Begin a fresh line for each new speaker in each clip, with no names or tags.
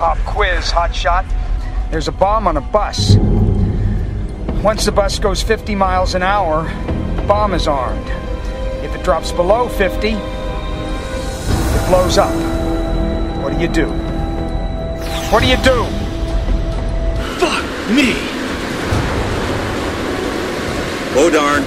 Pop quiz, hotshot. There's a bomb on a bus. Once the bus goes 50 miles an hour, the bomb is armed. If it drops below 50, it blows up. What do you do? What do you do?
Fuck me!
Oh darn.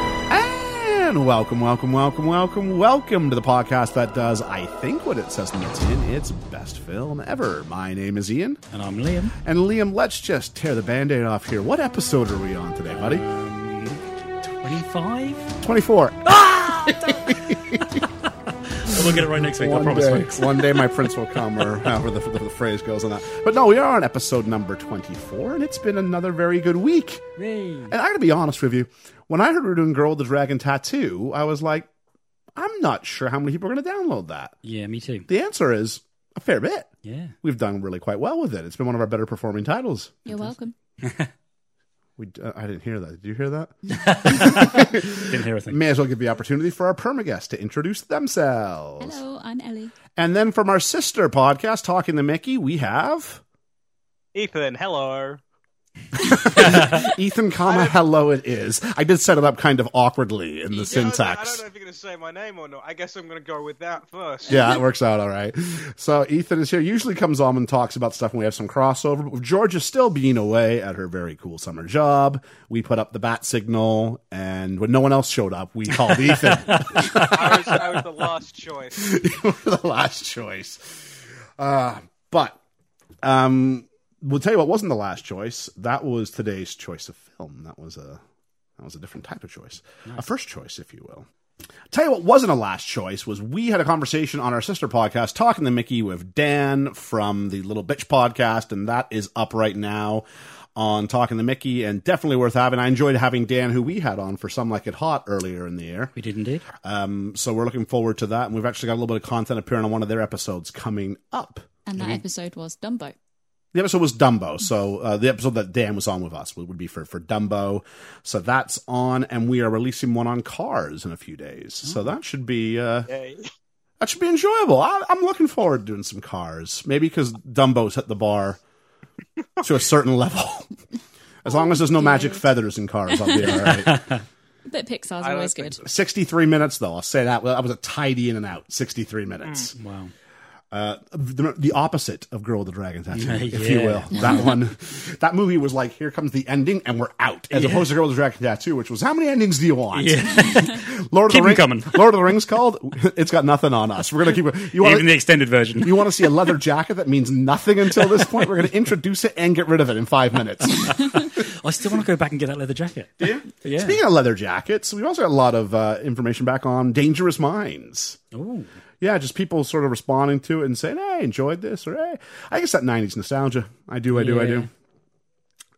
And welcome, welcome, welcome, welcome, welcome to the podcast that does, I think, what it says in the tin. It's best film ever. My name is Ian.
And I'm Liam.
And Liam, let's just tear the band aid off here. What episode are we on today, buddy?
25?
24.
We'll get it right next week, I promise,
day,
folks.
one day my prince will come, or however the, the, the phrase goes on that. But no, we are on episode number 24, and it's been another very good week. And I gotta be honest with you, when I heard we were doing Girl with the Dragon Tattoo, I was like, I'm not sure how many people are gonna download that.
Yeah, me too.
The answer is a fair bit.
Yeah.
We've done really quite well with it. It's been one of our better performing titles.
You're welcome.
We, uh, I didn't hear that. Did you hear that?
Didn't hear a thing.
May as well give the opportunity for our permaguests to introduce themselves.
Hello, I'm Ellie.
And then from our sister podcast, Talking to Mickey, we have
Ethan, hello.
Ethan, comma, hello it is. I did set it up kind of awkwardly in the
I don't
syntax.
know if you're going to say my name or not. I guess I'm going to go with that first.
Yeah, it works out all right. So Ethan is here. Usually comes on and talks about stuff, and we have some crossover. But with Georgia still being away at her very cool summer job, we put up the bat signal, and when no one else showed up, we called Ethan.
I, was, I was the last choice.
you were the last choice. Uh, but um, we'll tell you what wasn't the last choice. That was today's choice of film. That was a that was a different type of choice, a first choice, if you will. Tell you what wasn't a last choice was we had a conversation on our sister podcast, Talking to Mickey, with Dan from the Little Bitch podcast, and that is up right now on Talking to Mickey and definitely worth having. I enjoyed having Dan, who we had on for Some Like It Hot earlier in the year.
We did indeed.
Um, so we're looking forward to that, and we've actually got a little bit of content appearing on one of their episodes coming up.
And that episode was Dumbo.
The episode was Dumbo, so uh, the episode that Dan was on with us would would be for for Dumbo. So that's on, and we are releasing one on Cars in a few days. So that should be uh,
Yay.
that should be enjoyable. I, I'm looking forward to doing some Cars, maybe because Dumbo's hit the bar to a certain level. As long as there's no magic feathers in Cars, I'll be all right.
But Pixar's
don't
always
think
good.
63 minutes, though. I'll say that. That was a tidy in and out. 63 minutes.
Wow.
the, the opposite of Girl with the Dragon Tattoo, if you will.
Yeah.
That one, that movie was like, here comes the ending and we're out. As opposed to Girl with the Dragon Tattoo, which was, how many endings do you want? Lord of the
Keep 'em
Rings,
coming.
Lord of the Rings called. It's got nothing on us. We're gonna keep. it- You
Even the
want
extended version.
you want to see a leather jacket that means nothing until this point? We're gonna introduce it and get rid of it in five minutes.
I still want to go back and get that leather jacket.
Yeah.
Yeah.
Speaking of leather jackets, we've also got a lot of uh, information back on Dangerous Minds.
Ooh.
yeah, just people sort of responding to it and saying, "Hey, I enjoyed this," or "Hey, I guess that '90s nostalgia." I do, I do, I
Yeah.
do.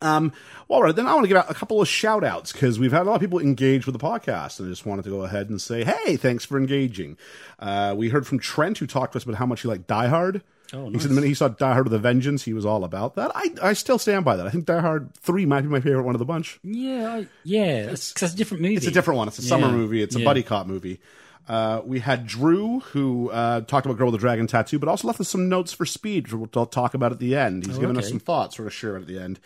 Um, well, all right, then I want to give out a couple of shout outs because we've had a lot of people engage with the podcast, and I just wanted to go ahead and say, "Hey, thanks for engaging." Uh, we heard from Trent who talked to us about how much he liked Die Hard.
Oh,
He
nice.
said the minute he saw Die Hard with a Vengeance, he was all about that. I, I still stand by that. I think Die Hard Three might be my favorite one of the bunch.
Yeah, I, yeah. It's, 'cause that's a different movie.
It's a different one. It's a
Yeah.
summer movie. It's a
Yeah.
buddy cop movie. Uh, we had Drew, who uh, talked about Girl with the Dragon Tattoo, but also left us some notes for Speed, which we'll t- talk about at the end. He's given us
Oh, okay.
some thoughts, sort of share at the end.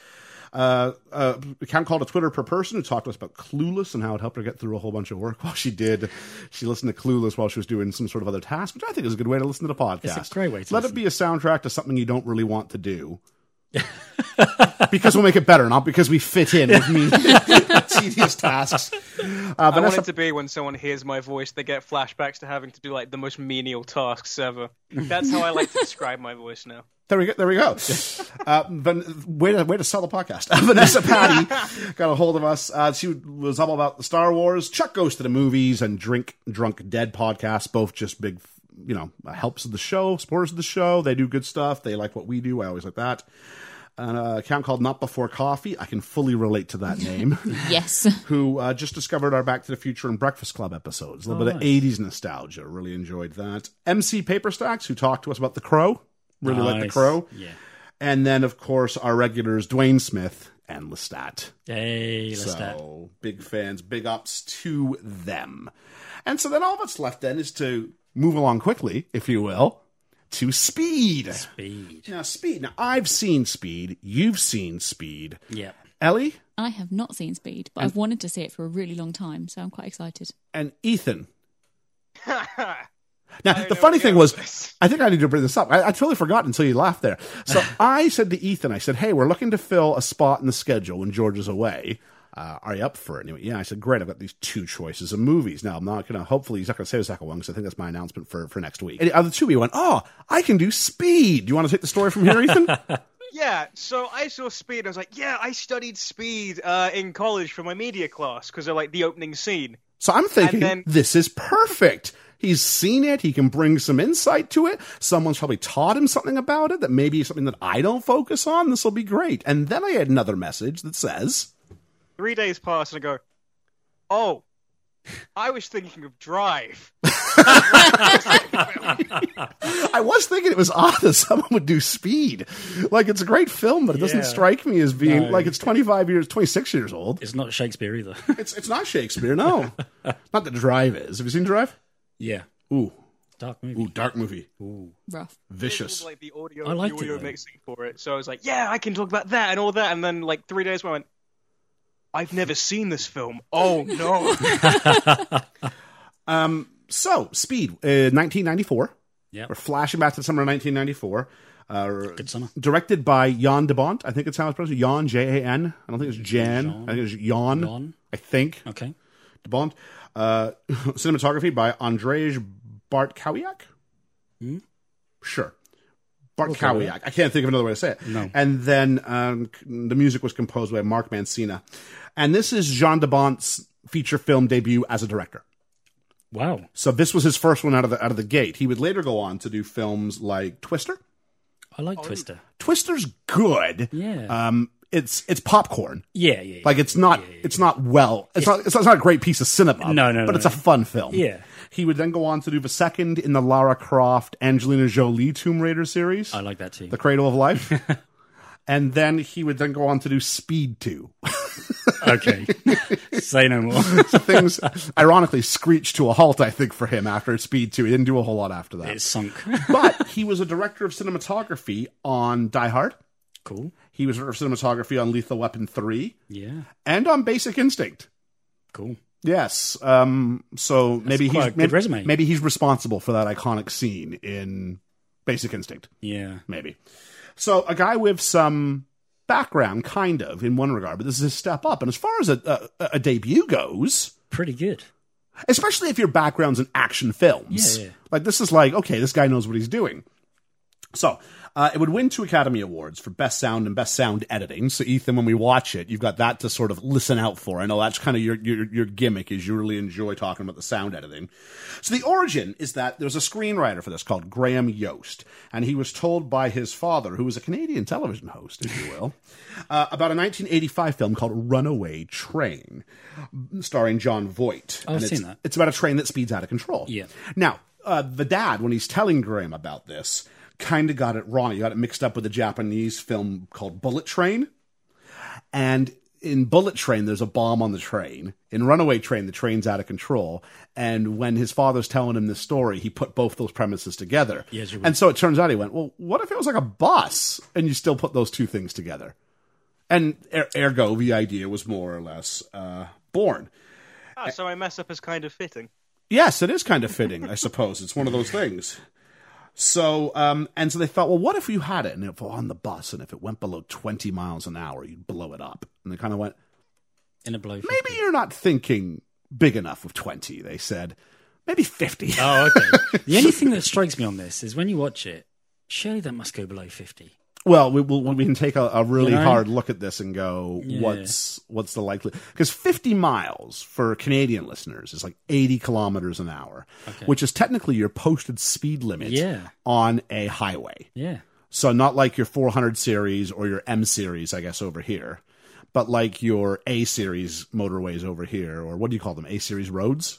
Uh, uh, account called a Twitter per person who talked to us about Clueless and how it helped her get through a whole bunch of work while she did. She listened to Clueless while she was doing some sort of other task, which I think is a good way to listen to the podcast.
great way to
Let
listen.
it be a soundtrack to something you don't really want to do. because we'll make it better, not because we fit in with me tedious tasks. Uh,
I want
Vanessa,
it to be when someone hears my voice, they get flashbacks to having to do like the most menial tasks ever. That's how I like to describe my voice now.
there we go. There we go. uh, Van, way, to, way to sell the podcast. Vanessa Patty got a hold of us. Uh, she was all about the Star Wars. Chuck goes to the movies and drink drunk dead podcasts. Both just big, you know, helps of the show, supporters of the show. They do good stuff. They like what we do. I always like that. an uh, account called Not Before Coffee. I can fully relate to that name.
Yes.
who uh, just discovered our Back to the Future and Breakfast Club episodes. A little
Oh,
bit of '80s nostalgia. Really enjoyed that. MC Paperstacks, who talked to us about The Crow. Really like The
Nice.
Crow.
Yeah.
And then, of course, our regulars Dwayne Smith and Lestat.
Hey, let's start.
So big fans, big ups to them. And so then all that's left then is to move along quickly, if you will, to speed.
Speed.
Now, speed. Now, I've seen speed. You've seen speed.
Yeah.
Ellie
I have not seen Speed, but I've wanted to see it for a really long time, so I'm quite excited.
and Ethan.
I
Now, the
know
funny
the
thing was,
answers.
I think I need to bring this up. I, I totally forgot until you laughed there. So I said to Ethan, I said, hey, we're looking to fill a spot in the schedule when George is away. Uh, are you up for it? And he went, yeah. I said, great. I've got these two choices of movies. Now, I'm not going to, hopefully, he's not going to say the second one because I think that's my announcement for, for next week. And the other two, he went, oh, I can do speed. Do you want to take the story from here, Ethan?
Yeah, so I saw Speed. I was like, yeah, I studied Speed uh, in college for my media class because they're like the opening scene.
So I'm thinking
then-
this is perfect. He's seen it. He can bring some insight to it. Someone's probably taught him something about it that maybe is something that I don't focus on. This will be great. And then I had another message that says,
Three days pass, and I go, oh, I was thinking of Drive.
I was thinking it was odd that someone would do speed. Like it's a great film, but it doesn't
Yeah.
strike me as being
No.
like it's 25 years, 26 years old.
It's not Shakespeare either.
It's, it's not Shakespeare. No, not that Drive is. Have you seen Drive?
yeah.
Ooh,
Dark movie.
ooh, dark movie.
Rough.
This
Vicious.
was, like the audio,
I
the
liked it,
audio
though.
mixing for it. So I was like, yeah, I can talk about that and all that. And then like three days, when I went, I've never seen this film. Oh no!
Um, So, Speed, uh, 1994.
Yeah.
We're flashing back to the summer of 1994. Uh,
Good summer.
Directed by Jan de Bont. I think it's how it's pronounced. Jan, J A N. I don't think it's Jan. I think it's Jan.
Jan.
I think.
Okay.
De Bont. Uh, cinematography by Andrzej Bartkowiak?
Hmm?
Sure. Bartkowiak.
Okay.
I can't think of another way to say it.
No.
And then um, c- the music was composed by Mark Mancina. And this is Jean de Bont's feature film debut as a director.
Wow.
So this was his first one out of the out of the gate. He would later go on to do films like Twister.
I like Twister.
Twister's good.
Yeah.
Um it's it's popcorn.
yeah, yeah, yeah.
Like it's not it's not well it's not it's not a great piece of cinema.
No, no,
But
no,
it's a
no.
fun film.
Yeah.
He would then go on to do the second in the Lara Croft Angelina Jolie Tomb Raider series.
I like that too.
the Cradle of Life. and then he would then go on to do Speed 2.
okay. Say no more.
Things ironically screeched to a halt, I think, for him after Speed 2. He didn't do a whole lot after that.
It's sunk.
but he was a director of cinematography on Die Hard.
cool.
He was director of cinematography on Lethal Weapon 3
Yeah.
and on Basic Instinct.
Cool.
Yes. Um, so maybe
quite
he's
a good
maybe,
resume.
maybe he's responsible for that iconic scene in Basic Instinct.
Yeah.
Maybe. So a guy with some background, kind of, in one regard, but this is his step up. And as far as a, a, a debut goes,
Pretty good.
especially if your background's in action films.
Yeah, yeah.
Like this is like okay, this guy knows what he's doing. So uh, it would win two Academy Awards for best sound and best sound editing. So Ethan, when we watch it, you've got that to sort of listen out for. I know that's kind of your your, your gimmick is you really enjoy talking about the sound editing. So the origin is that there was a screenwriter for this called Graham Yost, and he was told by his father, who was a Canadian television host, if you will, uh, about a 1985 film called Runaway Train, starring John Voight.
Oh, I've
And it's-
seen that.
it's about a train that speeds out of control.
Yeah.
Now, uh, the dad, when he's telling Graham about this, kind of got it wrong. He got it mixed up with a Japanese film called Bullet Train. And in Bullet Train, there's a bomb on the train. In Runaway Train, the train's out of control. And when his father's telling him this story, he put both those premises together.
Yes, you would.
and so it turns out he went, well, what if it was like a bus and you still put those two things together? And er- ergo, the idea was more or less uh, born.
Ah, so I mess up is kind of fitting.
Yes, it is kind of fitting, I suppose. It's one of those things. So, um, and so they thought, well, what if you had it and if on the bus and if it went below 20 miles an hour, you'd blow it up? And they kind of went,
In a blow.
maybe you're not thinking big enough with 20, they said. Maybe 50.
Oh, okay. the only thing that strikes me on this is when you watch it, surely that must go below 50.
Well, we, we'll, we can take a, a really
You know?
hard look at this and go,
Yeah.
what's what's the likely? Because 50 miles for Canadian listeners is like 80 kilometers an hour, which is technically your posted speed limit
Yeah.
on a highway.
Yeah.
So not like your 400 series or your M series, I guess, over here, but like your A series motorways over here, or what do you call them? A series roads?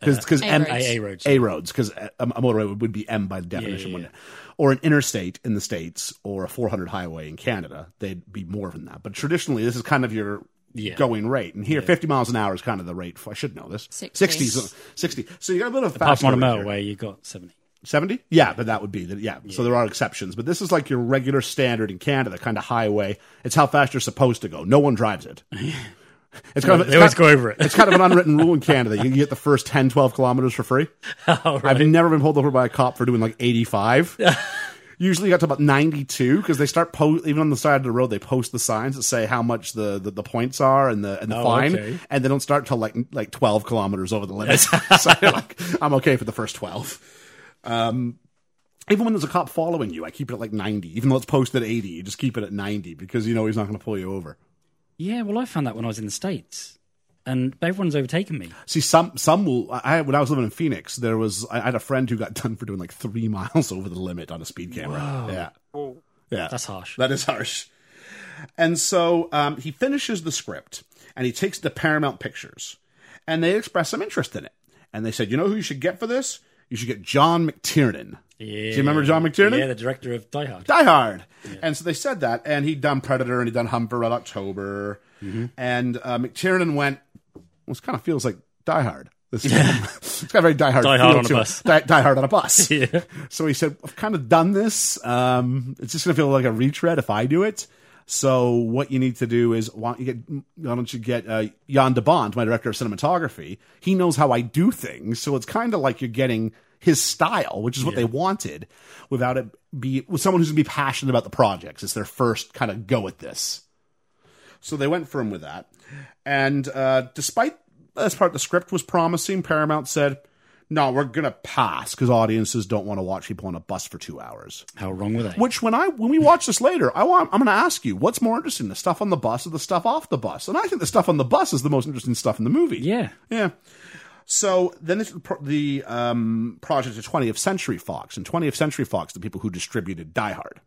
Because because
Uh, A
M
roads.
AA roads.
A roads because a, a motorway would be M by definition,
yeah,
wouldn't it? Or an interstate in the states, or a 400 highway in Canada, they'd be more than that. But traditionally, this is kind of your
Yeah.
going rate, and here 50 miles an hour is kind of the rate. For, I should know this.
60.
60, so- 60. So you got a bit of
Apart
fast
from on a
over here.
motorway, you got 70.
70 yeah but that would be the, yeah. so there are exceptions but this is like your regular standard in canada kind of highway it's how fast you're supposed to go no one drives it it's kind of
They
it's
always
kind,
go over it.
it's kind of an unwritten rule in canada you can get the first 10 12 kilometers for free
All right.
i've never been pulled over by a cop for doing like 85 usually got to about 92 because they start po- even on the side of the road they post the signs that say how much the, the, the points are and the and the
Oh,
fine
okay.
and they don't start till like like 12 kilometers over the limit so you're like i'm okay for the first 12 even when there's a cop following you, I keep it at like 90. Even though it's posted at 80, you just keep it at 90 because you know he's not going to pull you over.
Yeah, well, I found that when I was in the States. And everyone's overtaken me.
See, some some will. I when I was living in Phoenix, there was I had a friend who got done for doing like three miles over the limit on a speed camera. Yeah,
Well,
yeah,
That's harsh.
That is harsh. And so um, he finishes the script and he takes it to Paramount Pictures and they express some interest in it. And they said, you know who you should get for this? You should get John McTiernan. Do you remember John McTiernan?
Yeah, the director of Die Hard.
Die Hard. And so they said that, and he'd done Predator and he'd done Humper Red October.
Mm-hmm.
And uh, McTiernan went, well, this kind of feels like Die Hard. This it's got a very Die Hard.
Die Hard
feel
on a
to it.
bus.
Die, Die Hard on a bus.
Yeah.
So he said, I've kind of done this. Um, it's just going to feel like a retread if I do it. So what you need to do is why don't you get why don't you get uh, Jan de Bont, my director of cinematography? He knows how I do things, so it's kind of like you're getting his style, which is what they wanted, without it be with someone who's gonna be passionate about the projects. It's their first kind of go at this. So they went for him with that. And uh, despite this part, the script was promising. Paramount said, "No, we're gonna pass because audiences don't want to watch people on a bus for two hours."
How wrong were they?
Which, when I when we watch this later, I want I'm going to ask you what's more interesting, the stuff on the bus or the stuff off the bus? And I think the stuff on the bus is the most interesting stuff in the movie.
Yeah.
Yeah. So then this, the um, project of 20th Century Fox. And 20th Century Fox, the people who distributed Die Hard.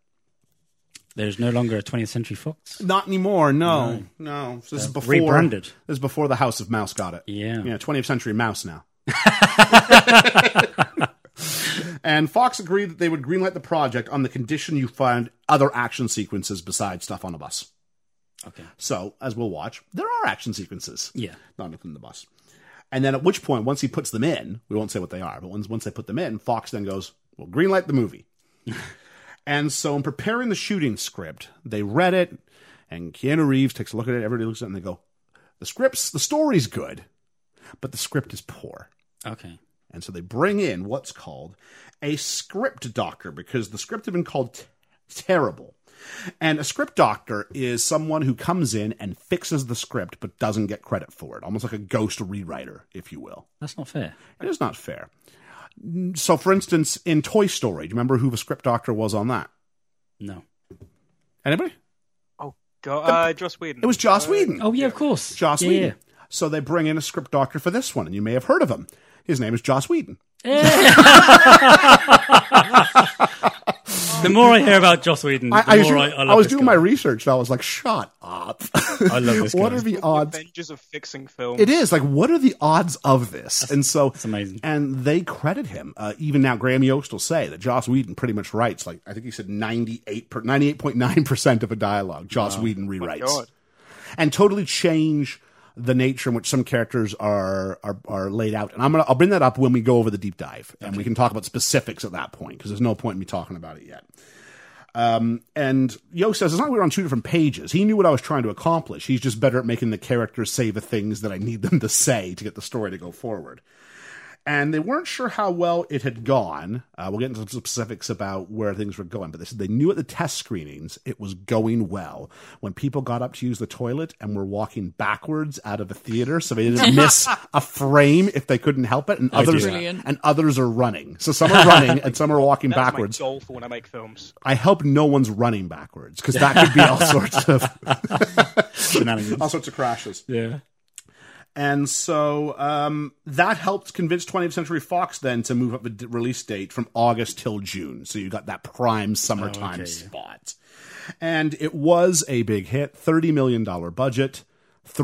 There's no longer a 20th Century Fox.
Not anymore. No, no. So this is before
rebranded.
This is before the House of Mouse got it.
Yeah.
yeah. Twentieth century mouse now. and Fox agreed that they would greenlight the project on the condition you find other action sequences besides stuff on a bus.
Okay.
So, as we'll watch, there are action sequences.
Yeah.
Not within the bus. And then at which point, once he puts them in, we won't say what they are, but once, once they put them in, Fox then goes, well, greenlight the movie. and so in preparing the shooting script, they read it, and Keanu Reeves takes a look at it, everybody looks at it, and they go, the script's, the story's good, but the script is poor.
Okay.
And so they bring in what's called a script doctor because the script had been called t- terrible. And a script doctor is someone who comes in and fixes the script but doesn't get credit for it, almost like a ghost rewriter, if you will.
That's not fair.
It is not fair. So, for instance, in Toy Story, do you remember who the script doctor was on that?
No.
Anybody?
oh god, uh, Joss Whedon.
It was Joss Whedon.
Oh, yeah, of course.
Joss
yeah,
Whedon. So they bring in a script doctor for this one, and you may have heard of him. His name is Joss Whedon.
yeah. The more I hear about Joss Whedon,
I,
the
I, was
more
doing,
I, I, love
I was
this
doing
guy.
my research and I was like, shut up.
I love this
what
guy.
are the odds?
Adventures of fixing film.
It is like, what are the odds of this? and so it's
amazing.
And they credit him. Uh, even now, Graham Yost will say that Joss Whedon pretty much writes like I think he said 98 per, 98.9 percent of a dialogue. Joss Whedon rewrites
God.
and totally change the nature in which some characters are are, are laid out. And I'm gonna I'll bring that up when we go over the deep dive, and we can talk about specifics at that point because there's no point in me talking about it yet. Um, and Yo says it's not like we're on two different pages. He knew what I was trying to accomplish. He's just better at making the characters say the things that I need them to say to get the story to go forward. And they weren't sure how well it had gone. Uh, we'll get into some specifics about where things were going, but they said they knew at the test screenings it was going well when people got up to use the toilet and were walking backwards out of the theater, so they didn't miss a frame if they couldn't help it. And others,
Brilliant.
and others are running, so some are running and some are walking
That is
backwards.
my goal for when I make films.
I hope no one's running backwards because that could be all sorts of
Shenanigans.
sorts of crashes.
yeah.
And so um, that helped convince 20th Century Fox then to move up the d- release date from August till June. So you got that prime summertime
okay.
spot. And it was a big hit $30 million budget,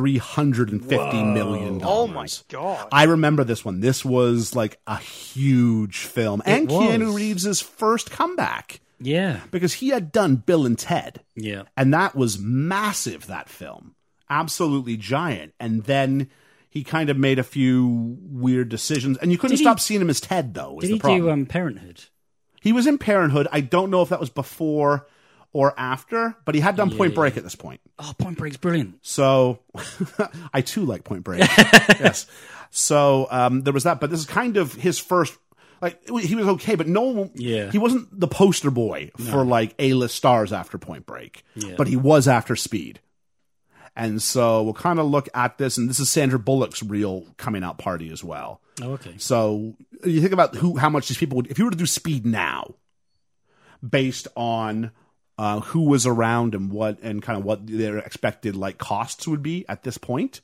$350 million million.
Oh my god.
I remember this one. This was like a huge film. and
was.
Keanu Reeves' first comeback
Yeah.
because he had done Bill and Ted.
Yeah.
And that was massive, that film. Absolutely giant. And then he kind of made a few weird decisions. And you couldn't
Did he-
stop seeing him as Ted, though, was
Did
the
he
problem.
do um, Parenthood?
he was in Parenthood. I don't know if that was before or after, but he had done Point Break at this point.
Oh, Point Break's brilliant.
So I too like Point Break. yes. So um, there was that, but this is kind of his first. Like he was okay, but no one.
Yeah.
He wasn't the poster boy for like A list stars after Point Break, but he was after Speed. And so we'll kind of look at this, and this is Sandra Bullock's real coming out party as well.
Oh, okay.
So you think about who, how much these people would, if you were to do speed now, based on uh, who was around and what, and kind of what their expected like costs would be at this point.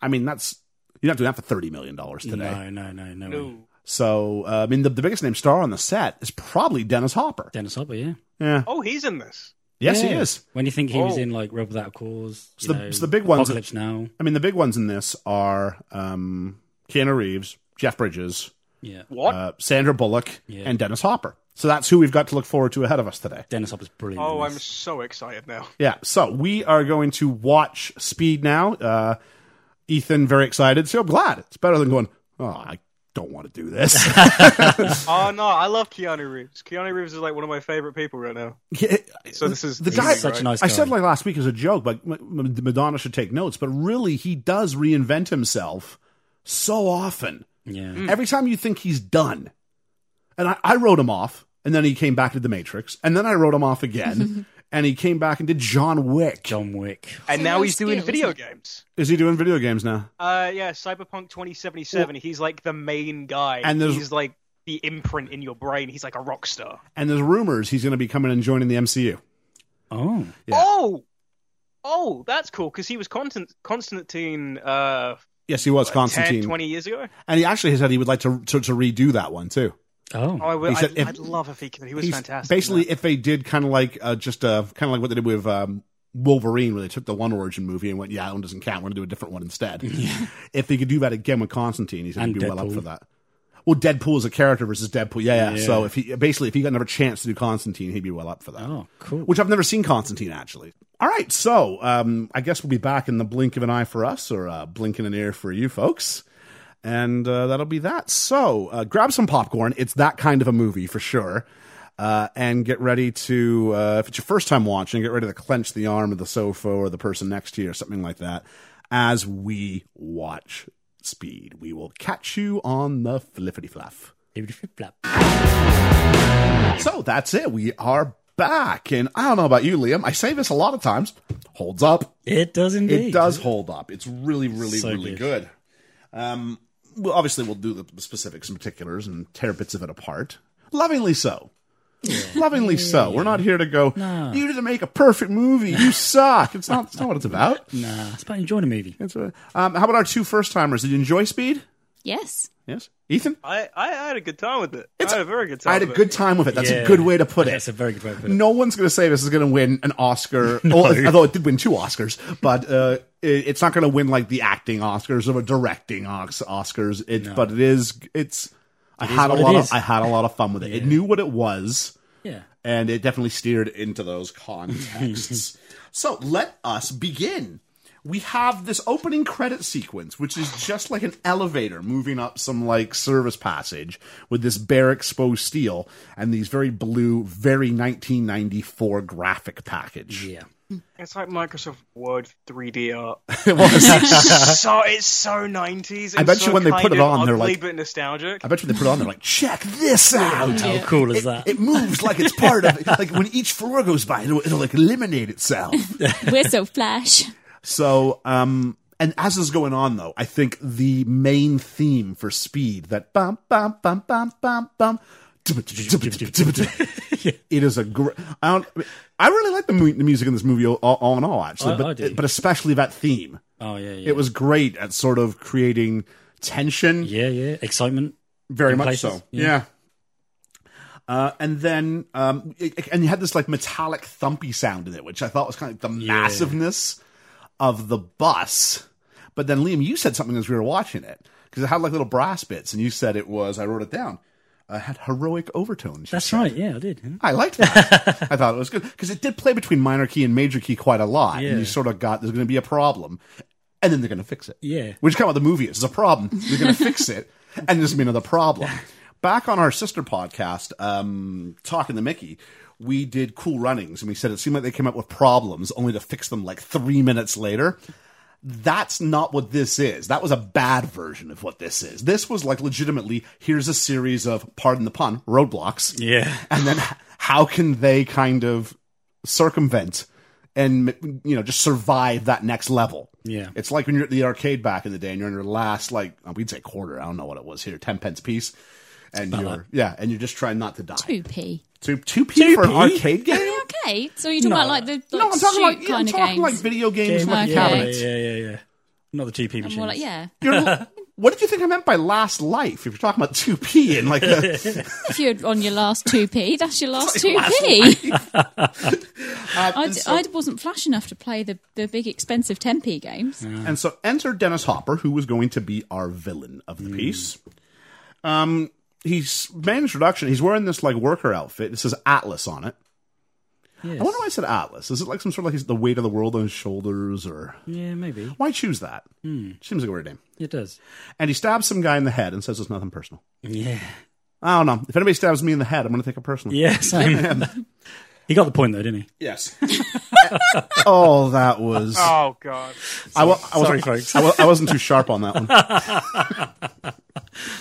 I mean, that's you're not doing that for thirty million dollars today.
No, no, no, no. way.
No.
So uh, I mean, the, the biggest name star on the set is probably Dennis Hopper.
Dennis Hopper, yeah.
Yeah,
Oh, he's in this.
yes, he
Yeah.
is.
When you think he was
Oh.
in like Rebel Without a Cause,
It's
you
the-
know,
it's the big ones.
Apocalypse Now.
I mean, the big ones in this are um, Keanu Reeves, Jeff Bridges,
Yeah.
What?
uh, Sandra Bullock,
Yeah.
and Dennis Hopper. So that's who we've got to look forward to ahead of us today.
Dennis Hopper's brilliant.
oh,
in
I'm
this.
so excited now.
Yeah, so we are going to watch Speed now. Uh, Ethan, very excited. So I'm glad. It's better than going, oh, I don't want to do this.
Oh no, I love Keanu Reeves. Keanu Reeves is like one of my favorite people right now.
Yeah,
So this is
the
this
guy.
is
such
great.
a nice
I
guy.
said like last week as a joke, like M- M- Madonna should take notes, but really he does reinvent himself so often.
Yeah.
Mm. Every time you think he's done, and I, I wrote him off, and then he came back to The Matrix, and then I wrote him off again, and he came back and did John Wick.
John Wick.
And
It's a
now
real
he's doing
skill,
video
isn't
games.
Is he doing video games now?
Uh, yeah, Cyberpunk 2077. he's like the main guy,
And there's-
he's like the imprint in your brain. He's like a rock star.
And there's rumors he's going to be coming and joining the MCU.
Oh.
Yeah.
Oh, oh, that's cool because he was Constant- Constantine uh,
Yes, he was Constantine,
10, 20 years ago.
and he actually said he would like to to, to redo that one too.
Oh.
Oh, I
He
would,
said
I'd,
if-
I'd love if he could. He was
He's-
fantastic. in
Basically,
that.
if they did kind of like uh, just uh, kind of like what they did with um, Wolverine, where they took the one origin movie and went, "Yeah, that one doesn't count. We're going to do a different one instead." if they could do that again with Constantine, he said he'd
And
be well up
Deadpool.
for that. Well, Deadpool is a character versus Deadpool. Yeah, yeah.
Yeah.
So if he basically if he got another chance to do Constantine, he'd be well up for that.
Oh, cool.
Which I've never seen Constantine actually. All right, so um, I guess we'll be back in the blink of an eye for us, or uh, blink in an ear for you folks. And uh, that'll be that. So uh, grab some popcorn. It's that kind of a movie for sure. Uh, and get ready to, uh, if it's your first time watching, get ready to clench the arm of the sofa or the person next to you or something like that as we watch Speed. We will catch you on the flippity fluff. So that's it. We are back. And I don't know about you, Liam. I say this a lot of times. Holds up.
It does indeed.
It does hold up. It's really, really,
So
really good.
good.
Um, well, obviously, we'll do the specifics and particulars and tear bits of it apart. Lovingly so. Lovingly so. We're not here to go, you didn't make a perfect movie. You suck. It's not, it's not what it's about.
Nah, it's about enjoying a movie.
It's, uh, um, how about our two first timers? Did you enjoy Speed?
Yes.
Yes. Ethan?
I, I had a good time with it.
It's-
I had a very good time.
I had a
with it.
good time with it. That's a
Yeah.
good way to put it.
That's a very good way to put it.
no one's going to say this is going to win an Oscar. Well, although it did win two Oscars, but uh, it, it's not going to win like the acting Oscars or the directing Os- Oscars. It, But it is. It's. I had a
what it
lot. Of,
is.
I had a lot of fun with it. It knew what it was,
Yeah.
and it definitely steered into those contexts. so let us begin. We have this opening credit sequence, which is just like an elevator moving up some like service passage with this bare exposed steel and these very blue, very 1994 graphic package.
Yeah.
It's like Microsoft Word 3D art.
It was.
It's so it's so 90s. It's
I bet you
so
when they
kind
put it
of
on, they're
ugly,
like-
but nostalgic.
I bet you they put it on there like, check this out.
How cool is that?
It moves like it's part of it. Like when each floor goes by, it'll, it'll like eliminate itself.
We're so flash.
So, um, and as this is going on though, I think the main theme for Speed that bum bum bum bum bum bum. it is a great. I don't. I really like the, mu- the music in this movie all, all in all, actually,
I-
but
I do.
but especially that theme.
Oh yeah, yeah.
It was great at sort of creating tension.
yeah, yeah. Excitement.
very
in
much
places,
so.
yeah.
Yeah. Uh, and then, um, it- and you had this like metallic thumpy sound in it, which I thought was kind of the massiveness of the bus. But then, Liam, you said something as we were watching it because it had like little brass bits, and you said it was. I wrote it down. Uh, had heroic overtones. you
That's
said.
right. Yeah, I did. yeah.
Mm-hmm. I liked that. I thought it was good because it did play between minor key and major key quite a lot,
Yeah.
and you sort of got there's going to be a problem, and then they're going to fix it.
Yeah.
which is kind of what the movie is. There's a problem, they're going to fix it, and there's going to be another problem. Back on our sister podcast, um, talking to Mickey, we did Cool Runnings, and we said it seemed like they came up with problems only to fix them like three minutes later. That's not what this is. That was a bad version of what this is. This was like legitimately here's a series of, pardon the pun, roadblocks
Yeah.
and then how can they kind of circumvent and you know just survive that next level
Yeah.
it's like when you're at the arcade back in the day and you're in your last like uh, we'd say quarter i don't know what it was here 10 pence piece and you're yeah and you're just trying not to die
Two p.
two, two p for an
2p?
arcade game
Okay, so you're talking
No.
about like the like,
no i'm talking
shoot
like yeah, i'm
kind
talking
of
like
games.
video games
Yeah,
with
Okay.
yeah,
cabinets
yeah, yeah, yeah. Not the GP
I'm
machines.
more like yeah.
You're- what did you think i meant by last life if you're talking about 2p and like uh, a,
if you're on your last two p, that's your last two
last
p.
uh,
I,
and
d-
so-
I wasn't flash enough to play the, the big expensive ten p games.
And so enter Dennis Hopper, who was going to be our villain of the piece. Um, he's main introduction. He's wearing this like worker outfit. It says Atlas on it.
Yes.
I wonder why I said Atlas. Is it like some sort of like his, the weight of the world on his shoulders, or
Yeah, maybe
why choose that? Seems like a weird name.
it does.
And he stabs some guy in the head and says it's nothing personal.
Yeah.
I don't know. If anybody stabs me in the head, I'm going to take it personally.
Yeah. Same. he got the point though, didn't he?
Yes. oh, that was.
Oh god.
I, wa- I
Sorry,
wasn't,
folks.
I, wa- I wasn't too sharp on that one.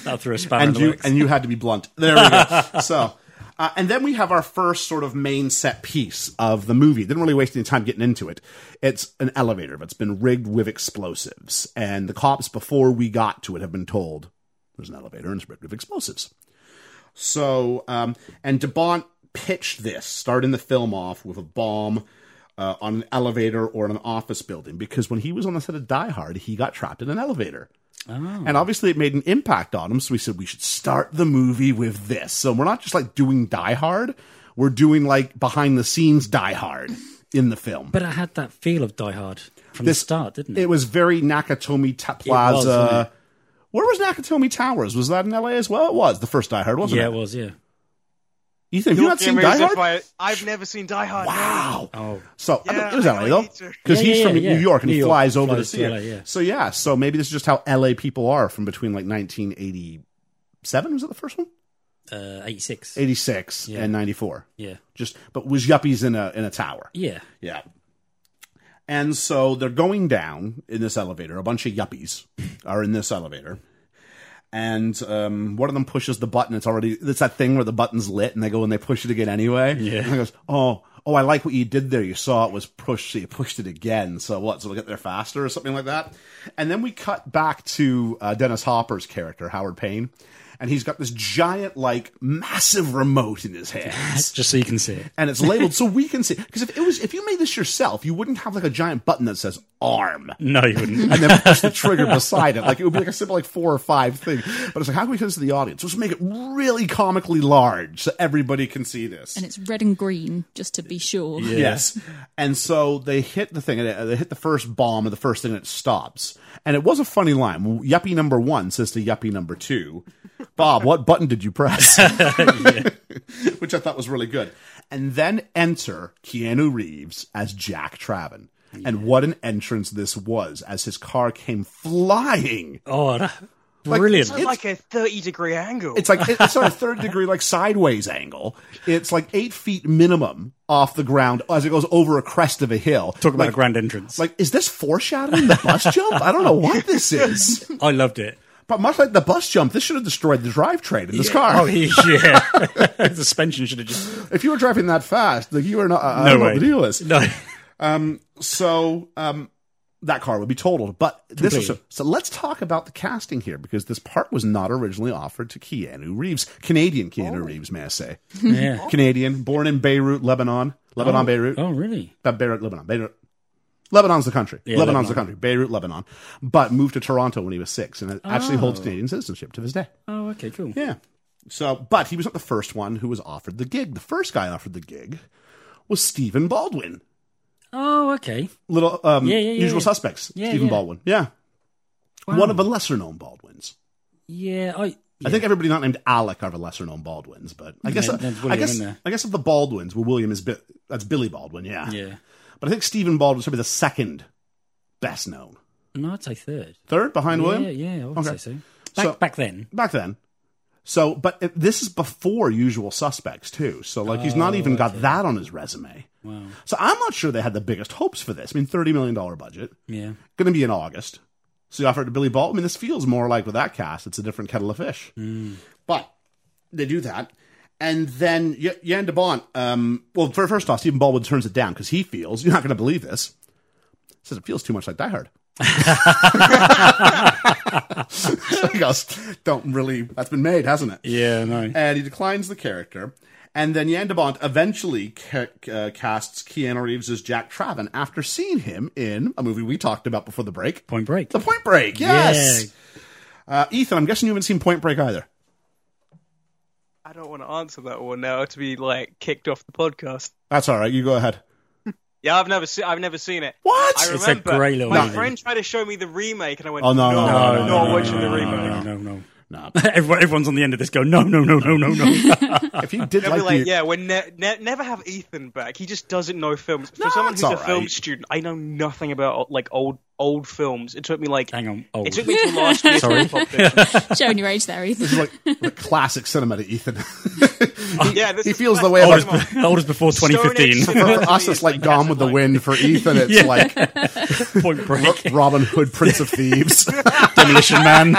That threw a spanner in
and
the
you
works.
and you had to be blunt. There we go. so, uh, and then we have our first sort of main set piece of the movie. Didn't really waste any time getting into it. It's an elevator, but it's been rigged with explosives, and the cops before we got to it have been told there's an elevator and it's rigged with explosives. So, um, and DeBont pitched this, starting the film off with a bomb. Uh, on an elevator or in an office building, because when he was on the set of Die Hard, he got trapped in an elevator.
Oh.
And obviously, it made an impact on him. So we said we should start the movie with this. So we're not just like doing Die Hard, we're doing like behind the scenes Die Hard in the film.
But I had that feel of Die Hard from
This-
the start, didn't it?
it was very Nakatomi Ta-
was, wasn't
Plaza. Where was Nakatomi Towers? Was that in LA as well? It was the first Die Hard, wasn't
yeah,
it?
it was. Yeah.
Ethan, have you not
Don't
seen
give me
Die
as if
Hard?
I, have never seen Die Hard.
Wow.
Oh.
So I
Yeah,
mean, it was
I
LA
know,
though,
I need to-
because
Yeah,
he's
yeah,
from
yeah,
New York and
New
he
York,
flies over
flies
to see
to
it.
LA, yeah.
So yeah, so maybe this is just how LA people are from between like 1987 was that the first one?
Uh, 86.
86 and 94
yeah.
just but was yuppies in a in a tower
Yeah.
yeah and so they're going down in this elevator a bunch of yuppies are in this elevator and um, one of them pushes the button it's already it's that thing where the button's lit and they go and they push it again anyway
Yeah.
and he goes oh oh i like what you did there you saw it was pushed so you pushed it again so what so we'll get there faster or something like that and then we cut back to uh, dennis hopper's character howard payne and he's got this giant like massive remote in his hands
Just so you can see it.
and it's labeled so we can see. Because if it was, if you made this yourself, you wouldn't have like a giant button that says arm
No, you wouldn't.
and then push the trigger beside it. Like it would be like a simple like four or five thing. But it's like, how can we send this to the audience? Let's make it really comically large so everybody can see this.
And it's red and green, just to be sure.
Yes. And so they hit the thing, and it- they hit the first bomb, and the first thing, and it stops. And it was a funny line. Yuppie number one says to yuppie number two, Bob, what button did you press? Which I thought was really good. And then enter Keanu Reeves as Jack Traven. And what an entrance this was as his car came flying.
Oh, that- brilliant.
It's like a thirty degree angle.
It's like it's not a third degree, like sideways angle. It's like eight feet minimum off the ground as it goes over a crest of a hill.
Talk about
like,
a grand entrance.
it's like, is this foreshadowing the bus jump? I don't know what this is.
I loved it.
But much like the bus jump, this should have destroyed the drivetrain in this car.
Oh, he- yeah. the suspension should have just.
If you were driving that fast, like you were not. I, I
No
don't know
way.
what the deal is.
No.
So um, that car would be totaled. But this was, so,
Completely.
so let's talk about the casting here because this part was not originally offered to Keanu Reeves, Canadian
Oh.
Keanu Reeves, may I say?
Yeah.
Canadian, born in Beirut, Lebanon, Lebanon, Beirut,
Oh, really?
Uh, Beirut, Lebanon, Beirut. Lebanon's the country.
Yeah,
Lebanon's
Lebanon.
the country. Beirut, Lebanon. But moved to Toronto when he was six and actually holds Canadian citizenship to this day.
Oh, okay, cool.
Yeah. So, but he was not the first one who was offered the gig. The first guy offered the gig was Stephen Baldwin.
Oh, okay.
Little um,
Yeah, yeah, yeah,
usual
yeah.
suspects.
Yeah,
Stephen
yeah.
Baldwin. Yeah.
Wow.
One of the lesser known Baldwins.
Yeah, I.
I think everybody not named Alec are the lesser known Baldwins, but I guess uh,
Yeah, there's
I
William
guess
in there.
I guess of the Baldwins, well, William is Bi- that's Billy Baldwin, yeah.
Yeah.
But I think Stephen Baldwin's probably the second best known,
No, I'd say third.
third behind
Yeah,
William.
yeah, I would
Okay.
say so. Back,
So-
back then.
back then. So, but it, this is before Usual Suspects too. So, like, he's not even got that on his resume.
Oh, Wow.
So, I'm not sure they had the biggest hopes for this. I mean, thirty million dollar budget,
Yeah.
going to be in August. So, you offer it to Billy Baldwin. I mean, this feels more like with that cast, it's a different kettle of fish. Mm. But they do that, and then Y- Jan de Bont. Um, well, for first off, Stephen Baldwin turns it down because he feels you're not going to believe this. Says it feels too much like Die Hard. so he goes, "Don't really. That's been made, hasn't it?"
Yeah, no.
and he declines the character. And then Jan de Bont eventually ca- uh, casts Keanu Reeves as Jack Traven after seeing him in a movie we talked about before the break,
Point break.
The Point Break. Yes, uh, Ethan. I'm guessing you haven't seen Point Break either.
I don't want to answer that one now to be like kicked off the podcast.
That's all right. You go ahead.
Yeah, I've never seen. I've never seen it.
What?
I
It's a
remember
great little
my
movie.
friend tried to show me the remake, and I went,
Oh, no, no,
no,
no,
I'm
no,
not
no,
watching the
no,
remake."
no, no, no.
No.
Everyone, everyone's on the end of this go, no, no, no, no, no, no.
if you did
They'll
like,
be like,
the,
yeah, we're ne- ne- never have Ethan back. He just doesn't know films. For
No,
someone
it's
who's a
all
film
right.
student, I know nothing about like old old films. It took me like
Hang on. Oh,
it took me till last year.
Sorry.
to pop this.
Showing your age there,
this
Ethan.
is like the classic cinema to Ethan.
yeah, this
he
is
feels the
classic
way
cinema.
about
oldest, oldest before
Stone Age
2015.
cinema
for
to
us.
me
It's
is
like Gone with the
Casablanca.
Wind. For Ethan, it's like
Point break.
Robin Hood, Prince of Thieves.
Demolition Man.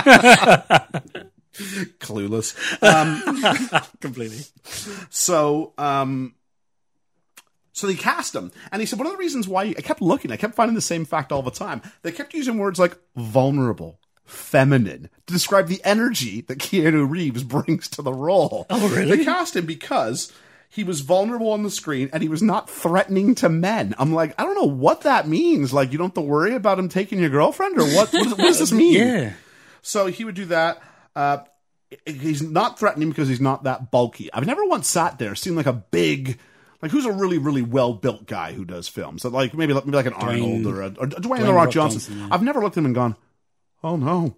Clueless. Um,
Completely.
So, um, so they cast him, and he said one of the reasons why I kept looking, I kept finding the same fact all the time. They kept using words like vulnerable, feminine to describe the energy that Keanu Reeves brings to the role. Oh,
really?
They cast him because. He was vulnerable on the screen and he was not threatening to men. I'm like, I don't know what that means. Like, you don't have to worry about him taking your girlfriend or what? What, is, what does this mean?
Yeah.
So he would do that. Uh, he's not threatening because he's not that bulky. I've never once sat there seen like a big, like who's a really really well built guy who does films. So like maybe, maybe like an Arnold or a, or Dwayne the Rock
Rock
Johnson.
Johnson, yeah.
I've never looked at him and gone, oh no.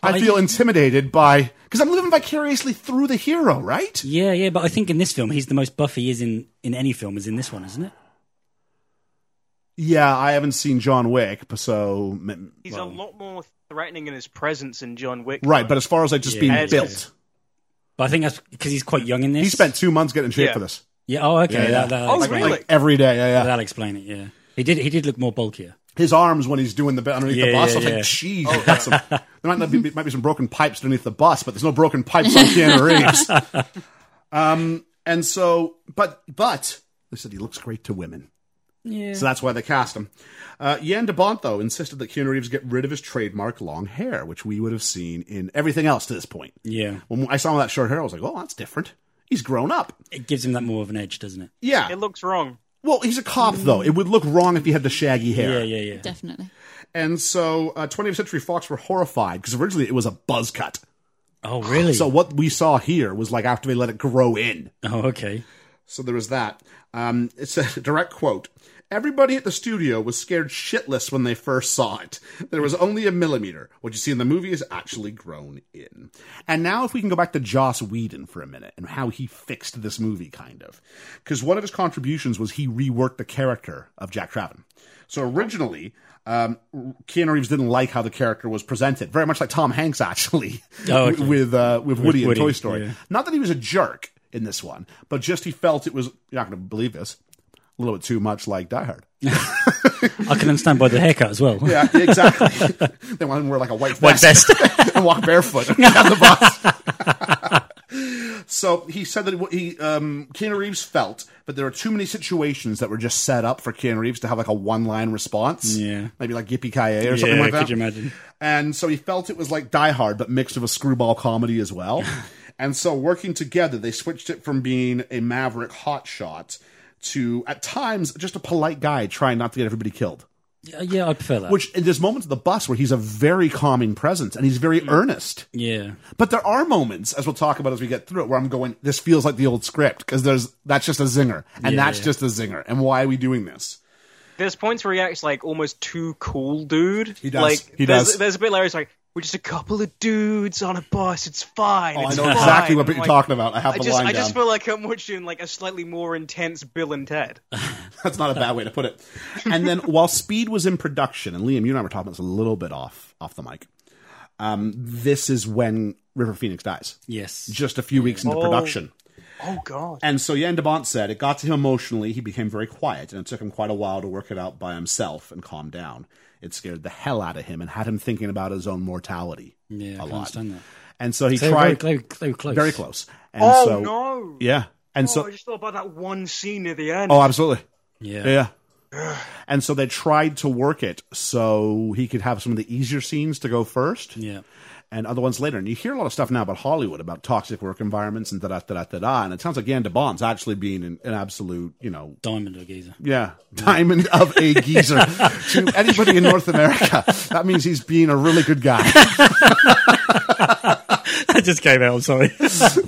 I feel intimidated by because I'm living vicariously through the hero, right?
Yeah, yeah, but I think in this film, he's the most buff he is in, in any film, is in this one, isn't it?
Yeah, I haven't seen John Wick, so m-
He's a lot more threatening in his presence in John Wick.
right. But as far as like just
Yeah.
being
As-
built,
But I think that's because he's quite young in this.
he spent two months getting in shape
Yeah.
for this.
Yeah, oh, okay.
Yeah, yeah.
That, that,
Oh,
explain-
really?
Like every day, yeah, yeah.
That'll explain it, yeah. He did, he did look more bulkier.
his arms when he's doing the bit underneath the
Yeah,
bus.
yeah,
I was
yeah.
like, geez, we've got some, there might, not be, might be some broken pipes underneath the bus, but there's no broken pipes on Keanu Reeves. um, and so, but, but, they said he looks great to women.
Yeah.
So that's why they cast him. Uh, Jan de Bont, though, insisted that Keanu Reeves get rid of his trademark long hair, which we would have seen in everything else to this point.
yeah.
When I saw that short hair, I was like, oh, that's different. He's grown up.
It gives him that more of an edge, doesn't it?
Yeah.
It looks wrong.
well, he's a cop, though. It would look wrong if he had the shaggy hair.
Yeah, yeah, yeah.
Definitely.
And so uh, 20th Century Fox were horrified because originally it was a buzz cut.
Oh, really?
So what we saw here was like after they let it grow in.
oh, okay.
So there was that. Um, it's a direct quote. Everybody at the studio was scared shitless when they first saw it. There was only a millimeter. What you see in the movie is actually grown in. And now, if we can go back to Joss Whedon for a minute and how he fixed this movie, kind of. Because one of his contributions was he reworked the character of Jack Traven. So originally, um, Keanu Reeves didn't like how the character was presented, very much like Tom Hanks, actually,
Oh, okay.
with, uh, with Woody, in
Woody,
Toy Story.
yeah.
Not that he was a jerk in this one, but just he felt it was, you're not going to believe this, a little bit too much like Die Hard.
I can understand by the haircut as well.
Yeah, exactly. they want him to wear like a white vest,
White
and walk barefoot at the bus. so he said that what he, um, Keanu Reeves felt that there are too many situations that were just set up for Keanu Reeves to have like a one line response.
Yeah.
Maybe like Yippee Ki or something
Yeah,
like that.
could you imagine?
And so he felt it was like Die Hard, but mixed with a screwball comedy as well. and so working together, they switched it from being a maverick hotshot to, at times, just a polite guy trying not to get everybody killed.
Yeah, Uh, yeah, I prefer that.
Which, there's moments of the bus where he's a very calming presence and he's very earnest.
yeah,
But there are moments, as we'll talk about as we get through it, where I'm going, this feels like the old script because there's that's just a zinger and
Yeah,
that's
yeah.
just a zinger. And why are we doing this?
There's points where he acts like almost too cool, dude. He
does.
Like,
He
there's,
does.
There's a bit where he's like, "We're just a couple of dudes on a bus. It's fine.
Oh, I
it's
know
fine."
exactly what
I'm
you're
like,
talking about. I have
I
the
just,
line
I
down.
just feel like I'm watching like a slightly more intense Bill and Ted.
That's not a bad way to put it. And then while Speed was in production, and Liam, you and I were talking about this a little bit off off the mic. Um, this is when River Phoenix dies,
yes.
just a few weeks into
Oh.
production.
Oh God.
And so Jan de Bont said it got to him emotionally. He became very quiet, and it took him quite a while to work it out by himself and calm down. It scared the hell out of him and had him thinking about his own mortality.
yeah, I can
lot.
understand that.
And so he
So very,
tried
clo- very close.
very close. And
Oh
so,
no.
Yeah. And
oh, I
so,
just thought about that one scene near the end.
oh, absolutely.
Yeah.
Yeah. And so they tried to work it so he could have some of the easier scenes to go first
Yeah.
and other ones later. And you hear a lot of stuff now about Hollywood, about toxic work environments and da da da da da da. And it sounds like Jan de Bont's actually being an, an absolute, you know,
Diamond or geezer.
yeah, diamond of a geezer to anybody in North America. That means he's being a really good guy.
I just came out. I'm sorry.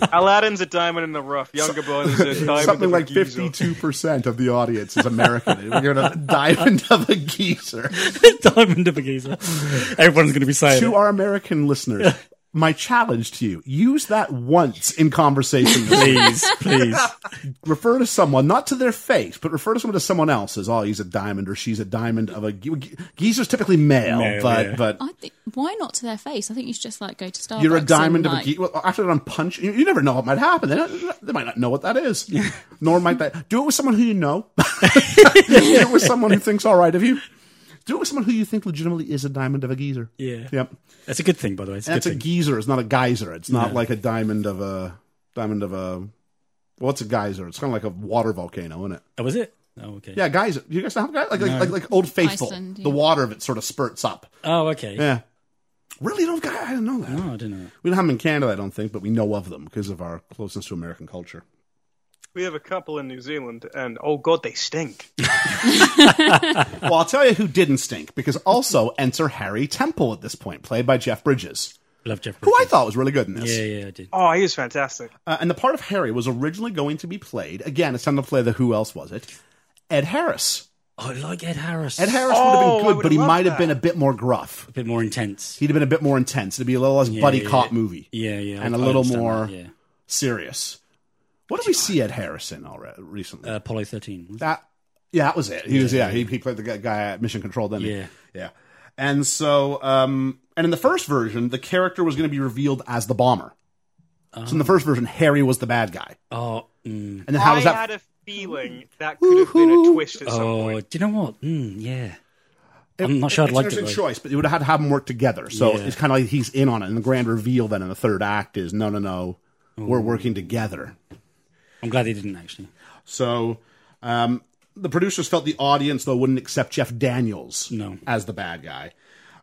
Aladdin's a diamond in the rough. Younger Boy is a diamond
Something
in
like
the geezer.
fifty-two percent of the audience is American. We're giving a diamond of a geezer.
Diamond of a geezer. Everyone's going to be saying.
to
it.
our American listeners, my challenge to you: use that once in conversation.
Please, please.
refer to someone, not to their face, but refer to someone to someone else as, "Oh, he's a diamond," or "She's a diamond of a." Ge- geezer's typically male,
Male,
but
yeah.
but.
I think why not to their face? I think you should just like go to Starbucks.
You're a diamond
and,
of a
like,
geek. Well, after that, I'm punch. You, you never know what might happen. They, don't- they might not know what that is. Nor might that. Do it with someone who you know. do it with someone who thinks all right of you. Do it with someone who you think legitimately is a diamond of a geezer.
Yeah.
Yep.
That's a good thing, by the way. It's a good
That's a
thing.
geezer. It's not a geyser. It's not like a diamond of a diamond of a. What's a geyser? It's kind of like a water volcano, isn't it?
oh, was it? Oh, okay.
Yeah, geyser. You guys have geyser? Like, like, like like Old Faithful.
Iceland, yeah.
The water of it sort of spurts up.
Oh, okay.
Yeah. Really don't guy? I don't know that.
Oh, I don't know.
We don't have them in Canada, I don't think, but we know of them because of our closeness to American culture.
We have a couple in New Zealand, and oh God, they stink.
well, I'll tell you who didn't stink because also enter Harry Temple at this point, played by Jeff Bridges,
Love Jeff.
who I
Bridges.
thought was really good in this.
Yeah, yeah, I did.
Oh, he was fantastic.
Uh, and the part of Harry was originally going to be played again. It's time to play the who else was it? Ed Harris.
I like Ed Harris.
Ed Harris
Oh,
would
I
have been good,
would've
but he
loved
might have
that.
been a bit more gruff.
a bit more intense.
He'd have been a bit more intense. It'd be a little less buddy
yeah,
cop
yeah.
movie.
Yeah, yeah.
And
a
a little more serious. What did we see Ed Harris in already recently?
Yeah. Uh, Apollo 13.
that yeah, that was it. He was yeah, he, he played the guy- guy at Mission Control, didn't he?
Yeah.
Yeah. And so um and in the first version, the character was gonna be revealed as the bomber. So in the first version, Harry was the bad guy.
Oh, mm.
And then how
I
does that
had a feeling that could have been a twist at some point.
oh do you know what? Mm, yeah. I'm not sure I'd
it's
like
an
it.
interesting
though.
choice, but you would have had to have them work together. So
Yeah.
it's kind of like he's in on it. And the grand reveal then in the third act is no, no, no, we're working together.
I'm glad they didn't actually.
So um, the producers felt the audience, though, wouldn't accept Jeff Daniels
No.
as the bad guy.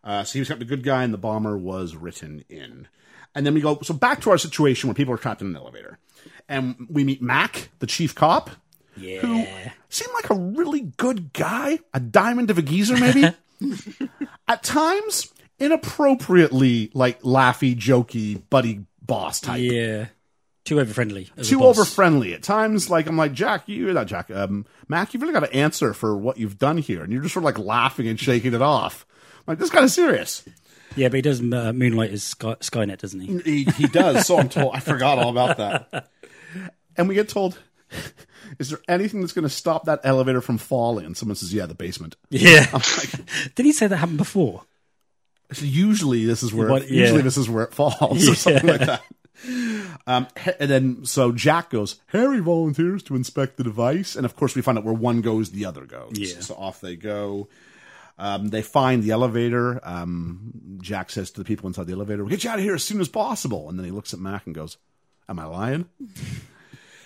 Uh, so he was kept the good guy, and the bomber was written in. And then we go so back to our situation where people are trapped in an elevator, and we meet Mac, the chief cop,
Yeah.
who seemed like a really good guy, a diamond of a geezer, maybe. At times, inappropriately like laughy, jokey, buddy boss type.
Yeah. Too over friendly.
Too over friendly at times. Like I'm like Jack, you not Jack, um, Mac, you've really got to answer for what you've done here, and you're just sort of like laughing and shaking it off. I'm like this is kind of serious.
Yeah, but he does uh, moonlight as Sky- Skynet, doesn't
He,
he?
he does. So I'm told. I forgot all about that. And we get told, is there anything that's going to stop that elevator from falling? And someone says, yeah, the basement.
Yeah. Did he say that happened before?
So usually this is where
What-
usually
yeah.
this is where it falls or something like that. Um, he- and then so Jack goes. Harry volunteers to inspect the device, and of course we find out where one goes, the other goes.
Yeah.
So off they go. Um, they find the elevator. Um, Jack says to the people inside the elevator, "We'll get you out of here as soon as possible." And then he looks at Mac and goes, "Am I lying?" and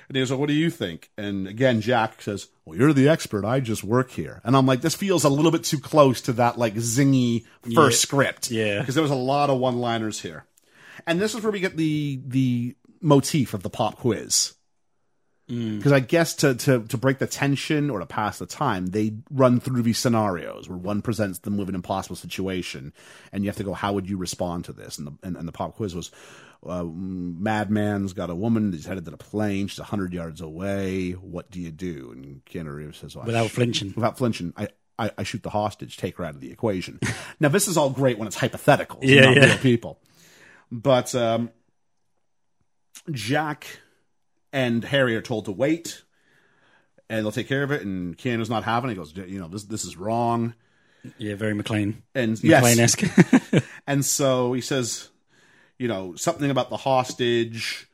he goes, well, "What do you think?" And again, Jack says, "Well, you're the expert. I just work here." And I'm like, "This feels a little bit too close to that like zingy first script."
Yeah.
because there was a lot of one-liners here, and this is where we get the the motif of the pop quiz
Mm.
Because I guess to, to, to break the tension or to pass the time, they run through these scenarios where one presents them with an impossible situation, and you have to go, how would you respond to this? And the and, and the pop quiz was, uh, madman's got a woman, he's headed to the plane, she's hundred yards away. What do you do? And Keanu Reeves says, well, I
Without
sh-
flinching.
without flinching, I. I, I shoot the hostage, take her out of the equation. now, this is all great when it's hypothetical,
Yeah,
not
yeah.
real people. But um, Jack and Harry are told to wait, and they'll take care of it. And Keanu's not having it. He goes, you know, this this is wrong.
Yeah, very McLean.
And
McLean
Uh, yes,
esque.
and so he says, you know, something about the hostage.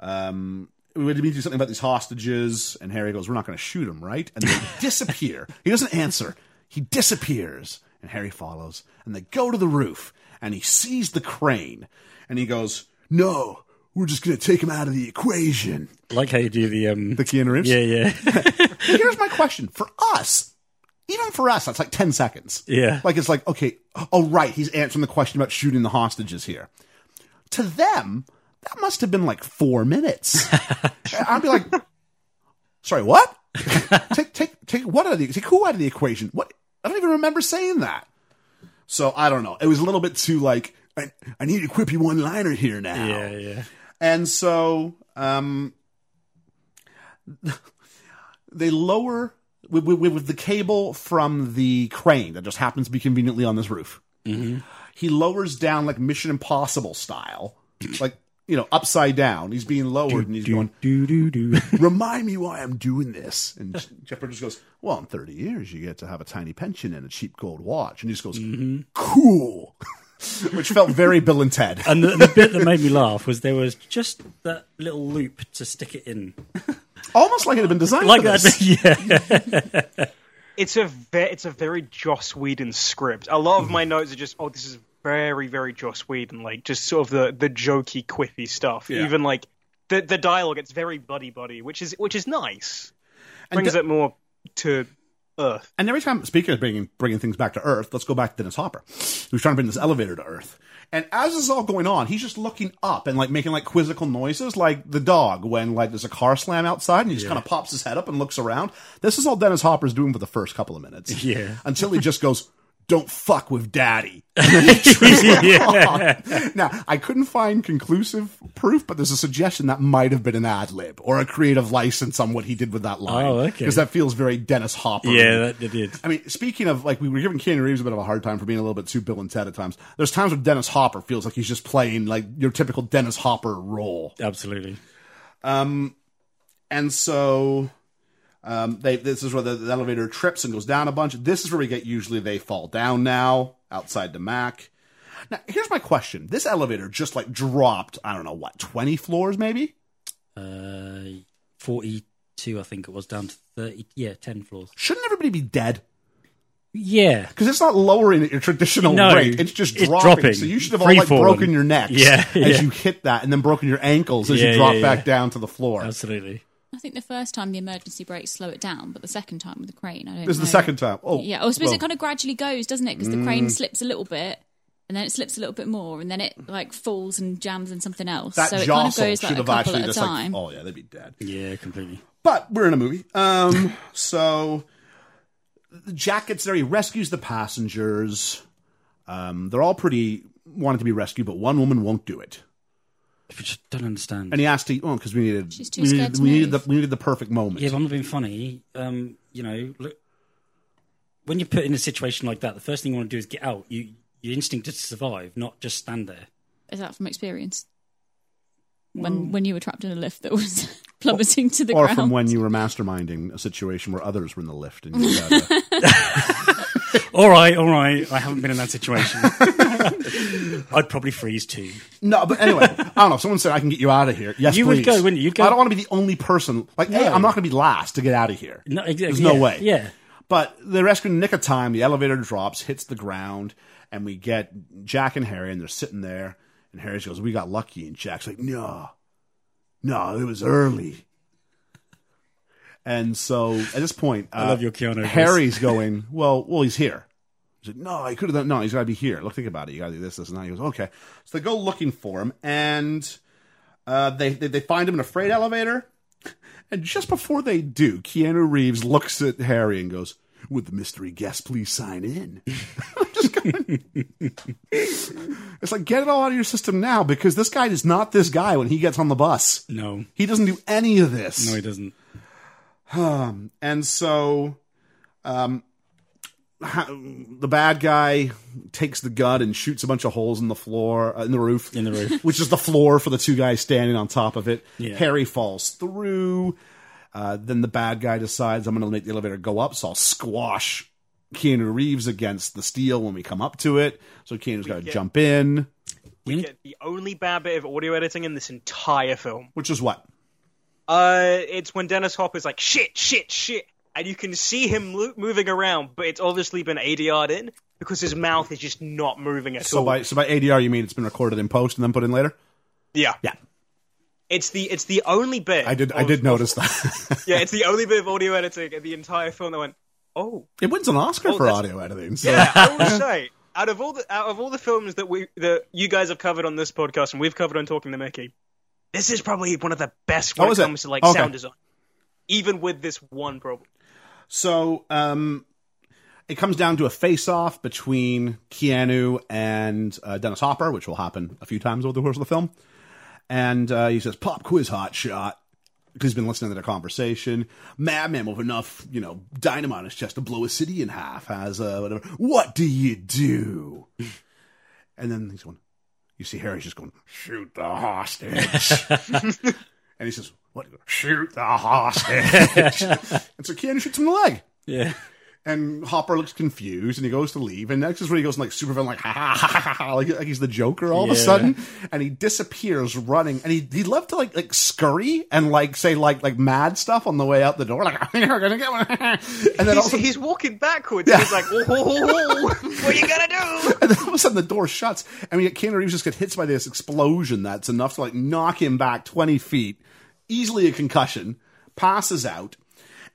Um, we need to do something about these hostages. And Harry goes, we're not going to shoot him, right? And they disappear. He doesn't answer. He disappears, and Harry follows. And they go to the roof, and he sees the crane, and he goes, no. We're just going to take him out of the equation.
like how you do the. um
The Keanu Reeves?
Yeah, yeah.
here's my question for us even for us that's like 10 seconds
Yeah.
like it's like okay oh right he's answering the question about shooting the hostages here to them that must have been like four minutes i'd be like sorry what take take take what out of the take who out of the equation what i don't even remember saying that so i don't know it was a little bit too like i, I need a quippy one liner here now
yeah, yeah.
and so um, they lower with, with, with the cable from the crane that just happens to be conveniently on this roof.
Mm-hmm.
He lowers down like Mission Impossible style, like you know, upside down. He's being lowered and he's going.
Do, do, do.
Remind me why I'm doing this. And Jeff Bridges goes, Well, in 30 years, you get to have a tiny pension and a cheap gold watch. And he just goes, Cool. Which felt very Bill and Ted.
And the, the bit that made me laugh was there was just that little loop to stick it in.
Almost like it had been designed
Like
for this.
that. Yeah.
It's a ve- it's a very Joss Whedon script. A lot of my notes are just oh this is very very Joss Whedon like just sort of the the jokey quippy stuff.
Yeah.
Even like the the dialogue it's very buddy buddy which is which is nice.
And
Brings
d-
it more to earth.
And every time, speaking of bringing, bringing things back to Earth, let's go back to Dennis Hopper, who's trying to bring this elevator to Earth. And as this is all going on, he's just looking up and like making like quizzical noises, like the dog when like there's a car slam outside, and he just kind of pops his head up and looks around. This is all Dennis Hopper's doing for the first couple of minutes,
Yeah.
until he just goes, "Don't fuck with Daddy." yeah. Now I couldn't find conclusive proof, but there's a suggestion that might have been an ad lib or a creative license on what he did with that line,
Oh, okay.
because that feels very Dennis Hopper.
Yeah, that that did.
I mean, speaking of like, we were giving Keanu Reeves a bit of a hard time for being a little bit too Bill and Ted at times. There's times where Dennis Hopper feels like he's just playing like your typical Dennis Hopper role,
Absolutely.
and so um, they this is where the, the elevator trips and goes down a bunch. This is where we get usually they fall down now outside the Mac. Now, here's my question: This elevator just like dropped, I don't know what, twenty floors maybe.
Uh, 42, I think it was, down to 30. Yeah, 10 floors.
Shouldn't everybody be dead?
Yeah.
Because it's not lowering at your traditional
No,
rate; it's just
it's
dropping.
dropping.
So you should have all
Free
like
falling.
broken your necks
Yeah,
as
yeah.
you hit that, and then broken your ankles as
Yeah,
you drop
yeah,
back
yeah.
down to the floor.
Absolutely.
I think the first time the emergency brakes slow it down, but the second time with the crane, I don't.
this is the
know.
second time. Oh,
Yeah, I suppose
well, Mm.
it kind of gradually goes, doesn't it? Because the crane slips a little bit, and then it slips a little bit more, and then it like falls and jams in something else.
that
so it kind of
jostle
goes like
should
a
have
couple
actually
at a
just
time.
like, oh yeah, they'd be dead.
Yeah, completely.
But we're in a movie, um, so Jack gets there. He rescues the passengers. Um, they're all pretty wanted to be rescued, but one woman won't do it.
Which I don't understand.
And he asked, to, "Oh, because we needed,
She's too
we
scared
needed,
to
we needed the
move.
we needed the perfect moment."
Yeah, but I'm not being funny. Um, you know, look, when you're put in a situation like that, the first thing you want to do is get out. You, your instinct is to survive, not just stand there.
Is that from experience?
Mm.
When when you were trapped in a lift that was plummeting to the
or
ground.
from when you were masterminding a situation where others were in the lift and you had a-
All right, all right. I haven't been in that situation. I'd probably freeze too.
no but anyway i don't know if someone said i can get you out of here yes
You would
please.
go, wouldn't you? You'd go-
i don't want to be the only person like hey
No.
i'm not going to be last to get out of here
No, exactly.
there's no
yeah,
way
Yeah.
but they're rescuing in the nick of time the elevator drops hits the ground and we get jack and harry and they're sitting there and harry goes we got lucky and jack's like no no it was early and so at this point uh,
I love your Keanu voice.
harry's going well well he's here He's like, no, I could have done. No, he's got to be here. Look, think about it. You got to do this, this, and that. He goes, okay. So they go looking for him, and uh, they, they they find him in a freight elevator, And just before they do, Keanu Reeves looks at Harry and goes, Would the mystery guest please sign in? I'm just going, it's like, get it all out of your system now because this guy is not this guy when he gets on the bus.
No,
He doesn't do any of this.
no, he doesn't.
Um, And so, um, ha- the bad guy takes the gun and shoots a bunch of holes in the floor, uh, in the roof,
In the roof.
which is the floor for the two guys standing on top of it.
Yeah.
Harry falls through. Uh, then the bad guy decides I'm going to make the elevator go up, so I'll squash Keanu Reeves against the steel when we come up to it. So Keanu's got to
get-
jump in,
You
Get the only bad bit of audio editing in this entire film.
which is what
Uh, it's when Dennis Hopper's like shit, shit, shit, and you can see him lo- moving around, but it's obviously been ADR'd in because his mouth is just not moving at
So
all.
by so by ADR, you mean it's been recorded in post and then put in later?
yeah,
Yeah,
it's the it's the only bit.
I did. I
of-
did notice that.
Yeah, it's the only bit of audio editing in the entire film that went. Oh,
it wins an Oscar
Oh,
for
that's-
audio editing. So.
yeah. I will say, out of all the out of all the films that we that you guys have covered on this podcast and we've covered on Talking to Mickey, this is probably one of the best when
Oh,
it
is it?
comes to like
Okay.
sound design. Even with this one problem,
So um, it comes down to a face-off between Keanu and uh, Dennis Hopper, which will happen a few times over the course of the film. And uh, he says, "Pop quiz, hot shot." Because he's been listening to their conversation. Madman with enough, you know, dynamite on his chest to blow a city in half has uh, whatever. What do you do? and then he's going, you see Harry's just going, shoot the hostage. and he says, what? Shoot the hostage. and so Keanu shoots him in the leg.
Yeah,
And Hopper looks confused and he goes to leave. And next is where he goes like super villain, like ha ha ha ha, ha, like, like he's the Joker all of a
Yeah.
sudden. And he disappears running. And he he loved to like like scurry and like say like like mad stuff on the way out the door, like I'm gonna get one. and then
he's,
also
he's walking backwards. And he's like, oh, ho, ho, ho, "What are you gonna do?"
and then all of a sudden the door shuts. And we get Keanu Reeves just get hits by this explosion that's enough to like knock him back twenty feet, easily a concussion, passes out.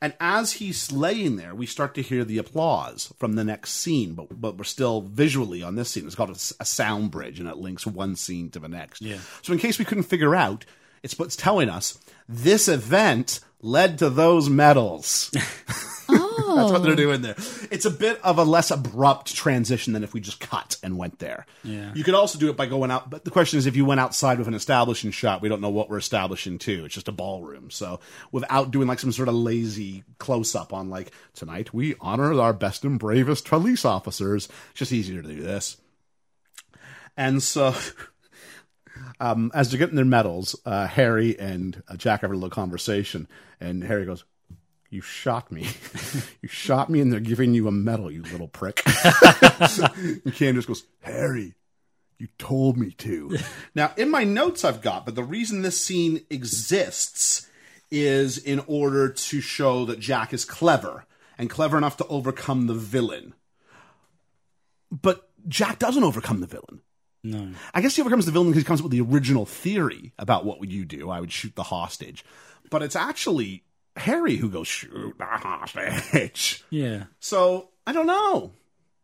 And as he's laying there, we start to hear the applause from the next scene, but but we're still visually on this scene. It's called a, s- a sound bridge, and it links one scene to the next.
Yeah.
So in case we couldn't figure out, it's what's telling us this event led to those medals. That's what they're doing there. It's a bit of a less abrupt transition than if we just cut and went there.
Yeah.
You could also do it by going out, but the question is if you went outside with an establishing shot, we don't know what we're establishing to. It's just a ballroom. So without doing like some sort of lazy close up on like, tonight we honor our best and bravest police officers, it's just easier to do this. And so. Um, as they're getting their medals, uh, Harry and uh, Jack have a little conversation, and Harry goes, you shot me. you shot me, and they're giving you a medal, you little prick. and Cam just goes, Harry, you told me to. now, in my notes I've got, but the reason this scene exists is in order to show that Jack is clever and clever enough to overcome the villain. But Jack doesn't overcome the villain.
no,
I guess he overcomes the villain because he comes up with the original theory about what would you do. I would shoot the hostage. But it's actually Harry who goes, shoot the hostage.
yeah,
So I don't know.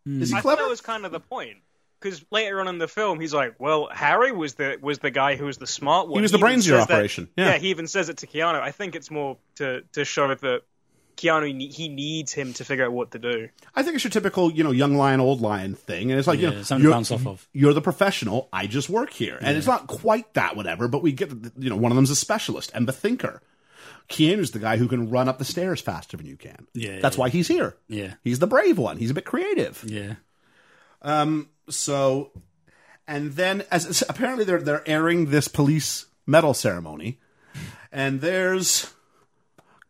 Hmm.
Is he
I thought
clever?
that was kind of the point. Because later on in the film, he's like, "Well, Harry was the was the guy who was the smart one.
He was the
even
brains of your
says that-
operation. Yeah.
he even says it to Keanu. I think it's more to to show that Keanu ne- he needs him to figure out what to do.
I think it's your typical, you know, young lion, old lion thing. And it's like,
yeah,
you know,
something to
you're-
bounce off of.
you're the professional. I just work here, and it's not quite that whatever. But we get that, you know one of them's a specialist and the thinker. Keanu's the guy who can run up the stairs faster than you can.
Yeah,
that's
yeah.
why he's here.
Yeah.
he's the brave one. He's a bit creative.
Yeah,
So, and then as as- apparently they're they're airing this police medal ceremony, and there's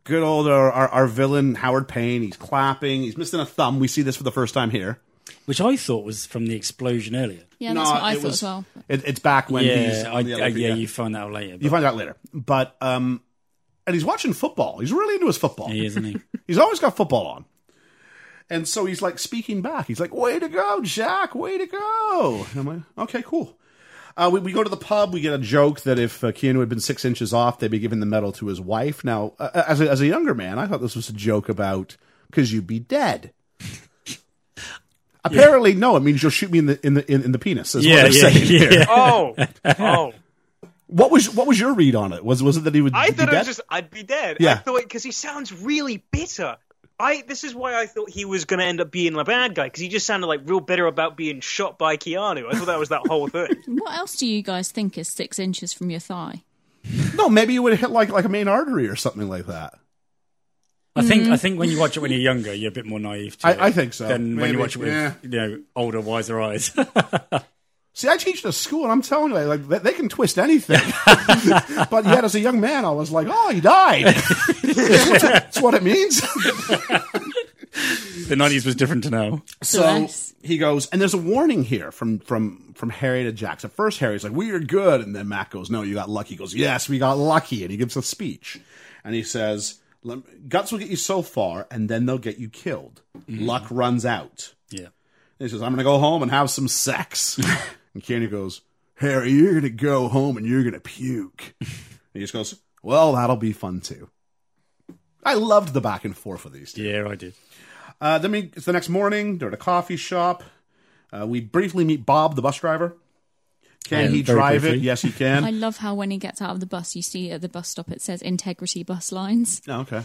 good old our, our, our villain Howard Payne. He's clapping. He's missing a thumb. We see this for the first time here.
which I thought was from the explosion earlier.
Yeah, that's what I
it
thought
was-
as well.
It, it's back when he's
Yeah, I,
on the other
I-
pe-
yeah, you find that out later.
You
But
find out later. But um and he's watching football. He's really into his football.
he is, isn't he?
He's always got football on. And so he's like speaking back. He's like, way to go, Jack, way to go. And I'm like, okay, cool. Uh, we, we go to the pub. We get a joke that if uh, Keanu had been six inches off, they'd be giving the medal to his wife. Now, uh, as, a, as a younger man, I thought this was a joke about because you'd be dead. Apparently, no. It means you'll shoot me in the in the in, in the penis. Is what
yeah,
they're
yeah,
saying here.
yeah.
Oh, oh,
What was what was your read on it? Was was it that he would?
I
be
thought I
dead?
was just I'd be dead. I
Yeah.
thought because he sounds really bitter. I this is why I thought he was going to end up being a bad guy because he just sounded like real bitter about being shot by Keanu. I thought that was that whole thing.
What else do you guys think is six inches from your thigh?
no. Maybe you would hit like like a main artery or something like that.
I think I think when you watch it when you're younger, you're a bit more naive. To
Mm-hmm. I-
it
I think so.
Than when
Maybe,
you watch it with
yeah.
you know older, wiser eyes.
See, I teach at a school, and I'm telling you, like they, they can twist anything. but yet, as a young man, I was like, "Oh, he died." That's what it means.
the nineties was different to now.
So
Nice.
he goes, and there's a warning here from from from Harry to Jack. So first Harry's like, "We are good," and then Matt goes, "No, you got lucky." He goes, "Yes, we got lucky," and he gives a speech, and he says, "Lem- "Guts will get you so far, and then they'll get you killed. Luck runs out."
Yeah.
And he says, "I'm gonna go home and have some sex," and Keanu goes, "Harry, you're gonna go home and you're gonna puke." and he just goes, "Well, that'll be fun too." I loved the back and forth with these two.
Yeah, I did.
Uh, then we, it's the next morning. They're at a coffee shop. Uh, we briefly meet Bob, the bus driver. Can
Yeah,
he
very
drive it?
briefly.
Yes, he
I
can.
love how when he gets out of the bus, you see at the bus stop it says integrity bus lines.
Oh, okay.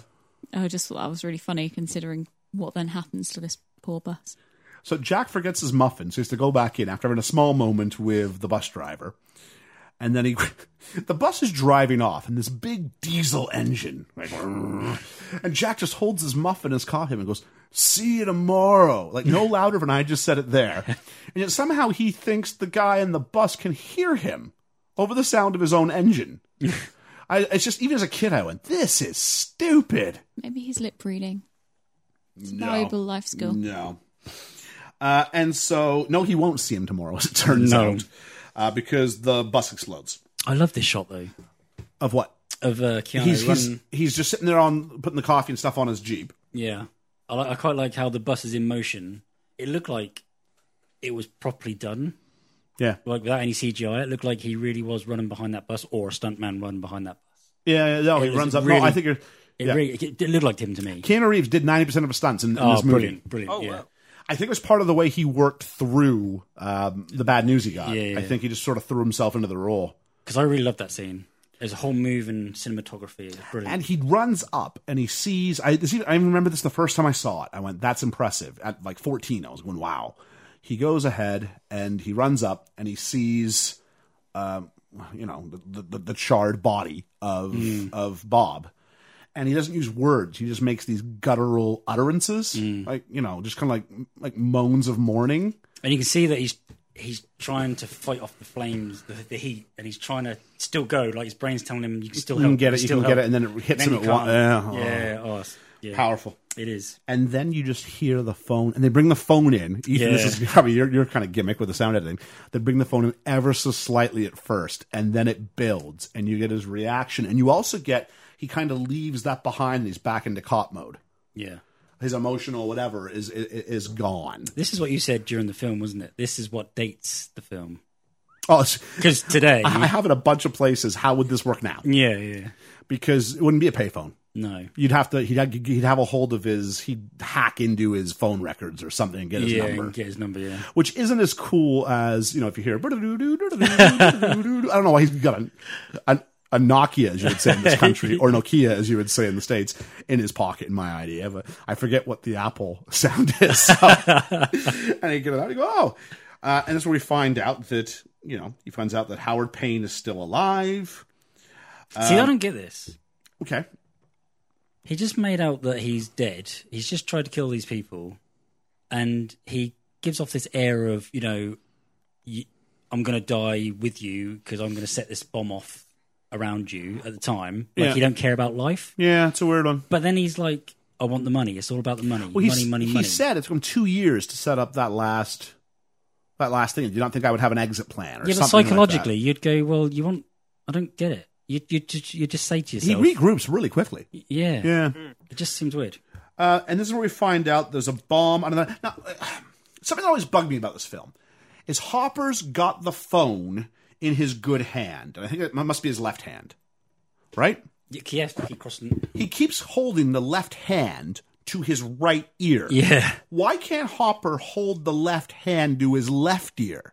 I just thought that was really funny considering what then happens to this poor bus.
So Jack forgets his muffin, so he has to go back in after having a small moment with the bus driver. And then he, the bus is driving off, and this big diesel engine, like, and Jack just holds his muffin in his coffin and goes, "See you tomorrow." Like no louder than I just said it there, and yet somehow he thinks the guy in the bus can hear him over the sound of his own engine. I, it's just even as a kid, I went, "This is stupid."
Maybe he's lip reading. It's a valuable life skill.
No. Uh, and so, no, he won't see him tomorrow, as it turns
No.
out, uh, because the bus explodes.
I love this shot though
Of what? Oh,
of uh, Keanu.
He's,
running-
he's, he's just sitting there on putting the coffee and stuff on his Jeep.
Yeah, I, like, I quite like how the bus is in motion. It looked like it was properly done,
Yeah.
like without any CGI. It looked like he really was running behind that bus, or a stuntman running behind that bus.
Yeah, yeah, no, he
It was
runs up.
really-
no, I think you're,
It
Yeah.
really it, it looked like him to me.
Keanu Reeves did 90% of his stunts in, in
Oh,
this movie.
brilliant, brilliant! yeah,
wow.
I think it was part of the way he worked through um, the bad news he got.
Yeah, yeah.
I think he just sort of threw himself into the role.
because I really loved that scene. There's a whole move and cinematography. It was brilliant.
And he runs up and he sees. I this, I remember this the first time I saw it. I went, "That's impressive." At like fourteen, I was going, "Wow." He goes ahead and he runs up and he sees, um, you know, the, the, the charred body of of Bob, and he doesn't use words. He just makes these guttural utterances, like you know, just kind of like like moans of mourning.
and you can see that he's he's trying to fight off the flames, the, the heat, and he's trying to still go. Like his brain's telling him, "You can still
You can
help,
get it, you
still
can get
help."
it, and then it hits him
you
at one-
can't.
yeah.
yeah, oh, it's- yeah.
Powerful.
It is.
and then you just hear the phone, and they bring the phone in. Ethan,
Yeah.
this is probably your, your kind of gimmick with the sound editing. They bring the phone in ever so slightly at first, and then it builds, and you get his reaction, and you also get he kind of leaves that behind, and he's back into cop mode.
Yeah.
His emotional whatever is is, is gone.
This is what you said during the film, wasn't it? This is what dates the film.
Oh, it's,
Because today,
I I have it a bunch of places. How would this work now?
yeah, yeah,
Because it wouldn't be a payphone.
no,
You'd have to. He'd, have- he'd have a hold of his. He'd hack into his phone records or something and get his
yeah,
number.
and get his number, yeah,
which isn't as cool as you know if you hear. I don't know why he's got a, a, a Nokia as you would say in this country, or Nokia as you would say in the states, in his pocket. In my idea, but I forget what the Apple sound is. So. and he get it out. You go, oh, uh, and that's where we find out that you know he finds out that Howard Payne is still alive. Uh,
See, I don't get this.
Okay,
He just made out that he's dead. He's just tried to kill these people, and he gives off this air of, you know, you, I'm going to die with you because I'm going to set this bomb off around you at the time. Like
Yeah.
you don't care about life.
yeah, it's a weird one.
But then he's like, I want the money. It's all about the money,
Well, he's,
money, money,
he
money.
said it took him two years to set up that last. That last thing, you don't think I would have an exit plan or
yeah, but
something like that.
psychologically, you'd go, well, you want? I don't get it. You you just you just say to
he
yourself,
regroups really quickly.
yeah, Mm-hmm.
Yeah.
It just seems weird.
Uh, and this is where we find out there's a bomb. I don't know. Now, something that always bugged me about this film is Hopper's got the phone in his good hand. And I think it must be his left hand, right?
Kiev, he crossing.
He keeps holding the left hand to his right ear.
Yeah,
Why can't Hopper hold the left hand to his left ear?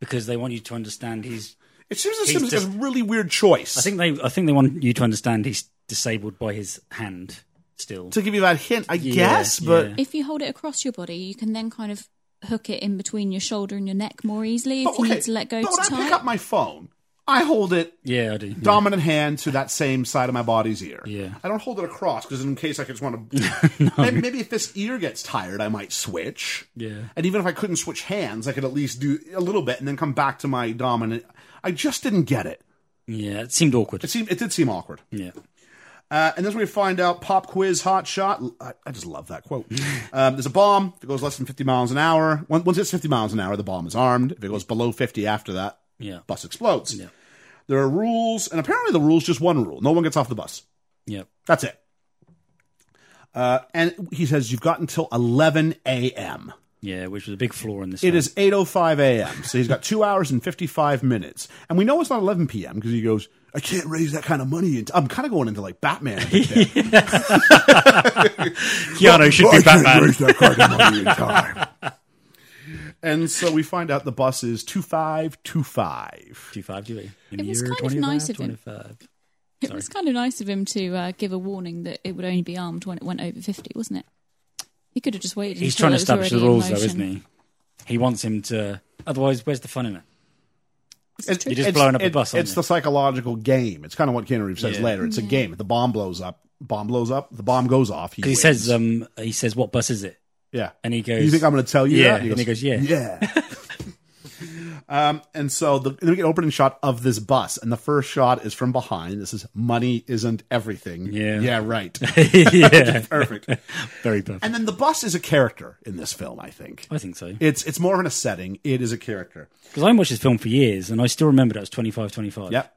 because they want you to understand he's
It seems it
He's
seems like
just-
a really weird choice.
I think they I think they want you to understand he's disabled by his hand still.
to give you that hint, I
Yeah,
guess, but
yeah.
If you hold it across your body, you can then kind of hook it in between your shoulder and your neck more easily if
But,
you
Oh, okay,
need to let go
But
to
when I
tight.
pick up my phone, I hold it
Yeah, I do. Yeah.
dominant hand to that same side of my body's ear.
Yeah.
I don't hold it across because in case I just want to. Maybe maybe if this ear gets tired, I might switch.
Yeah.
And even if I couldn't switch hands, I could at least do a little bit and then come back to my dominant. I just didn't get it.
Yeah, it seemed awkward.
It seemed it did seem awkward.
yeah.
Uh, and this is where we find out pop quiz hot shot. I, I just love that quote. um, there's a bomb that goes less than 50 miles an hour. Once once it's 50 miles an hour, the bomb is armed. If it goes below 50 after that,
Yeah.
bus explodes.
Yeah.
There are rules, and apparently the rule's just one rule: no one gets off the bus.
Yeah.
That's it. Uh, and he says you've got until 11 a.m.
Yeah, which was a big flaw in this
It
film.
is 8:05 a.m. So he's got two hours and 55 minutes, and we know it's not 11 p.m. because he goes, "I can't raise that kind of money." Into- I'm kind of going into like Batman. a bit there.
Keanu should
I
be
can't
Batman.
raise that kind of money in time. and so we find out the bus is 2525.
Two five, do we? In
It
the
was
year
kind of nice of him.
25.
It was kind of nice of him to uh, give a warning that it would only be armed when it went over 50, wasn't it? He could have just waited.
He's trying
until
to
it was
establish the
already in
rules, though,
motion.
isn't he? He wants him to. Otherwise, where's the fun in it?
This is true.
You're just blowing up a
it-
bus, aren't
It's
you?
the psychological game. It's kind of what Keanu Reeves says
Yeah.
later. It's a game. If the bomb blows up, bomb blows up, the bomb goes off.
Because he
wins.
says, um, he says, "What bus is it?"
yeah.
And he goes,
you think I'm going to tell you
Yeah,
that?
and he goes, yeah.
Yeah. um, and so the, and we get an opening shot of this bus, and the first shot is from behind. This is money isn't everything.
Yeah.
Yeah, right.
yeah,
Perfect.
very perfect."
And then the bus is a character in this film, I think.
I think so.
It's it's more than a setting. It is a character.
Because I watched this film for years, and I still remember that it was twenty five, twenty five.
Yep.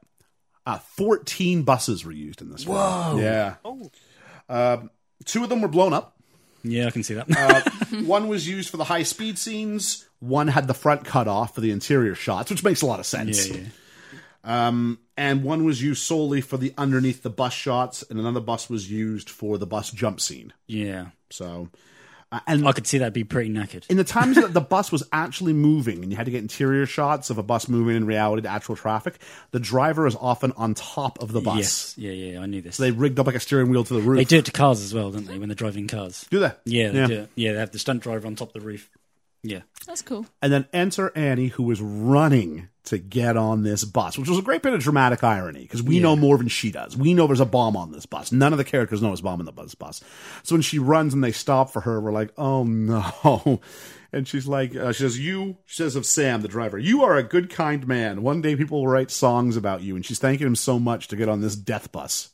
Uh, Fourteen buses were used in this. Whoa. Yeah. Um, two of them were blown up.
yeah, I can see that.
Uh, One was used for the high speed scenes. One had the front cut off for the interior shots, which makes a lot of
yeah,
sense. Um,
yeah.
And one was used solely for the underneath the bus shots, and another bus was used for the bus jump scene.
yeah.
So, uh, and
I could see that be pretty knackered.
in the times that the bus was actually moving and you had to get interior shots of a bus moving in reality to actual traffic, the driver is often on top of the bus.
Yes, yeah, yeah. I knew this.
They
They,
rigged up like a steering wheel to the roof.
do it to cars as well, don't they? When they're driving cars.
Do they?
Yeah, they do it. Yeah, they have the stunt driver on top of the roof. Yeah,
That's cool.
And then enter Annie, who is running to get on this bus, which was a great bit of dramatic irony because we know more than she does. We know there's a bomb on this bus. None of the characters know there's a bomb on the bus. Bus. So when she runs and they stop for her, we're like, oh no. And she's like, uh, she says, you, she says of Sam, the driver, you are a good, kind man. One day people will write songs about you. And she's thanking him so much to get on this death bus.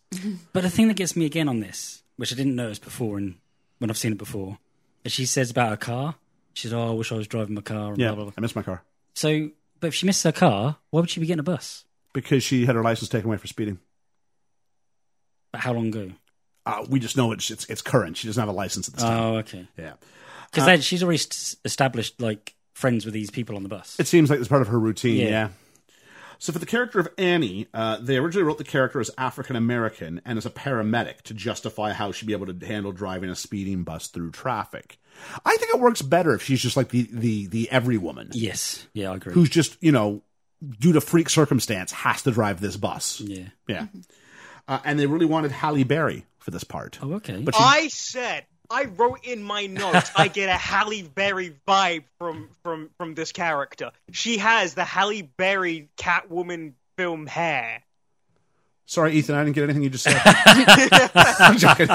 But the thing that gets me again on this, which I didn't notice before and when I've seen it before, is she says about her car. She says, Oh, I wish I was driving my car and
Yeah.
blah blah blah.
I missed my car
So but if she missed her car, why would she be getting a bus?
because she had her license taken away for speeding.
But how long ago?
Uh, we just know it's, it's, it's current. She doesn't have a license at this time.
Oh, okay.
yeah.
Because she's already st- established like friends with these people on the bus.
It seems like it's part of her routine. Yeah.
Yeah.
So for the character of Annie, uh, they originally wrote the character as African American and as a paramedic to justify how she'd be able to handle driving a speeding bus through traffic. I think it works better if she's just like the the the every woman
Yes. Yeah, I agree.
who's just you know due to freak circumstance has to drive this bus.
yeah.
Yeah. Uh, and they really wanted Halle Berry for this part.
Oh, okay.
But she,
I said I wrote in my notes I get a Halle Berry vibe from from from this character. She has the Halle Berry Catwoman film hair.
sorry, Ethan, I didn't get anything you just said. I'm joking.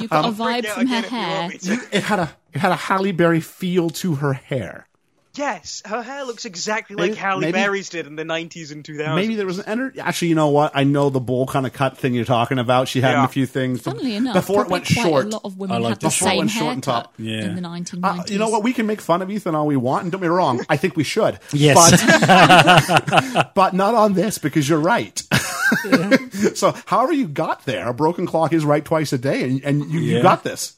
You've
Um,
got a vibe
Yeah,
from
I
her
get it, you
hair.
want me to-
It had a it had a Halle Berry feel to her hair.
Yes, her hair looks exactly like
Maybe-
Halle
maybe-
Berry's did in the 90s and 2000s.
Maybe there was an energy. Actually, you know what? I know the bowl kind of cut thing you're talking about. She had in
Yeah.
a few things but
Funnily enough,
before it
probably
went
quite
short.
a lot of
I
women
liked
had the
it. Before it
same
went short and
haircut
top.
Yeah.
in the 1990s.
Uh, you know what? We can make fun of Ethan all we want, and don't get me wrong. I think we should. But, but not on this because you're right. so, however you got there, a broken clock is right twice a day, and, and you, you
Yeah.
got this.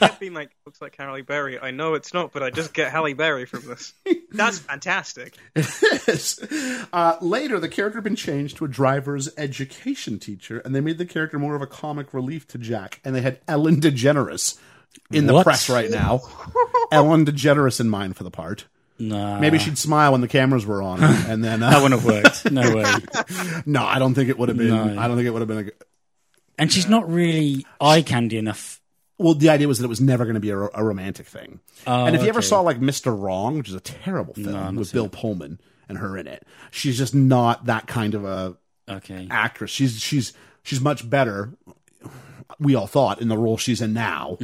I've been like, looks like Halle Berry. I know it's not, but I just get Halle Berry from this. That's fantastic.
Yes. Uh, later, the character had been changed to a driver's education teacher, and they made the character more of a comic relief to Jack. And they had Ellen DeGeneres in the
What?
press right now. Ellen DeGeneres in mind for the part.
No.
Maybe she'd smile when the cameras were on, and then uh,
That wouldn't have worked. No way.
no, I don't think it would have been.
No.
I don't think it would have been. A, g-
And she's not really eye candy enough.
well, the idea was that it was never going to be a, ro- a romantic thing. and if you ever
Oh, okay.
saw like Mr. Wrong, which is a terrible film with Bill Pullman and her in it, she's just not that kind of a
Okay.
actress. She's she's she's much better. We all thought in the role she's in now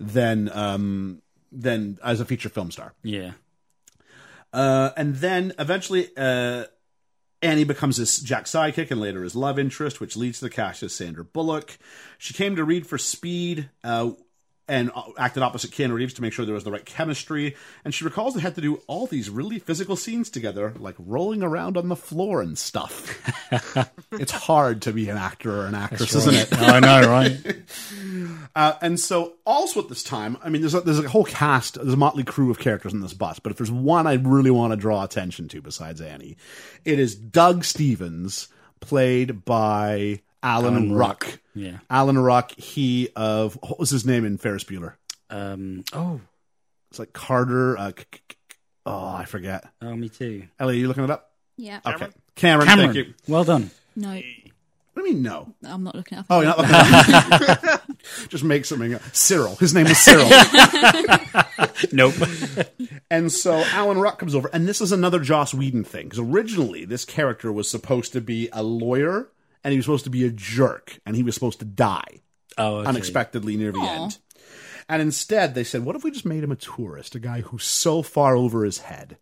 than um than as a feature film star.
Yeah.
Uh, and then eventually, uh, Annie becomes his Jack's sidekick and later his love interest, which leads to the cast of Sandra Bullock. She came to read for Speed uh, and uh, acted opposite Keanu Reeves to make sure there was the right chemistry. And she recalls they had to do all these really physical scenes together, like rolling around on the floor and stuff. it's hard to be an actor or an actress, isn't it?
I know, right?
Uh, and so, also at this time, I mean, there's a, there's a whole cast, there's a motley crew of characters in this bus. But if there's one I really want to draw attention to besides Annie, it is Doug Stevens, played by Alan, Ruck.
Yeah.
Alan Ruck, he of what was his name in Ferris Bueller?
Um, oh,
It's like Carter. Uh, k- k- k- oh, I forget.
oh, me too.
Ellie, are you looking it up?
Yeah.
Okay, Cameron.
Cameron,
Thank you.
well done.
No,
What do you mean? No.
I'm not looking it up.
Oh, you're not looking. it up. Just make something. Up. Cyril. His name is Cyril.
Nope.
And so Alan Ruck comes over, and this is another Joss Whedon thing. Because originally, this character was supposed to be a lawyer, and he was supposed to be a jerk, and he was supposed to die
Oh, okay.
unexpectedly near the end. And instead, they said, "What if we just made him a tourist, a guy who's so far over his head?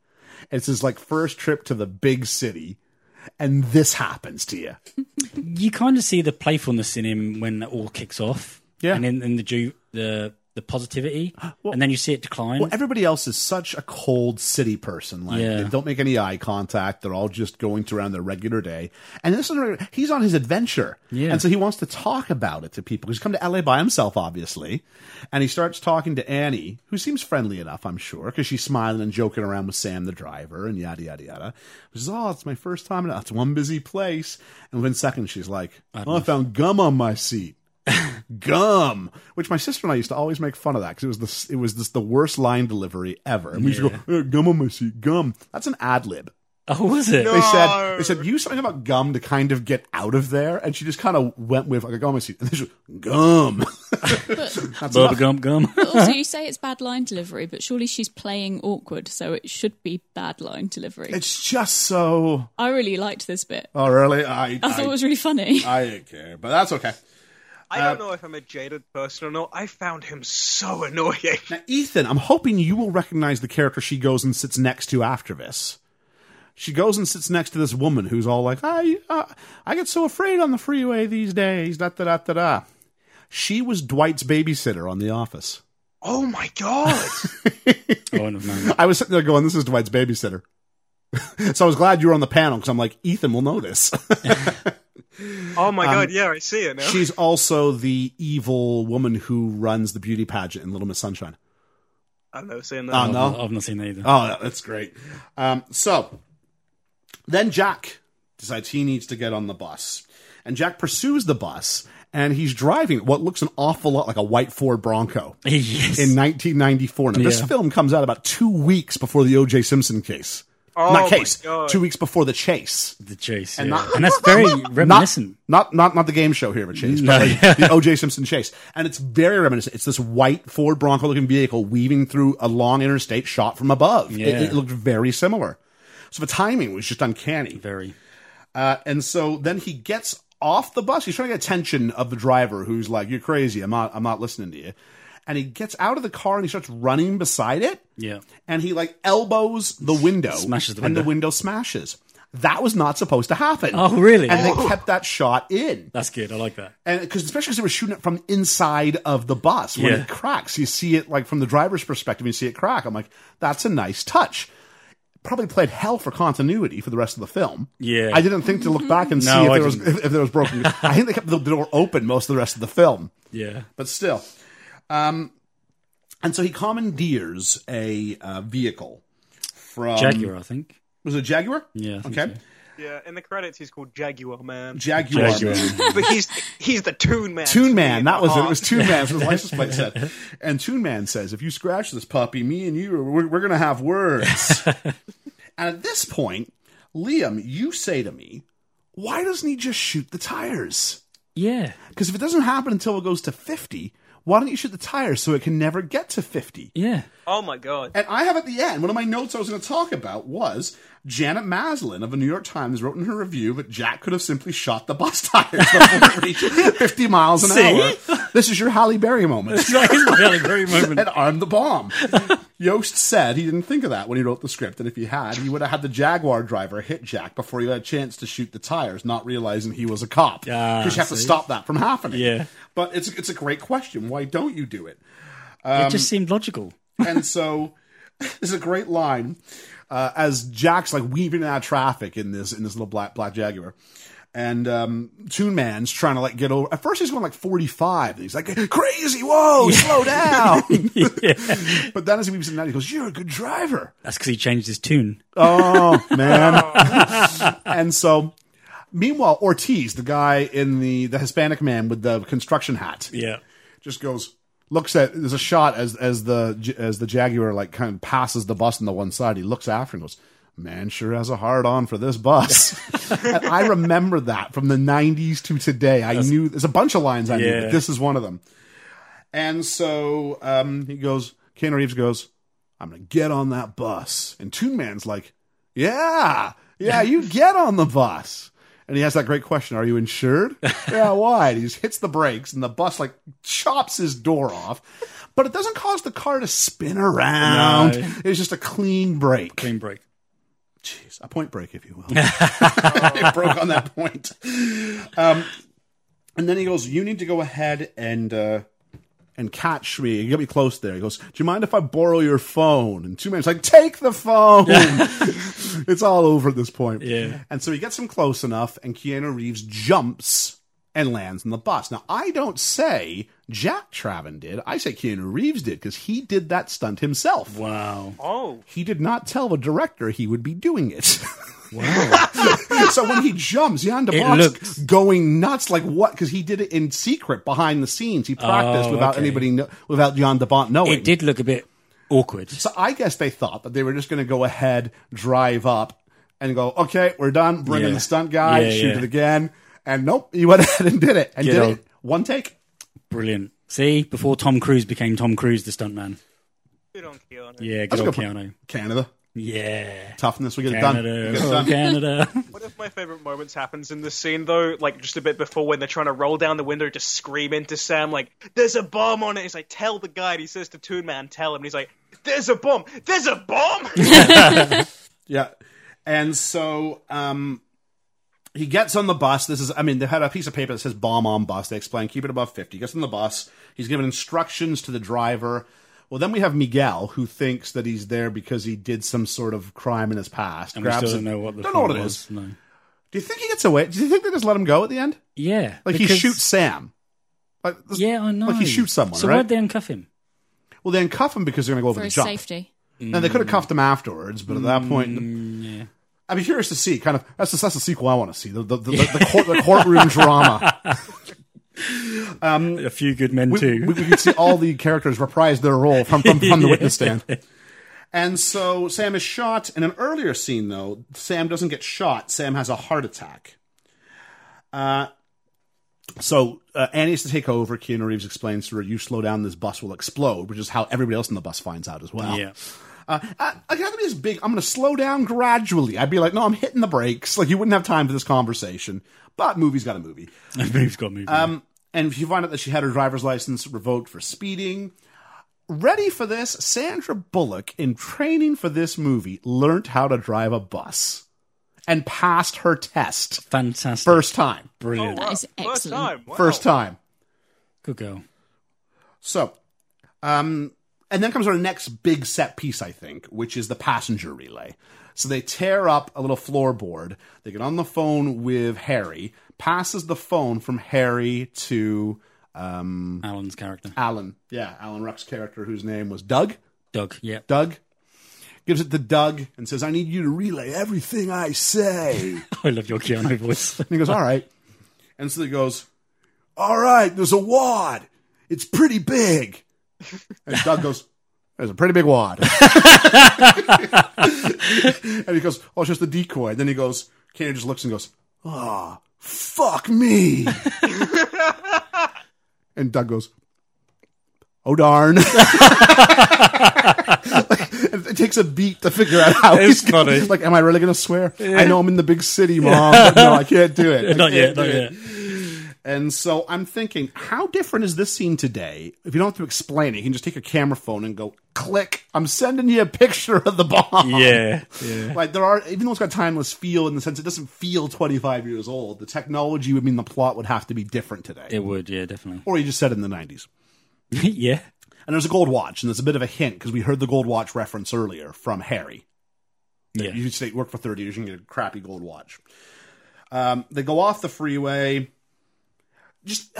It's his like first trip to the big city, and this happens to you."
You kind of see the playfulness in him when it all kicks off.
Yeah.
And then in the ju- the the positivity, and then you see it decline.
Well, everybody else is such a cold city person. Like
Yeah.
they don't make any eye contact. They're all just going to around their regular day. And this is regular, he's on his adventure,
Yeah.
and so he wants to talk about it to people. He's come to LA by himself, obviously, and he starts talking to Annie, who seems friendly enough, I'm sure, because she's smiling and joking around with Sam the driver and yada yada yada. She says, "Oh, it's my first time. in- It's one busy place." And within seconds, she's like, "Oh, I found gum on my seat." gum, which my sister and I used to always make fun of that because it was the it was just the worst line delivery ever. And we used to go "Eh, gum on my seat, gum. That's an ad lib.
oh, was it?
They said they said use something about gum to kind of get out of there, and she just kind of went with like gum on my seat, and then she went, gum. That's
Bubba
enough.
gum gum.
But
Uh-huh.
also, you say it's bad line delivery, but surely she's playing awkward, so it should be bad line delivery.
It's just so.
I really liked this bit.
Oh really? I
I thought
I,
it was really funny.
I didn't care, but that's okay.
I don't
Uh,
know if I'm a jaded person or not. I found him so annoying.
Now, Ethan, I'm hoping you will recognize the character she goes and sits next to after this. She goes and sits next to this woman who's all like, "I, uh, I get so afraid on the freeway these days." Da da da da da. She was Dwight's babysitter on The Office.
Oh my god!
I wouldn't have known.
I was sitting there going, "This is Dwight's babysitter." so I was glad you were on the panel because I'm like, Ethan will know this.
Oh my god! Yeah, I see it now.
Um, She's also the evil woman who runs the beauty pageant in Little Miss Sunshine.
I've never seen that.
Oh
I've,
no,
not- I've not seen that either.
Oh, that's great. Um, so then Jack decides he needs to get on the bus, and Jack pursues the bus, and he's driving what looks an awful lot like a white Ford Bronco.
yes.
In 1994. Now, this
Yeah.
film comes out about two weeks before the O.J. Simpson case.
Oh
not
my
case.
God.
Two weeks before the chase.
the chase. yeah.
and
And,
not-
that's very
Not,
reminiscent.
not not not the game show here, but chase, but like the O.J. Simpson chase, and it's very reminiscent. It's this white Ford Bronco looking vehicle weaving through a long interstate, shot from above. It- It,
Yeah.
looked very similar. So the timing was just uncanny.
very.
Uh, and so then he gets off the bus. He's trying to get attention of the driver, who's like, "You're crazy. I'm not. I'm not listening to you." And he gets out of the car and he starts running beside it
Yeah.
and he like elbows the window,
Smashes the
and the
window.
window smashes. That was not supposed to happen.
Oh, really?
And they kept that shot in,
That's good. I like that.
and because especially because they were shooting it from inside of the bus when
Yeah.
it cracks, you see it like from the driver's perspective, you see it crack. I'm like, that's a nice touch. Probably played hell for continuity for the rest of the film.
Yeah.
I didn't think to look back and
No,
see if
I
there was
didn't.
if, if there was broken. I think they kept the door open most of the rest of the film
Yeah.
but still. Um, and so he commandeers a uh, vehicle from
Jaguar, I think.
was it a Jaguar?
Yeah, I think
Okay.
Yeah, in the credits, he's called Jaguar Man,
Jaguar,
Jaguar.
Man.
but he's he's the Toon Man.
Toon Man, that was it. It was
Oh,
Toon Man. That's what his license plate said. And Toon Man says, "If you scratch this puppy, me and you, we're, we're going to have words." and at this point, Liam, you say to me, "Why doesn't he just shoot the tires?
Yeah.
Because if it doesn't happen until it goes to fifty, why don't you shoot the tires so it can never get to fifty?
Yeah.
Oh my god.
And I have at the end, one of my notes I was going to talk about was Janet Maslin of the New York Times wrote in her review that Jack could have simply shot the bus tires before it reached 50 miles an
See?
hour. This is your Halle Berry moment.
That is my Halle Berry moment.
and armed the bomb. Yost said he didn't think of that when he wrote the script, and if he had, he would have had the Jaguar driver hit Jack before he had a chance to shoot the tires, not realizing he was a cop.
Ah,
Because you have to
see?
stop that from happening.
Yeah.
But it's, it's a great question. Why don't you do it? Um,
it just seemed logical.
and so there's a great line uh, as Jack's like weaving out of traffic in this in this little black black Jaguar. And um, Toon Man's trying to like get over. At first, he's going like 45. And he's like, crazy, whoa, slow down. but then as he weaves in that, he goes, You're a good driver.
That's because he changed his tune.
Oh, man. and so, meanwhile, Ortiz, the guy in the, the Hispanic man with the construction hat,
Yeah.
just goes looks at there's a shot as as the as the jaguar like kind of passes the bus on the one side he looks after and goes man sure has a hard on for this bus and i remember that from the 90s to today i knew there's a bunch of lines i knew
Yeah.
but this is one of them and so um he goes ken reeves goes i'm gonna get on that bus and toon man's like yeah yeah you get on the bus and he has that great question are you insured yeah why And he just hits the brakes and the bus like chops his door off but it doesn't cause the car to spin around
No.
it's just a clean break
Clean break.
Jeez, a point break, if you will. it broke on that point. Um, and then he goes, "You need to go ahead and uh, and catch me. Get me close there." He goes, "Do you mind if I borrow your phone?" And two man's like, "Take the phone." it's all over at this point.
Yeah.
And so he gets him close enough, and Keanu Reeves jumps and lands on the bus. Now I don't say Jack Traven did. I say Keanu Reeves did because he did that stunt himself
Wow.
Oh,
he did not tell the director he would be doing it. so when he jumps, Jan de
It
Bot's
looks-
going nuts. Like what? Because he did it in secret behind the scenes. He practiced
Oh,
without
okay.
anybody, kno- without Jan de Bont knowing.
It did look a bit awkward.
Oh, So I guess they thought that they were just going to go ahead, drive up, and go, okay, we're done. Bring in
Yeah.
the stunt guy,
Yeah,
shoot
yeah.
it again. And nope, he went ahead and did it, and
Get
did
out.
it one take.
Brilliant. See, before Tom Cruise became Tom Cruise, the stuntman.
good on Keanu.
Yeah, good
That's a
old
good
Keanu.
Canada
Yeah.
toughness. We get it done.
Canada.
We get it
oh,
done.
Canada.
One of my favorite moments happens in this scene, though, like just a bit before when they're trying to roll down the window, just scream into Sam, like, there's a bomb on it. He's like, tell the guy. And he says to Toon Man, tell him. And he's like, there's a bomb. There's a bomb.
Yeah. And so um he gets on the bus. This is I mean, they had a piece of paper that says bomb on bus. They explain keep it above 50. He gets on the bus. He's given instructions to the driver. Well, then we have Miguel who thinks that he's there because he did some sort of crime in his past.
And we still
it-
don't know what the
Don't know what
film
it
was.
is.
No.
Do you think he gets away? Do you think they just let him go at the end?
Yeah.
Like he
because-
shoots Sam. Like, this-
Yeah, I know.
Like he shoots someone,
So
right?
why'd they uncuff him?
Well, they uncuff him because they're going to go over
for
the
his
jump.
safety.
Now they could have cuffed him afterwards, but at
Mm,
that point, I'd be curious to see. Kind of that's the, that's the sequel I want to see the the, the, the, court, the courtroom drama.
A few good men,
We,
too.
we, we could see all the characters reprise their role from from, from the witness stand. And so Sam is shot. In an earlier scene, though, Sam doesn't get shot. Sam has a heart attack. Uh, so uh, Annie has to take over. Keanu Reeves explains to her, "You slow down, this bus will explode," which is how everybody else in the bus finds out as well.
yeah.
I, I gotta be this big. I'm gonna slow down gradually. I'd be like, no, I'm hitting the brakes. Like you wouldn't have time for this conversation. But movie's got a movie.
Everybody's got movement.
Um, and if you find out that she had her driver's license revoked for speeding, ready for this, Sandra Bullock in training for this movie learned how to drive a bus and passed her test
Fantastic.
first time.
Brilliant.
That is
Oh, First
excellent.
time. Wow.
First time.
Good girl.
So, um, and then comes our next big set piece, I think, which is the passenger relay. So they tear up a little floorboard. They get on the phone with Harry, passes the phone from Harry to um,
Alan's character.
Alan. Yeah, Alan Ruck's character, whose name was Doug.
Doug. Yep.
Doug. gives it to Doug, and says, I need you to relay everything I say. and
I love your Keanu voice.
he goes, All right. And so he goes, All right, there's a wad. It's pretty big. And Doug goes, There's a pretty big wad. and he goes, Oh, it's just a decoy. And then he goes, Keanu just looks and goes, Ah, fuck me. and Doug goes, Oh darn! it it takes a beat to figure out how
It's
he's gonna-
funny.
Like, am I really going to swear? I know I'm in the big city, mom. But no, I can't do it. I
not yet,
can't do
not
it.
yet.
And so I'm thinking, how different is this scene today? If you don't have to explain it, you can just take your camera phone and go, click, I'm sending you a picture of the bomb.
Yeah,
Like there are, even though it's got timeless feel in the sense it doesn't feel 25 years old, the technology would mean the plot would have to be different today.
it would. Yeah, definitely.
or you just said it in the 90s.
yeah,
And there's a gold watch, and there's a bit of a hint because we heard the gold watch reference earlier from Harry.
yeah.
You say work for 30 years, you can get a crappy gold watch. Um, they go off the freeway. Just,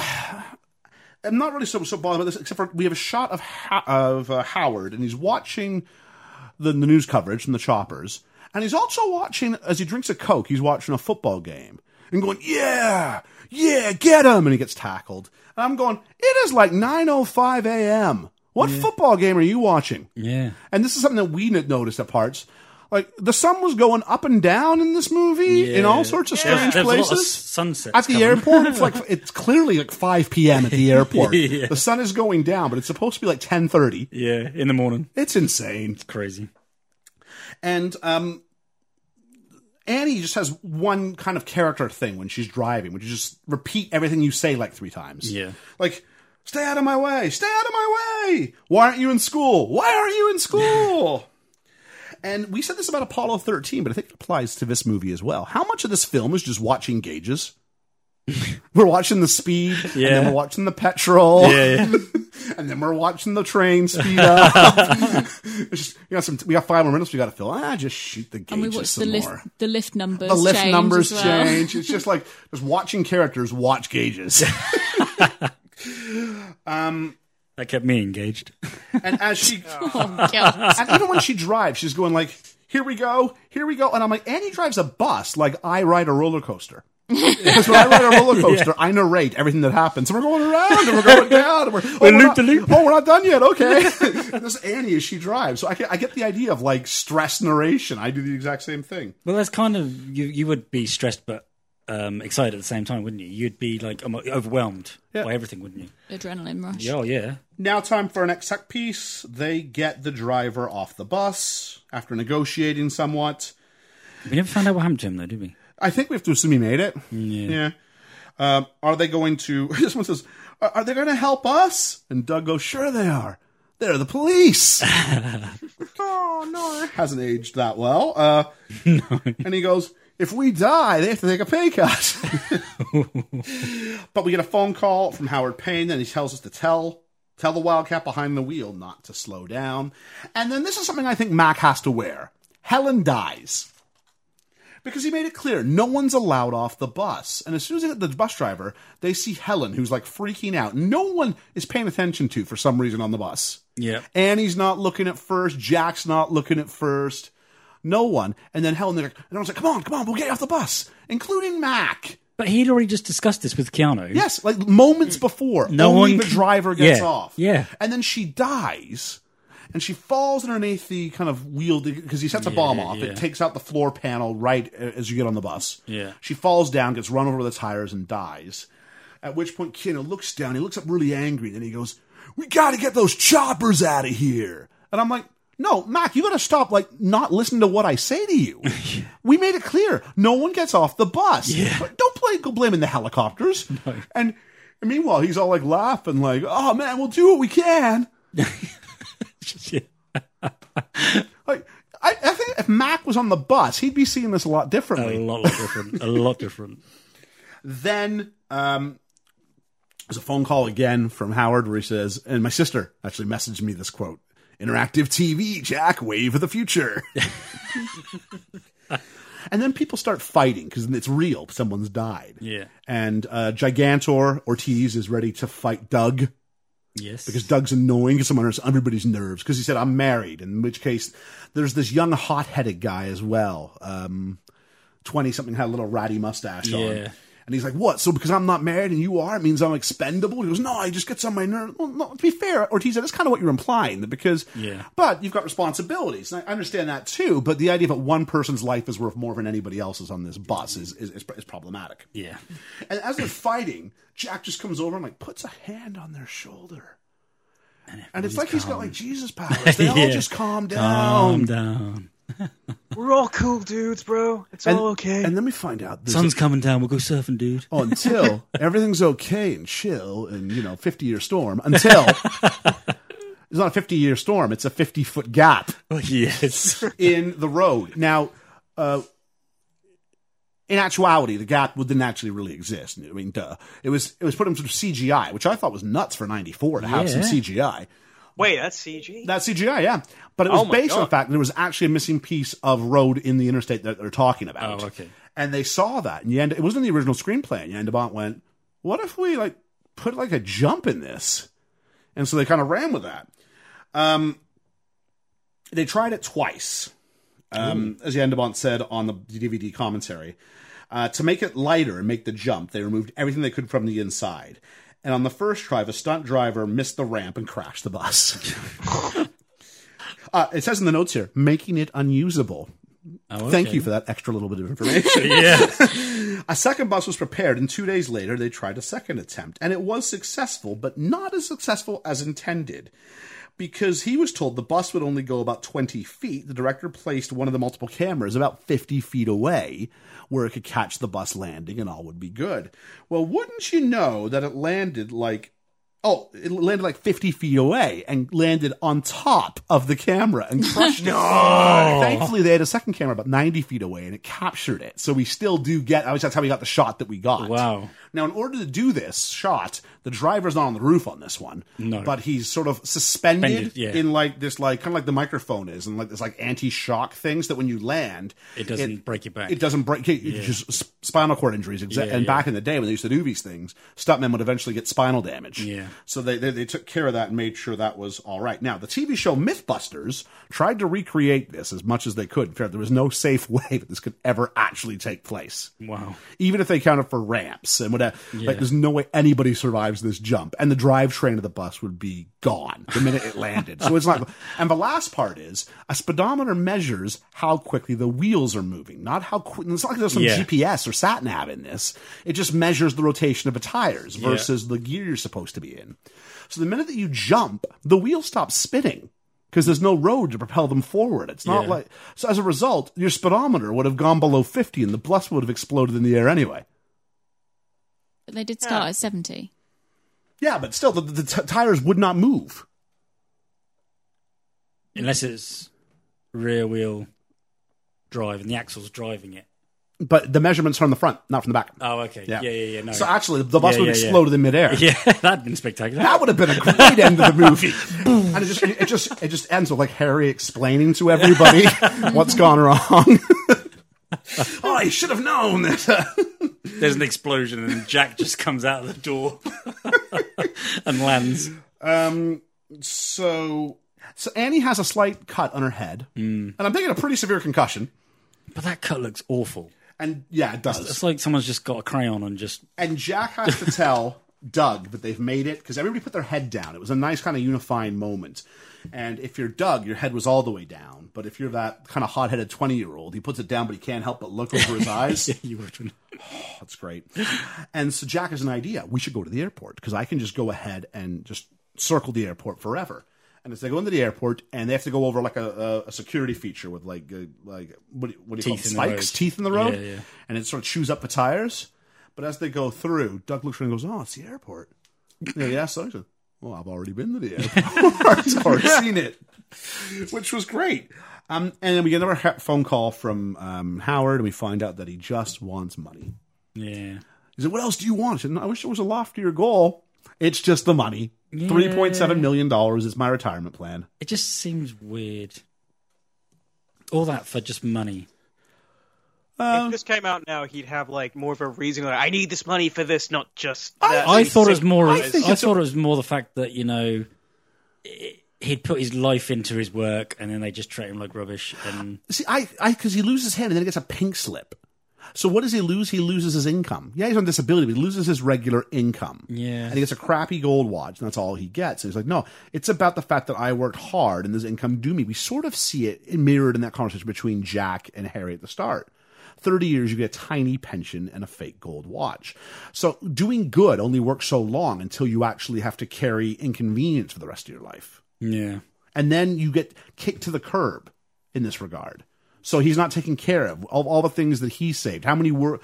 I'm not really so, so bothered about this, except for we have a shot of Ho- of uh, Howard, and he's watching the, the news coverage from the choppers, and he's also watching as he drinks a coke. He's watching a football game and going, "Yeah, yeah, get him!" And he gets tackled. And I'm going, "It is like 9:05 a.m. What football game are you watching?"
yeah.
and this is something that we n- noticed at parts. Like the sun was going up and down in this movie in all sorts of strange
There's a lot of
places.
sunsets
At the
coming.
airport, it's like it's clearly like five p.m. at the airport.
Yeah.
The sun is going down, but it's supposed to be like ten thirty.
Yeah, in the morning.
It's insane.
Crazy.
And um, Annie just has one kind of character thing when she's driving, which is just repeat everything you say like three times.
Yeah.
Like, stay out of my way, stay out of my way. Why aren't you in school? Why aren't you in school? and we said this about Apollo 13, but I think it applies to this movie as well. How much of this film is just watching gauges? we're watching the speed, and
Yeah.
then we're watching the petrol
Yeah, yeah.
and then we're watching the train speed up. It's just, you know, some, we got five more minutes we got to fill. Ah, just shoot the gauges
and we watched the
some
lift,
more.
the lift numbers.
The lift
change
numbers
as well.
change. It's just like just watching characters watch gauges.
that kept me engaged.
and as she,
Oh, God.
and even when she drives, she's going like, "Here we go, here we go," and I'm like, "Annie drives a bus, like I ride a roller coaster." Because when I ride a roller coaster, I narrate everything that happens, and we're going around, and we're going down, and we're, oh, we're not,
loop-de-loop.
oh, we're not done yet. Okay, And this is Annie as she drives, so I get, I get the idea of like stress narration. I do the exact same thing.
Well, that's kind of you. You would be stressed, but um, excited at the same time, wouldn't you? You'd be like um, overwhelmed
Yeah.
by everything, wouldn't you?
Adrenaline rush.
Yeah, oh, yeah.
Now, time for an exec piece. They get the driver off the bus after negotiating somewhat.
We never found out what happened to him, though, did we?
I think we have to assume he made it. Yeah. Um, are they going to? This one says, "Are, are they going to help us?" And Doug goes, "Sure they are. They're the police." oh
Oh,
no! Hasn't aged that well. Uh, And he goes, "If we die, they have to take a pay cut." but we get a phone call from Howard Payne, and he tells us to tell tell the Wildcat behind the wheel not to slow down. And then this is something I think Mac has to wear. Helen dies because he made it clear no one's allowed off the bus. And as soon as they get the bus driver, they see Helen, who's like freaking out. No one is paying attention to for some reason on the bus.
Yeah.
Annie's not looking at first. Jack's not looking at first. No one. And then Helen, they're like, and everyone's like, come on, come on, we'll get you off the bus, including Mac.
But he'd already just discussed this with Keanu.
Yes, like moments before,
No
only
one
the
c-
driver gets
Yeah,
off.
yeah.
and then she dies, and she falls underneath the kind of wheel because he sets a bomb off.
yeah.
It takes out the floor panel right a- as you get on the bus.
Yeah.
she falls down, gets run over with the tires, and dies. At which point, Kino looks down. He looks up really angry, and then he goes, "We got to get those choppers out of here." And I'm like. No, Mac, you gotta stop, like, not listening to what I say to you. We made it clear. No one gets off the bus. But don't play, go blaming the helicopters. And meanwhile, he's all like laughing, like, oh man, we'll do what we can.
Yeah.
Like, I, I think if Mac was on the bus, he'd be seeing this a lot
A
differently.
lot, lot different. A lot different.
then um, there's a phone call again from Howard where he says, and my sister actually messaged me this quote Interactive TV, Jack, wave of the future. and then people start fighting because it's real. Someone's died.
Yeah.
And uh, Gigantor Ortiz is ready to fight Doug.
Yes.
because Doug's annoying someone on everybody's nerves because he said I'm married, in which case there's this young hot-headed guy as well, twenty something had a little ratty mustache
Yeah.
on. And he's like, "What? So because I'm not married and you are, it means I'm expendable." He goes, "No, I just gets on my nerves." Well, no, to be fair, Ortiz, that's kind of what you're implying, that because,
Yeah.
But you've got responsibilities, and I understand that too. But the idea that one person's life is worth more than anybody else's on this bus is is, is, is problematic.
yeah.
And as they're fighting, Jack just comes over and like puts a hand on their shoulder. And it's like he's got like Jesus powers. They all
Yeah.
just calm down.
Calm down.
We're all cool dudes, bro. It's
And,
all okay.
and then we find out there's
Sun's coming down. We'll go surfing, dude.
a- until everything's okay and chill and you know fifty year storm until it's not a fifty year storm. It's a fifty foot gap.
yes.
in the road. Now, uh, in actuality, the gap would- didn't actually really exist. I mean, duh. It was it was put in sort of CGI, which I thought was nuts for '94 to have some
Yeah.
CGI.
Wait, that's CG.
That's CGI, yeah. But it was
Oh my
based on the
God.
fact that there was actually a missing piece of road in the interstate that they're talking about.
Oh, okay.
And they saw that, and Yanda, it wasn't in the original screenplay. And Yandabont went, "What if we like put like a jump in this?" And so they kind of ran with that. Um, they tried it twice, um, as Yandabont said on the DVD commentary. Uh, to make it lighter and make the jump, they removed everything they could from the inside. And on the first try, the stunt driver missed the ramp and crashed the bus. uh, it says in the notes here, making it unusable.
Oh,
Thank
okay.
you for that extra little bit of information.
Yeah.
a second bus was prepared, and two days later, they tried a second attempt, and it was successful, but not as successful as intended. Because he was told the bus would only go about 20 feet, the director placed one of the multiple cameras about 50 feet away where it could catch the bus landing and all would be good. Well, wouldn't you know that it landed like, oh, it landed like 50 feet away and landed on top of the camera and crushed it. Thankfully, they had a second camera about 90 feet away and it captured it. So we still do get, I was, that's how we got the shot that we got.
Wow.
Now, in order to do this shot, the driver's not on the roof on this one.
No.
But he's sort of suspended
Suspended, yeah.
in like this, like kind of like the microphone is, and like this like anti-shock things that when you land,
It doesn't break your back.
It doesn't break. It, it's Just s- spinal cord injuries. Exa-
Yeah,
and
yeah.
back in the day when they used to do these things, stuntmen would eventually get spinal damage.
Yeah.
So they, they they took care of that and made sure that was all right. Now the TV show MythBusters tried to recreate this as much as they could. In fact, there was no safe way that this could ever actually take place
Wow.
even if they counted for ramps and whatever. Like, there's no way anybody survives this jump, and the drivetrain of the bus would be gone the minute it landed. so it's not. And the last part is a speedometer measures how quickly the wheels are moving, not how quick. It's not like there's some
Yeah.
GPS or sat nav in this. It just measures the rotation of the tires versus the gear you're supposed to be in. So the minute that you jump, the wheel stops spinning. Because there's no road to propel them forward. It's not
Yeah.
like so. As a result, your speedometer would have gone below fifty, and the bus would have exploded in the air anyway.
But they did start at 70.
Yeah, but still, the, the t- tires would not move.
Unless it's rear wheel drive and the axle's driving it.
But the measurements from the front, not from the back.
Oh, okay. Yeah, yeah, yeah. no.
So actually, the bus
Yeah,
would have
yeah, yeah.
exploded in midair.
yeah, that'd been spectacular.
That would have been a great end of the movie. and it just, it just, it just ends with like Harry explaining to everybody what's gone wrong. oh, I should have known this.
There's an explosion and Jack just comes out of the door and lands.
Um, so, so Annie has a slight cut on her head, and I'm thinking a pretty severe concussion.
But that cut looks awful.
And yeah, it does.
It's like someone's just got a crayon and just
and Jack has to tell Doug that they've made it because everybody put their head down. It was a nice kind of unifying moment. And if you're Doug, your head was all the way down. But if you're that kind of hot-headed twenty-year-old, he puts it down, but he can't help but look over his eyes.
you were trying-
Oh, that's great. And so Jack has an idea. We should go to the airport because I can just go ahead and just circle the airport forever. And as they go into the airport, and they have to go over like a, a, a security feature with like uh, like what, do you- what do you
Teeth in
call
the
them? spikes,
road.
teeth in the road,
Yeah, yeah.
and it sort of chews up the tires. But as they go through, Doug looks around and goes, "Oh, it's the airport." Yeah, yeah. So he says, "Well, I've already been to the airport or seen it," which was great. Um, and then we get another ha- phone call from um, Howard, and we find out that he just wants money.
Yeah.
He said, "What else do you want?" I said, "No, I wish it was a loftier goal. It's just the money. Three point seven million dollars is my retirement plan.
It just seems weird. All that for just money.
Um,
if this came out now, he'd have like more of a reason. Like, I need this money for this, not just. that."
I thought it was more. I,
I think
I
it's a-
thought it was more the fact that you know i- he'd put his life into his work, and then they just treat him like rubbish. And
See, I, I, because he loses him and then he gets a pink slip. So what does he lose? He loses his income. Yeah, he's on disability, but he loses his regular income.
Yeah.
and he gets a crappy gold watch, and that's all he gets. And he's like, no, it's about the fact that I worked hard and this income due me. We sort of see it mirrored in that conversation between Jack and Harry at the start. Thirty years, you get a tiny pension and a fake gold watch. So doing good only works so long until you actually have to carry inconvenience for the rest of your life
yeah,
and then you get kicked to the curb in this regard. So he's not taken care of all, all the things that he saved. How many were,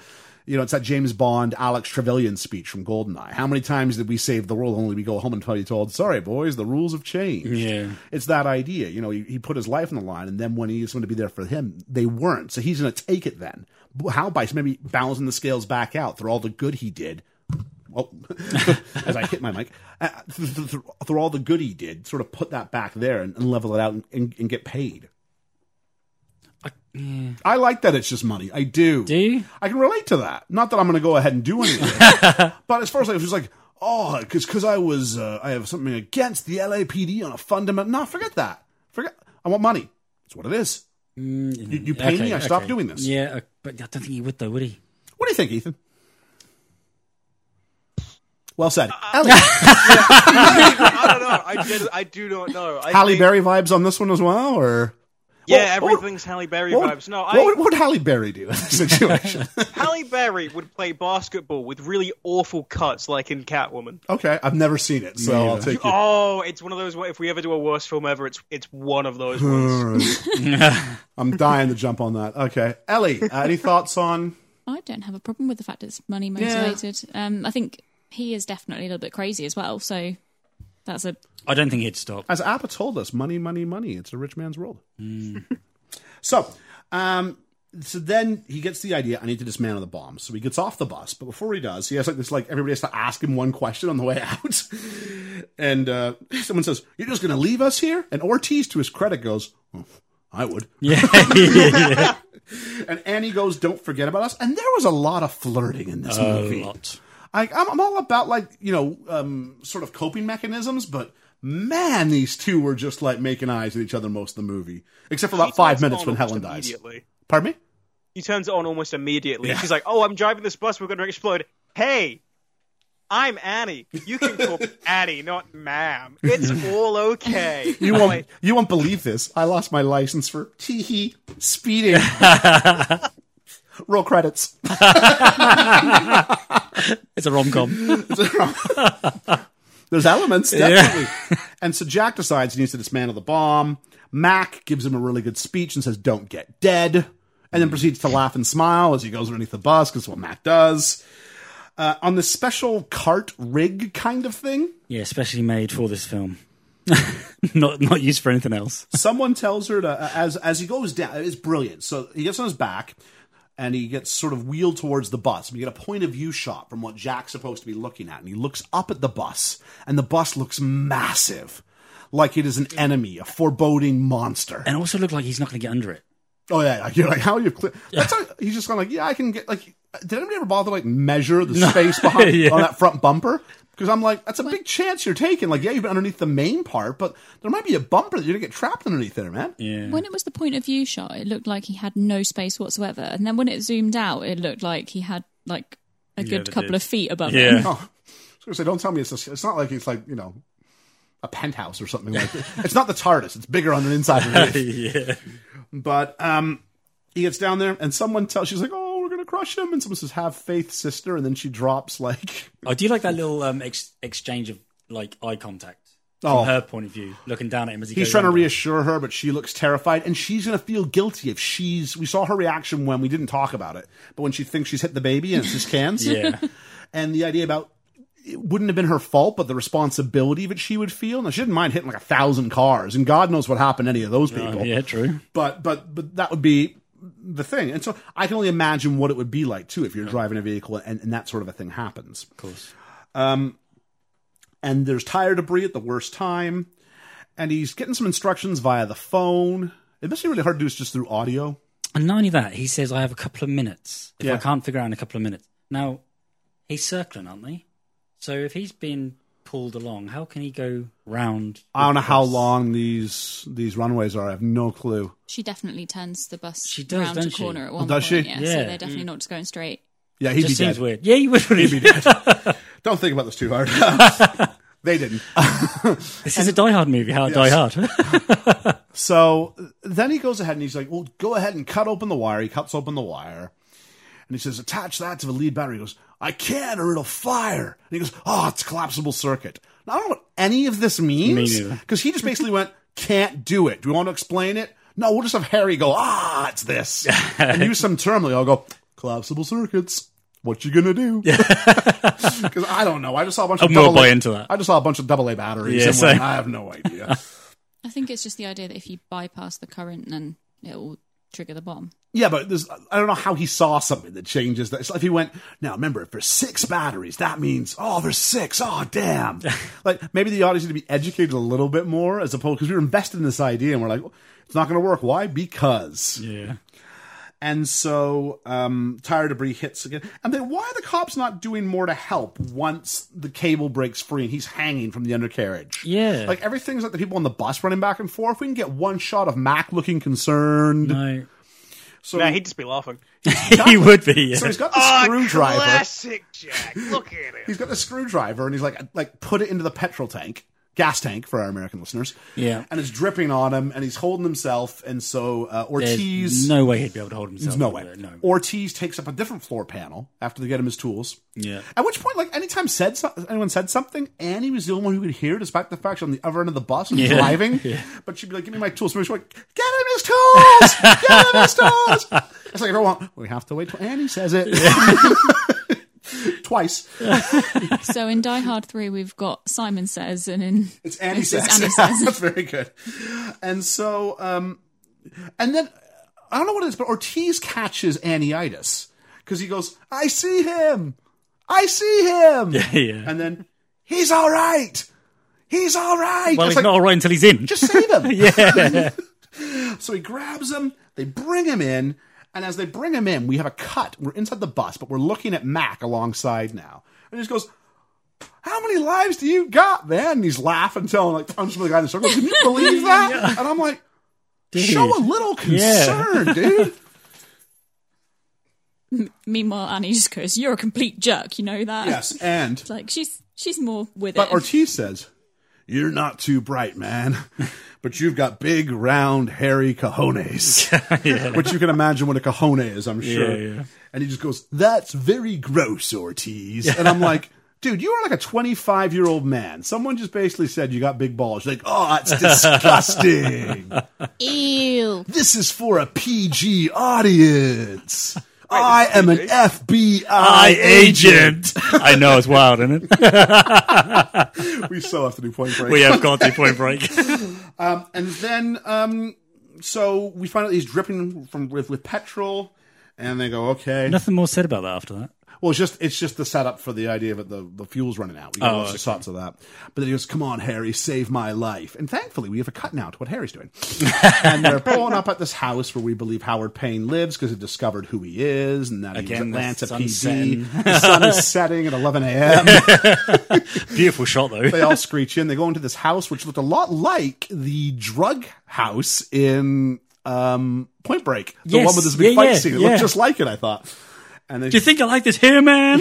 you know, it's that James Bond, Alex Trevelyan speech from Goldeneye. How many times did we save the world only we go home and tell you told, sorry boys, the rules have changed.
Yeah.
It's that idea. You know, he, he put his life on the line and then when he needed someone to be there for him, they weren't. So he's going to take it then. B- How by maybe balancing the scales back out through all the good he did oh, as I hit my mic, uh, th- th- th- through all the good he did, sort of put that back there and, and level it out and, and, and get paid. I, like that it's just money. I do.
Do you?
I can relate to that. Not that I'm going to go ahead and do anything. but as far as like, it was just like, oh, because I was, uh, I have something against the LAPD on a fundamental. No, forget that. Forget. I want money. It's what it is. You, you pay me, I stop doing this.
Mm, Yeah, uh, but I don't think he would though, would he?
What do you think, Ethan? Well
Uh,
said. Ellie.
I don't know. I, just, I do not know. I
Halle
think-
Berry vibes on this one as well, or
Yeah,
What- what-
everything's Halle Berry
what would-
vibes. No,
what,
I,
would, what would Halle Berry do in this situation?
Halle Berry would play basketball with really awful cuts, like in Catwoman.
okay, I've never seen it, so I'll take it.
Oh, it's one of those. where If we ever do a worst film ever, it's it's one of those
Hmm.
ones.
I'm dying to jump on that. Okay, Ellie, uh, any thoughts on?
I don't have a problem with the fact it's money motivated. Um, I think he is definitely a little bit crazy as well. So that's a
I don't think he'd stop.
As Appa told us, money, money, money. It's a rich man's world. so, um, so then he gets the idea. I need to dismantle the bomb. So he gets off the bus, but before he does, he has like this like everybody has to ask him one question on the way out. and uh, someone says, "You're just going to leave us here?" And Ortiz, to his credit, goes, "Oh, "I would." and Annie goes, "Don't forget about us." And there was a lot of flirting in this
a
movie.
lot.
I, I'm, I'm all about like you know um, sort of coping mechanisms, but man, these two were just like making eyes at each other most of the movie, except for about five minutes when Helen dies.
Immediately.
Pardon me.
He turns it on almost immediately. She's like, "Oh, I'm driving this bus. We're going to explode." Hey, I'm Annie. You can call me Annie, not ma'am. It's all okay.
You won't. You won't believe this. I lost my license for tee hee speeding. Roll credits.
It's a rom com.
There's elements definitely. and so Jack decides he needs to dismantle the bomb. Mac gives him a really good speech and says, "Don't get dead," and then proceeds to laugh and smile as he goes underneath the bus because what Mac does. Uh, on this special cart rig kind of thing,
yeah, especially made for this film. not not used for anything else.
someone tells her to uh, as as he goes down it's brilliant so he gets on his back and he gets sort of wheeled towards the bus we get a point of view shot from what jack's supposed to be looking at and he looks up at the bus and the bus looks massive like it is an enemy a foreboding monster
And also look like he's not going to get under it.
oh yeah yeah, you're like how are you clear that's how, he's just going like yeah i can get like did anybody ever bother to like measure the space behind
Yeah.
on that front bumper because i'm like that's a big chance you're taking like yeah you've been underneath the main part but there might be a bumper that you're gonna get trapped underneath there man
Yeah.
When it was the point of view shot, it looked like he had no space whatsoever, and then when it zoomed out, it looked like he had like a
Yeah,
good
they
couple
did.
of feet above him.
Yeah.
Oh, I was gonna say, don't tell me it's a, it's not like it's like you know a penthouse or something like that. It's not the TARDIS. It's bigger on the inside. Than it is.
yeah.
But um, he gets down there, and someone tells she's like, "Oh, we're gonna crush him," and someone says, "Have faith, sister," and then she drops like,
I do like that little um, ex- exchange of like eye contact from
"Oh."
her point of view, looking down at him as he
He's
goes
trying to
under.
reassure her, but she looks terrified, and she's gonna feel guilty if she's. We saw her reaction when we didn't talk about it, but when she thinks she's hit the baby and it's his cans,
Yeah.
and the idea about it wouldn't have been her fault, but the responsibility that she would feel. Now she didn't mind hitting like a thousand cars, and God knows what happened to any of those people.
yeah, true.
But but but that would be the thing, and so I can only imagine what it would be like too if you're driving a vehicle and, and that sort of a thing happens. Of course. Um, and there's tire debris at the worst time, and he's getting some instructions via the phone. It must be really hard to do this just through audio.
And not only that, he says, I have a couple of minutes. If I
Yeah.
can't figure out in a couple of minutes. Now, he's circling, aren't they? So if he's being pulled along, how can he go round?
I don't know
with
how
this?
long these these runways are. I have no clue.
She definitely turns the bus
She does,
round a
doesn't she?
corner at one
does
point.
she?
Yeah,
Yeah.
so they're definitely not just going straight.
Yeah,
It
he'd be
just seems
dead.
weird. Yeah, you would. Really.
Don't think about this too hard. they didn't.
This is a Die Hard movie. How Die Hard.
So then he goes ahead and he's like, "Well, go ahead and cut open the wire." He cuts open the wire, and he says, "Attach that to the lead battery." He goes, "I can't, or it'll fire." And he goes, "Oh, it's a collapsible circuit." Now, I don't know what any of this means
Me neither.
because he just basically went, "Can't do it." Do you want to explain it? No, we'll just have Harry go, "Ah, it's this," and use some term. Like, I'll go, "Collapsible circuits." What you gonna do? Because I don't know. I just saw a bunch of
I'm not
double
buying
A-
into that.
I just saw a bunch of double A batteries.
Yeah,
and went,
same.
I have no idea.
I think it's just the idea that if you bypass the current, then it will trigger the bomb.
Yeah, but there's, I don't know how he saw something that changes that. It's like if he went, now remember, for six batteries,
Hmm.
that means, oh, there's six. Oh, damn. like maybe the audience need to be educated a little bit more as opposed, because we were invested in this idea and we're like, it's not going to work. Why? Because.
yeah.
And so, um, tire debris hits again. And then why are the cops not doing more to help once the cable breaks free and he's hanging from the undercarriage?
Yeah.
Like everything's like the people on the bus running back and forth. We can get one shot of Mac looking concerned.
no.
So
Nah, he'd just be laughing. Ah,
he would be. Yeah.
So he's got the screwdriver.
classic Jack. Look at it.
He's got the screwdriver and he's like, like put it into the petrol tank, gas tank for our American listeners.
Yeah.
And it's dripping on him and he's holding himself. And so uh,
There's
Ortiz.
no way he'd be able to hold himself.
There's no
up
way.
there, No.
Ortiz takes up a different floor panel after they get him his tools.
Yeah.
At which point, like anytime said so- anyone said something, Annie was the only one who could hear, despite the fact she's on the other end of the bus and
Yeah.
driving. But she'd be like, "Give me my tools." So she's like, "Get him his tools! Get him his tools!" It's like everyone. We have to wait till Annie says it. Twice.
So in Die Hard 3, we've got Simon Says, and in
It's Annie
It's
says.
just Annie says.
That's very good. And so, um, and then I don't know what it is, but Ortiz catches Annieitis because he goes, "I see him, I see him,"
yeah.
and then he's all right, he's all right.
well,
It's like,
he's not all right until he's in.
just save him. yeah. so he grabs him. They bring him in, and as they bring him in, we have a cut. We're inside the bus, but we're looking at Mac alongside now, and he just goes. How many lives do you got, man? And he's laughing, telling like I'm just the guy in the circle. Can you believe that? And I'm like,
Dude.
show a little concern, dude.
meanwhile, Annie just goes, You're a complete jerk, you know that?
Yes, and
It's Like, she's she's more with
But
it.
Ortiz says, You're not too bright, man, but you've got big, round, hairy cojones. Which you can imagine what a cojone is, I'm sure.
Yeah, yeah.
And he just goes, That's very gross, Ortiz. And I'm like, Dude, you are like a 25 year old man. Someone just basically said you got big balls. You're like, oh, that's disgusting.
Ew.
this is for a PG audience. I am an FBI agent.
I know it's wild, isn't it?
we still have to do point break.
we have got to point break.
and then um so we find out he's dripping from with, with petrol and they go okay
Nothing more said about that after that.
well it's just it's just the setup for the idea that the, the fuel's running out we
Oh,
got lots of shots of that but then he goes come on harry save my life and thankfully we have a cut now to what harry's doing and they're pulling up at this house where we believe howard payne lives because he discovered who he is and that
Again, the
he's atlanta
sun's
pd
setting.
the sun is setting at 11 a.m
Beautiful shot though.
they all screech in. They go into this house, which looked a lot like the drug house in um, Point Break, the
Yes.
one with this big
Yeah,
fight
yeah,
scene. It
yeah.
looked just like it, I thought. And they,
Do you think I like this here, man?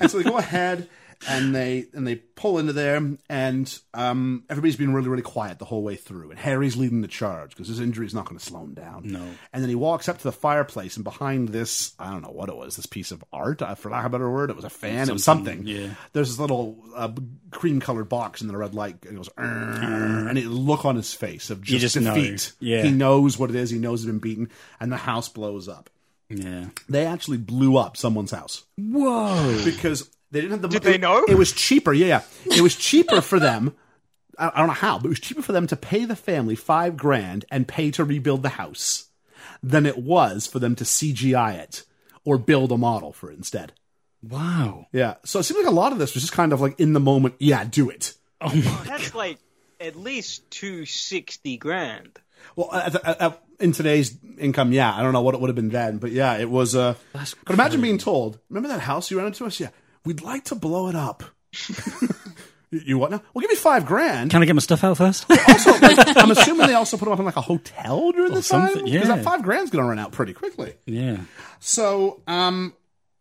and so they go ahead and they and they pull into there, and um, everybody's been really really quiet the whole way through. And Harry's leading the charge because his injury is not going to slow him down. No. And then he walks up to the fireplace, and behind this, I don't know what it was, this piece of art, uh, for lack of a better word, it was a fan, it was something. Yeah. There's this little uh, cream colored box, and then a red light and it goes, "Arr," and it look on his face of just,
just know.
defeat.
Yeah.
He knows what it is. He knows he's been beaten, and the house blows up.
yeah.
They actually blew up someone's house
Whoa.
because they didn't have the. it-
Did they know?
It was cheaper. Yeah, yeah. It was cheaper for them. I I don't know how, but it was cheaper for them to pay the family five grand and pay to rebuild the house than it was for them to CGI it or build a model for it instead.
Wow.
Yeah. So it seems like a lot of this was just kind of like in the moment. Yeah, do it.
That's like at least two sixty grand.
Well, at, at, at, in today's income, yeah, I don't know what it would have been then, but yeah, it was. Uh,
That's
but imagine
crazy.
being told, remember that house you rented to us? Yeah, we'd like to blow it up. you you what now? Well, give me five grand.
Can I get my stuff out first?
also, like, I'm assuming they also put them up in like a hotel during the time
Oh, something,
because
yeah.
that five grand's going to run out pretty quickly.
yeah.
So, um,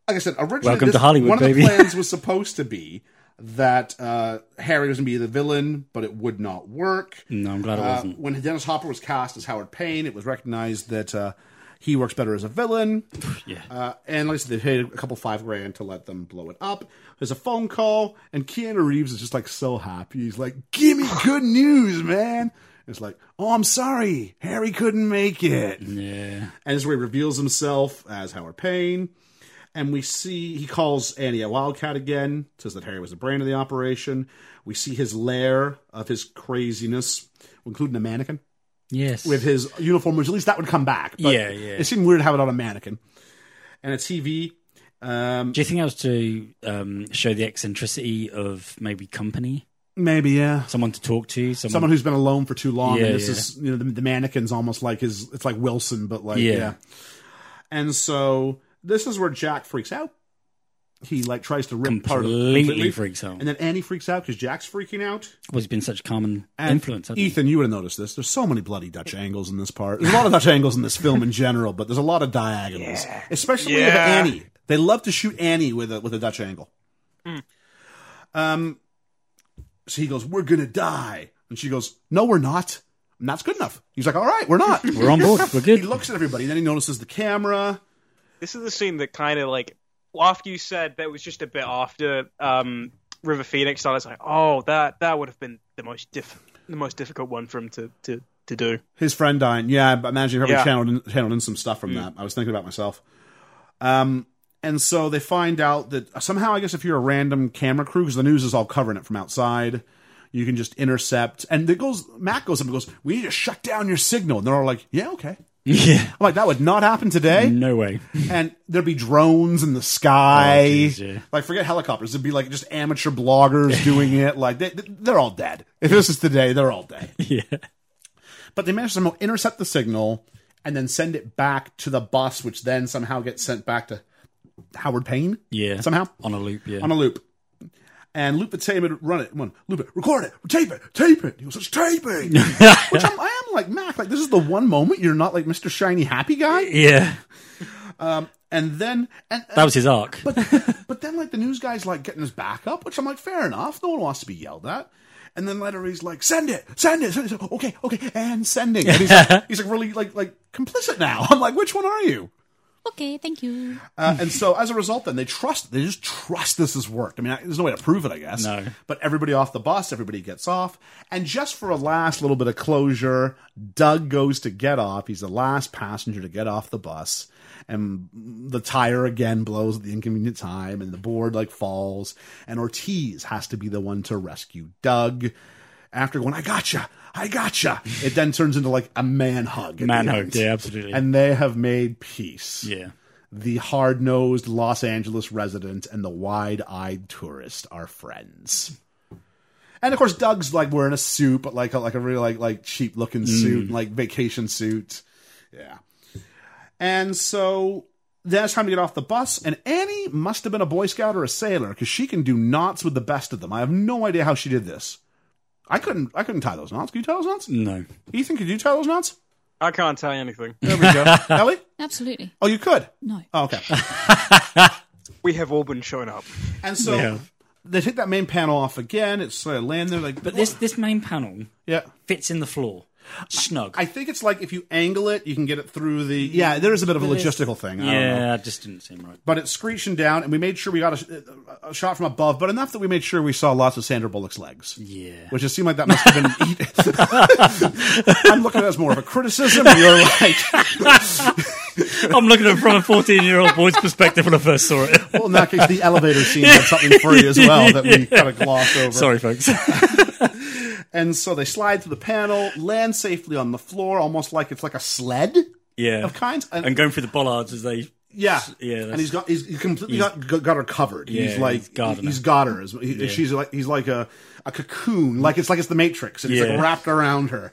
like I said, originally
Welcome
this-
to Hollywood,
one
baby.
of the plans was supposed to be that uh, Harry was going to be the villain, but it would not work.
No, I'm glad it
Uh,
wasn't.
when Dennis Hopper was cast as Howard Payne, it was recognized that uh, he works better as a villain.
Yeah.
Uh, and like I said, they paid a couple five grand to let them blow it up. There's a phone call, and Keanu Reeves is just like so happy. He's like, "Give me good news, man!" It's like, "Oh, I'm sorry, Harry couldn't make it."
yeah.
And this is where he reveals himself as Howard Payne. And we see he calls Annie a wildcat again, says that Harry was the brain of the operation. We see his lair of his craziness, including a mannequin
Yes.
with his uniform, which at least that would come back.
Yeah, yeah.
It seemed weird to have it on a mannequin. And a TV. Um,
Do you think that was to um, show the eccentricity of maybe company,
maybe, yeah.
someone to talk to, someone?
Someone who's been alone for too long.
Yeah,
and this
yeah.
is, you know, the, the mannequin's almost like his, it's like Wilson, but like,
Yeah.
yeah. And so this is where Jack freaks out. He like tries to rip part of
completely freaks out.
And then Annie freaks out because Jack's freaking out.
well, he's been such a common
And
influence. hasn't he?
Ethan, you would have noticed this. There's so many bloody Dutch angles in this part. There's a lot of Dutch angles in this film in general, but there's a lot of diagonals, especially with
Yeah.
Annie. They love to shoot Annie with a with a Dutch angle.
Hmm.
Um, so he goes, "We're gonna die," and she goes, "No, we're not." And that's good enough. He's like, "All right, we're not."
We're on board.
he
We're good.
looks at everybody, then he notices the camera.
This is the scene that kind of like after you said that was just a bit after um, River Phoenix started. It's like, oh, that that would have been the most diff the most difficult one for him to to to do.
His friend dying. Yeah, I imagine he probably
Yeah.
channeled, in, channeled in some stuff from that. I was thinking about myself. Um, and so they find out that somehow, I guess, if you're a random camera crew, because the news is all covering it from outside, you can just intercept. And it goes, Matt goes up and goes, "We need to shut down your signal." And they're all like, "Yeah, okay."
yeah.
I'm like, that would not happen today.
No way.
and there'd be drones in the sky.
Oh, geez, yeah.
Like, forget helicopters. It'd be like just amateur bloggers doing it. Like, they, they're all dead. If this is today, they're all dead
Yeah.
but they managed to somehow intercept the signal and then send it back to the bus, which then somehow gets sent back to Howard Payne.
Yeah.
Somehow
On a loop. Yeah.
on a loop. And loop the tape and run it. One, loop it, record it, tape it, tape it. He was just taping. Which I'm, I am like, Mac, like, this is the one moment you're not like Mr. Shiny Happy Guy.
yeah.
And then, and,
That was his arc.
but but then like the news guy's like getting his back up, which I'm like, fair enough. No one wants to be yelled at. And then later he's like, send it, send it, send it. He's like, Okay, okay, and sending. And he's like, he's like really like like complicit now. I'm like, which one are you?
Okay, thank you.
Uh, and so as a result, then they trust. They just trust this has worked. I mean, I- there's no way to prove it, I guess.
No.
But everybody off the bus, everybody gets off, and just for a last little bit of closure, Doug goes to get off. He's the last passenger to get off the bus, and the tire again blows at the inconvenient time, and the board like falls, and Ortiz has to be the one to rescue Doug. After going, I gotcha, I gotcha. It then turns into like a man hug. at
Man
the
hug.
end.
Yeah, absolutely.
And they have made peace
yeah.
the hard nosed Los Angeles resident and the wide eyed tourist are friends. And of course, Doug's like wearing a suit, but like a, like a really like like cheap looking suit, like vacation suit. Yeah. And so then it's time to get off the bus, and Annie must have been a Boy Scout or a sailor because she can do knots with the best of them. I have no idea how she did this. I couldn't. I couldn't tie those knots. Can you tie those knots?
No.
Ethan, could you tie those knots?
I can't tell you anything.
There we go. Ellie,
Absolutely.
oh, you could.
No.
Oh, okay.
We have all been shown up.
And so
Yeah.
they take that main panel off again. It's sort of laying there like, oh,
But this this main panel
yeah.
fits in the floor, snug.
I think it's like if you angle it, you can get it through the. Yeah, there is a bit of a logistical thing. I don't know.
yeah, that just didn't seem right.
But it's screeching down, and we made sure we got a, a shot from above, but enough that we made sure we saw lots of Sandra Bullock's legs.
Yeah.
Which it seemed like that must have been. I'm looking at it as more of a criticism. You're like,
I'm looking at it from a 14 year old boy's perspective when I first saw it.
well, in that case, the elevator scene had something for you as well that we kind of glossed over.
Sorry, folks.
And so they slide through the panel, land safely on the floor, almost like it's like a sled
Yeah.
of kinds. And,
And going through the bollards as they.
Yeah,
Yeah, that's-
and he's got he's he completely got, got her covered.
Yeah,
he's like
he's got her
he's
now.
got her. As, he, She's like he's like a a cocoon, like it's like it's the Matrix, and he's
Yeah.
like wrapped around her.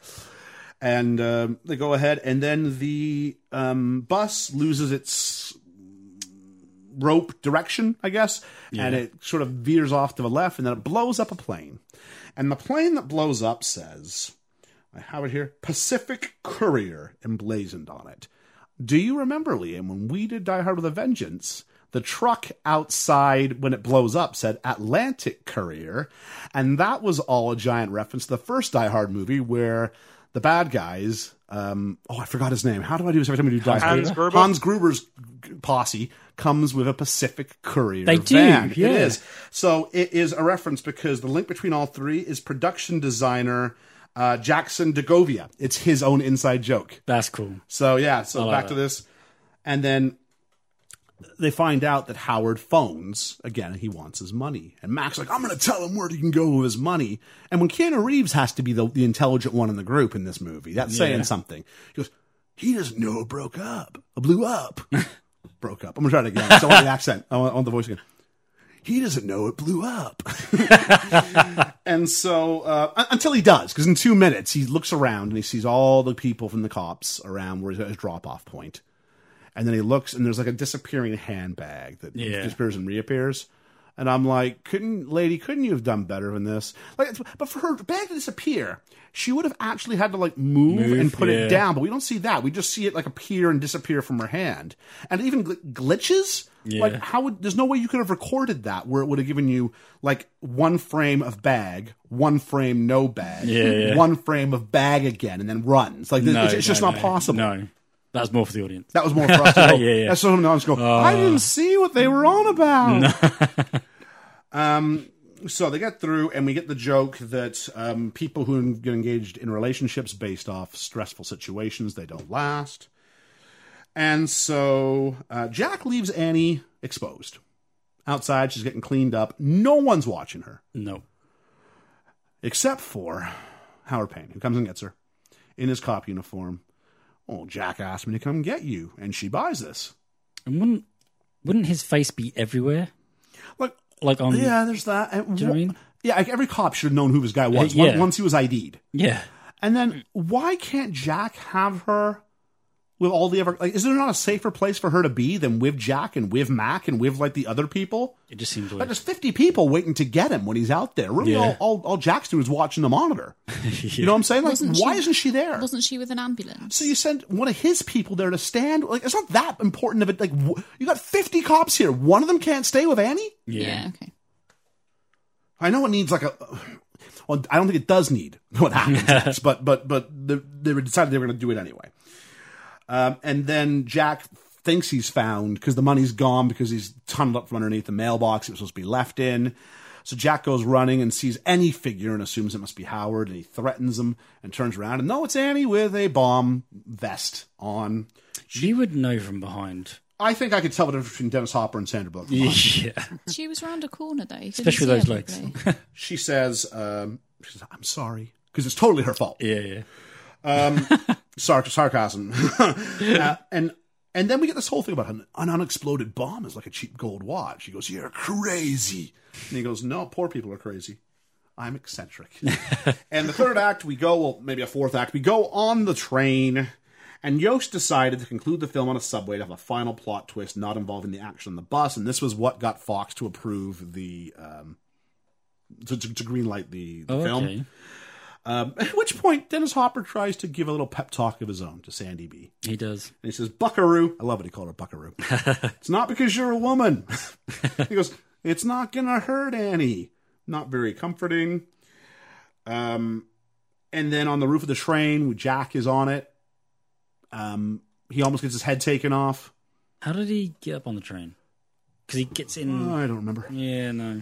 and um, they go ahead, and then the um, bus loses its rope direction, I guess, and it sort of veers off to the left, and then it blows up a plane. And the plane that blows up says, I have it here Pacific Courier emblazoned on it. Do you remember, Liam, when we did Die Hard with a Vengeance? The truck outside when it blows up said Atlantic Courier, and that was all a giant reference to the first Die Hard movie where the bad guys. Um, oh, I forgot his name. How do I do this every time we do Die Hard?
Hans Gruber?
Hans Gruber's posse comes with a Pacific Courier.
They do,
van.
yeah.
It is. So it is a reference because the link between all three is production designer uh, Jackson Degovia. It's his own inside joke.
That's cool.
So yeah, so
like
back to
that.
this, and then they find out that Howard phones again. He wants his money, and Max like, I'm going to tell him where he can go with his money. And when Keanu Reeves has to be the, the intelligent one in the group in this movie, that's saying something. He goes, he doesn't know it broke up, it blew up, broke up. I'm going to try it again. So I want the accent. I want, I want the voice again. He doesn't know it blew up. And so, uh, un- until he does, because in two minutes he looks around and he sees all the people from the cops around where he's at his drop off point. And then he looks and there's like a disappearing handbag that
Yeah.
disappears and reappears. And I'm like, couldn't, lady, couldn't you have done better than this? Like, it's- but for her bag to disappear, she would have actually had to like move,
Move,
and put
yeah.
it down. But we don't see that. We just see it like appear and disappear from her hand, and it even gl- glitches. Like,
Yeah.
how would there's no way you could have recorded that where it would have given you like one frame of bag, one frame no bag,
Yeah, yeah.
one frame of bag again, and then runs. Like
No,
it's, it's just
no,
not
no,
possible.
No, that's more for the audience.
That was more for us. To go,
Yeah, Uh, yeah.
That's something I was going. I didn't see what they were on about. um. So they get through, and we get the joke that um, people who get engaged in relationships based off stressful situations they don't last. And so uh, Jack leaves Annie exposed outside. She's getting cleaned up. No one's watching her
No,
except for Howard Payne, who comes and gets her in his cop uniform. Oh, Jack asked me to come get you, and she buys this.
and wouldn't wouldn't his face be everywhere?
Like,
Like on yeah,
yeah, there's that. And
do you know what I mean?
Yeah, like every cop should have known who this guy was
Uh, yeah.
on- once he was ID'd.
yeah.
And then why can't Jack have her with all the other? Like, is there not a safer place for her to be than with Jack and with Mac and with like the other people?
It just seems
Like,
weird.
there's 50 people waiting to get him when he's out there. Really,
Yeah.
all, all all Jack's doing is watching the monitor. You know what I'm saying? Like,
Wasn't
why
she-
isn't she there?
Wasn't she with an ambulance?
So you send one of his people there to stand. Like it's not that important of it. Like wh- you got fifty cops here. One of them can't stay with Annie.
Yeah. okay.
I know it needs like a. Well, I don't think it does need what happens, but but but they, they decided they were going to do it anyway. Um, and then Jack thinks he's found because the money's gone because he's tunneled up from underneath the mailbox it was supposed to be left in. So Jack goes running and sees any figure and assumes it must be Howard, and he threatens him and turns around and no, it's Annie with a bomb vest on.
She would know from behind.
I think I could tell the difference between Dennis Hopper and Sandra Bullock.
Yeah,
She was round a corner though. You couldn't
especially
see
those legs.
everybody.
She says, um, she says, "I'm sorry," because it's totally her fault.
yeah, yeah.
Sarc- sarcasm, Uh, and and then we get this whole thing about an, an unexploded bomb is like a cheap gold watch. He goes, "You're crazy," and he goes, "No, poor people are crazy. I'm eccentric." and the third act, we go well, maybe a fourth act. We go on the train. And Yost decided to conclude the film on a subway to have a final plot twist not involving the action on the bus, and this was what got Fox to approve the um, to, to, to greenlight the, the
Oh,
film.
okay.
Um, at which point, Dennis Hopper tries to give a little pep talk of his own to Sandy B.
He does.
And he says, Buckaroo. I love it. He called her Buckaroo. it's not because you're a woman. he goes, It's not going to hurt Annie. Not very comforting. Um, and then on the roof of the train, Jack is on it. Um, he almost gets his head taken off.
How did he get up on the train? Because he gets in.
I don't remember.
Yeah, no.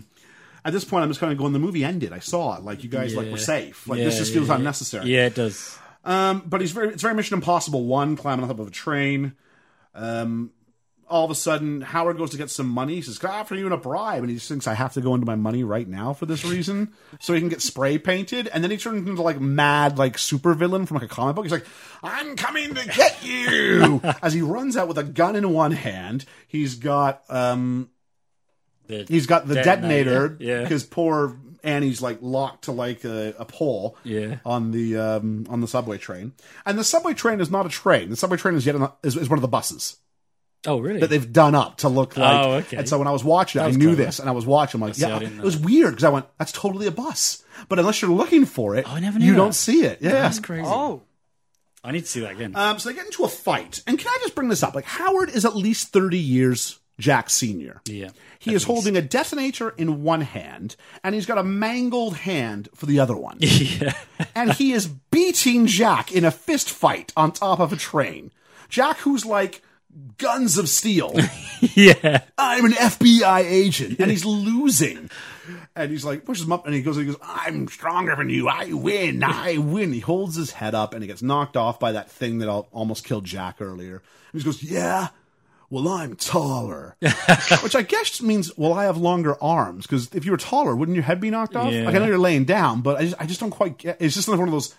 At this point, I'm just kind of going, The movie ended. I saw it. Like, you guys like were
Yeah.
safe. Like,
Yeah,
this just
yeah,
feels
yeah.
unnecessary.
Yeah, it does.
Um, but he's very it's very Mission Impossible one, climbing on top of a train. Um, all of a sudden, Howard goes to get some money. He says, "Can I offer you in a bribe?" And he just thinks, "I have to go into my money right now for this reason, so he can get spray painted." And then he turns into like mad, like supervillain from like a comic book. He's like, "I'm coming to get you!" As he runs out with a gun in one hand, he's got um,
The
he's got the detonator
Yeah.
because poor Annie's like locked to like a, a pole
Yeah.
on the um, on the subway train, and the subway train is not a train. The subway train is yet an, is, is one of the buses
Oh, really?
that they've done up to look like.
Oh, okay.
And so when I was watching, it, I
was
knew
clever.
this, and I was watching. I'm like,
see, I
yeah,
didn't
it
know
was weird because I went, that's totally a bus, but unless you're looking for it,
Oh, I never knew
you
that.
don't see it. Yeah,
That's crazy.
Oh,
I need to see that again.
Um, so they get into a fight, and can I just bring this up? Like Howard is at least thirty years Jack Senior.
yeah.
He is holding a detonator in one hand, and he's got a mangled hand for the other one.
yeah.
and he is beating Jack in a fist fight on top of a train. Jack, who's like guns of steel,
Yeah.
I'm an FBI agent, and he's losing. And he's like pushes him up, and he goes, he goes, I'm stronger than you. I win. I win. He holds his head up, and he gets knocked off by that thing that al- almost killed Jack earlier. And he just goes, Yeah. Well, I'm taller, which I guess just means well, I have longer arms. Because if you were taller, wouldn't your head be knocked off?
Yeah.
Like I know you're laying down, but I just, I just don't quite get. It's just like one of those.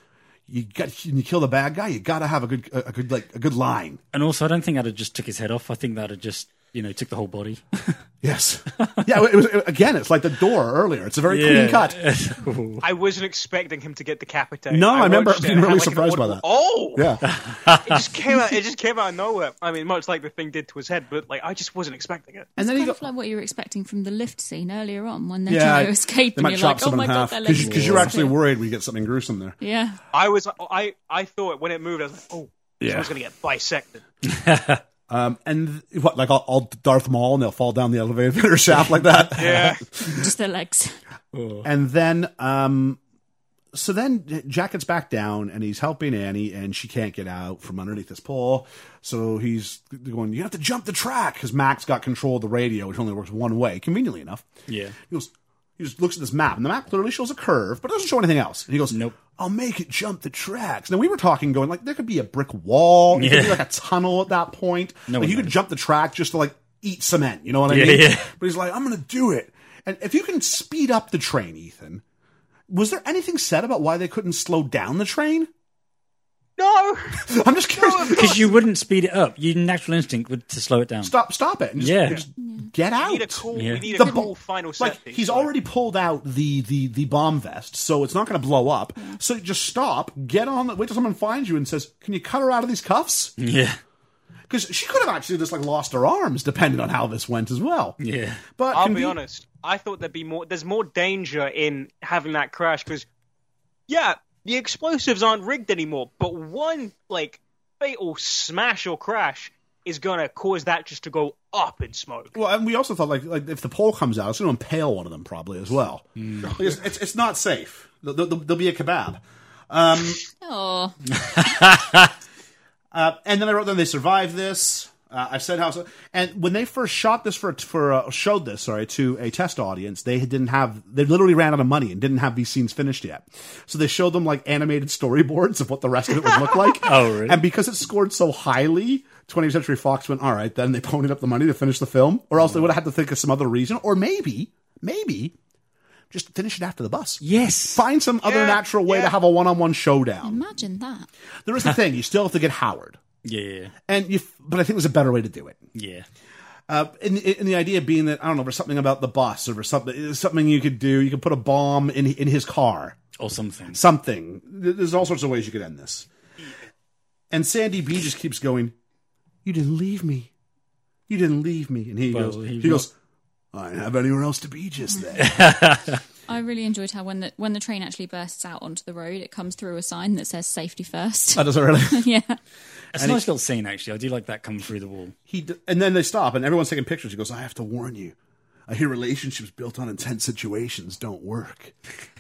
You got you kill the bad guy. You got to have a good a a good like a good line.
And also, I don't think that would just took his head off. I think that would just, you know, took the whole body.
Yes. Yeah. It was again. It's like the door earlier. It's a very clean cut.
I wasn't expecting him to get decapitated.
No, I remember
watched it
being
and
really
had, like, an
surprised by
audible-
that.
Oh,
Yeah.
it just came out. It just came out of nowhere. I mean, much like the thing did to his head, but like I just wasn't expecting it.
And then he
kind
got
of like what you were expecting from the lift scene earlier on when they're
yeah.
trying to escape
They
and
might
you're
chop
like, oh
someone
my
in
god,
half
their legs
because you're
split.
actually worried we get something gruesome there.
Yeah.
I was, I, I thought when it moved, I was like, oh, yeah. someone's gonna get bisected.
Um, and th- what like all, all Darth Maul and they'll fall down the elevator shaft like that.
Yeah,
Just their legs.
And then, um, so then Jack gets back down and he's helping Annie and she can't get out from underneath this pole. So he's going, you have to jump the track because Mac's got control of the radio, which only works one way, conveniently enough.
Yeah.
He goes, he just looks at this map, and the map clearly shows a curve, but it doesn't show anything else. And he goes,
Nope.
I'll make it jump the tracks. Now we were talking, going like there could be a brick wall, it could be
Yeah.
like a tunnel at that point.
No
like,
one
you could
knows.
jump the track just to like eat cement. You know what I
Yeah,
mean?
yeah.
But he's like, I'm gonna do it. And if you can speed up the train, Ethan, was there anything said about why they couldn't slow down the train?
no,
I'm just curious.
Because you wouldn't speed it up. Your natural instinct would to slow it down.
stop, stop it, and just,
Yeah.
just get out.
we need a cool,
Yeah.
we need
The
a cool
bo-
final set
like
piece.
he's already pulled out the the the bomb vest, so it's not going to blow up. So just stop, get on, the- wait till someone finds you and says, "Can you cut her out of these cuffs?"
Yeah.
Because she could have actually just like lost her arms, depending on how this went as well.
Yeah.
But
I'll
conven-
be honest. I thought there'd be more. There's more danger in having that crash because, yeah, the explosives aren't rigged anymore. But one like fatal smash or crash is gonna cause that just to go up in smoke.
Well, and we also thought like like if the pole comes out, it's going to impale one of them probably as well. Like, it's, it's it's not safe. There'll, there'll- there'll be a kebab.
Oh.
Uh, and then I wrote, then they survived this. Uh, I said how, so, and when they first shot this for for uh, showed this sorry to a test audience, they didn't have they literally ran out of money and didn't have these scenes finished yet. So they showed them like animated storyboards of what the rest of it would look like.
Oh, really?
And because it scored so highly, 20th Century Fox went all right. Then they ponied up the money to finish the film, or else they would have had to think of some other reason, or maybe maybe just finish it after the bus.
Yes.
Find some other
Yeah,
natural way to
yeah.
have a one on one showdown.
Imagine that.
There is the thing you still have to get Howard
Yeah.
and you, f- but I think there's a better way to do it.
Yeah.
Uh, and, and the idea being that I don't know, there's something about the bus, or there's something, there's something you could do. You could put a bomb in in his car,
Or something.
something. Th- There's all sorts of ways you could end this. And Sandy B just keeps going. You didn't leave me. You didn't leave me. And he
Well,
goes. He,
he
goes. I didn't have anywhere else to be just then.
I really enjoyed how when the when the train actually bursts out onto the road, it comes through a sign that says safety first.
that doesn't really.
yeah.
It's a nice little scene, actually. I do like that coming through the wall.
he d- and then they stop and everyone's taking pictures. He goes, "I have to warn you. I hear relationships built on intense situations don't work."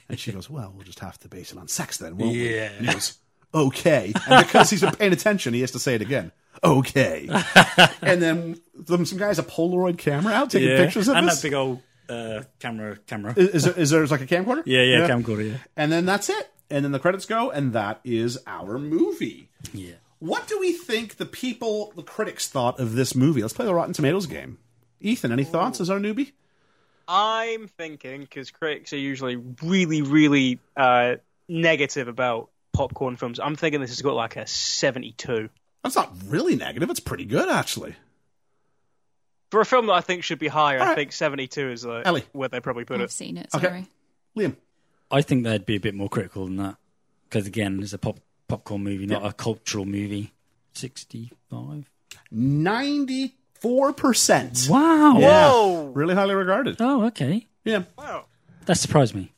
And she goes, "Well, we'll just have to base it on sex then, won't we?"
Yeah.
And he goes, "Okay." And because he's been paying attention, he has to say it again. Okay. and then some, some guys a Polaroid camera out taking pictures of
and
this.
that big old uh, camera. Camera.
is, there, is there like a camcorder?
yeah, yeah, camcorder. Yeah.
And then that's it. And then the credits go, and that is our movie.
Yeah.
What do we think the people, the critics, thought of this movie? Let's play the Rotten Tomatoes game. Ethan, any thoughts as our newbie?
I'm thinking because critics are usually really, really uh, negative about popcorn films. I'm thinking this has got like a 72
That's not really negative. It's pretty good, actually.
for a film that I think should be higher.
All right.
I think 72 is uh,
Ellie.
where they probably put
I've
it.
seen it,
Okay.
sorry.
Liam.
I think they'd be a bit more critical than that because again, it's a pop popcorn movie, not a cultural movie. Sixty-five.
94%.
Wow.
Whoa. Really highly regarded.
Oh, okay.
Yeah.
Wow.
That surprised me.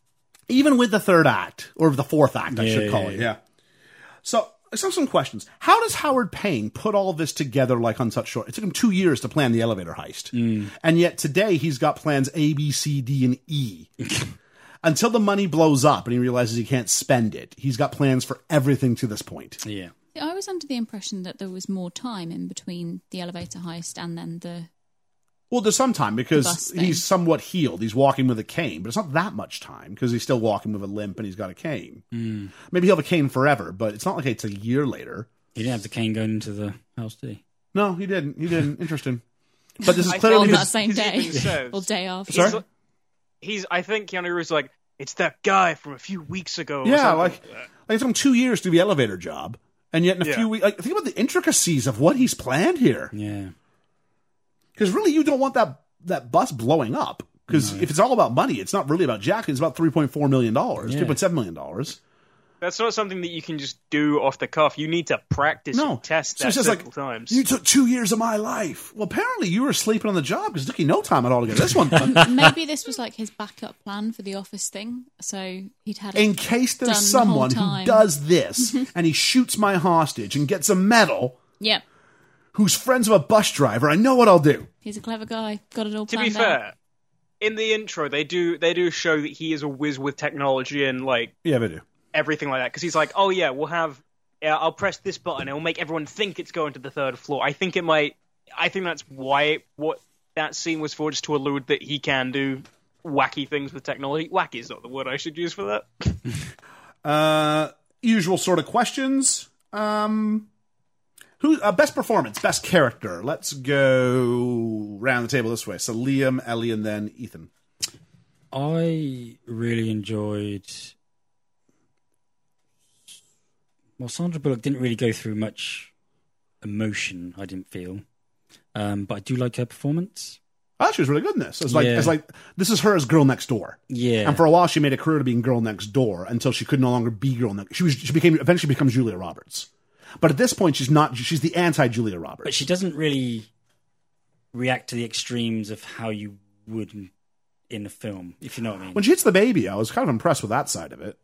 Even with the third act, or the fourth act, I should
yeah,
call
yeah,
it. Yeah. So, so some questions. How does Howard Payne put all this together like on such short? It took him two years to plan the elevator heist. And yet today he's got plans A, B, C, D, and E. Until the money blows up and he realizes he can't spend it, he's got plans for everything to this point.
Yeah.
I was under the impression that there was more time in between the elevator heist and then the.
Well, there's some time because
Bus thing.
he's somewhat healed. He's walking with a cane, but it's not that much time because he's still walking with a limp and he's got a cane. Maybe he'll have a cane forever, but it's not like it's a year later.
He didn't have the cane going into the house, did he?
No, he didn't. He didn't. Interesting. But this is
I
clearly
on
think-
that
his,
same day
Because he even says-
or day after.
Sorry?
He's, he's- I think Keanu Reeves is like, it's that guy from a few weeks ago. or
yeah,
something
like like it took him two years to do the elevator job, and yet in a
Yeah.
few weeks, like think about the intricacies of what he's planned here.
Yeah.
Because really, you don't want that that bus blowing up. Because if it's all about money, it's not really about Jack. It's about three point four million dollars,
Yeah.
two point seven million dollars.
That's not something that you can just do off the cuff. You need to practice
No,
and test
So
that
it's just
several
like,
times.
You took two years of my life. Well, apparently you were sleeping on the job because it took you no time at all to get this one done.
Maybe this was like his backup plan for the office thing. So he'd had.
In case there's
Done the whole
someone who
time.
does this and he shoots my hostage and gets a medal,
yeah,
who's friends of a bus driver, I know what I'll do.
he's a clever guy. Got it all
to
planned
be
out.
fair, in the intro, they do they do show that he is a whiz with technology and like
Yeah, they do.
everything like that. Because he's like, oh yeah, we'll have, yeah, I'll press this button. It'll make everyone think it's going to the third floor. I think it might. I think that's why what that scene was for, just to allude that he can do wacky things with technology. Wacky is not the word I should use for that.
Uh, usual sort of questions. Um, who uh, best performance, best character? Let's go round the table this way. So Liam, Ellie, and then Ethan.
I really enjoyed. Well, Sandra Bullock didn't really go through much emotion. I didn't feel, um, but I do like her performance.
Oh, she was really good in this. It's like
Yeah.
it's like this is her as girl next door.
Yeah,
And for a while, she made a career to being girl next door until she could no longer be girl next. She was she became eventually becomes Julia Roberts, but at this point, she's not. She's the anti Julia Roberts.
but she doesn't really react to the extremes of how you would in, in a film, if you know what I mean.
when she hits the baby, I was kind of impressed with that side of it.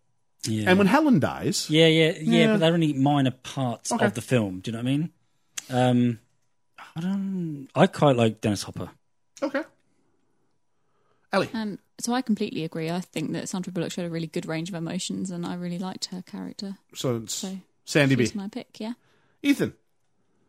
yeah.
And when Helen dies,
yeah, yeah, yeah,
Yeah.
but they're only minor parts
Okay.
of the film. Do you know what I mean? Um, I don't. I quite like Dennis Hopper.
okay, Ellie,
Um, so I completely agree. I think that Sandra Bullock showed a really good range of emotions, and I really liked her character.
so it's
so
Sandy B,
She's my pick. Yeah.
Ethan.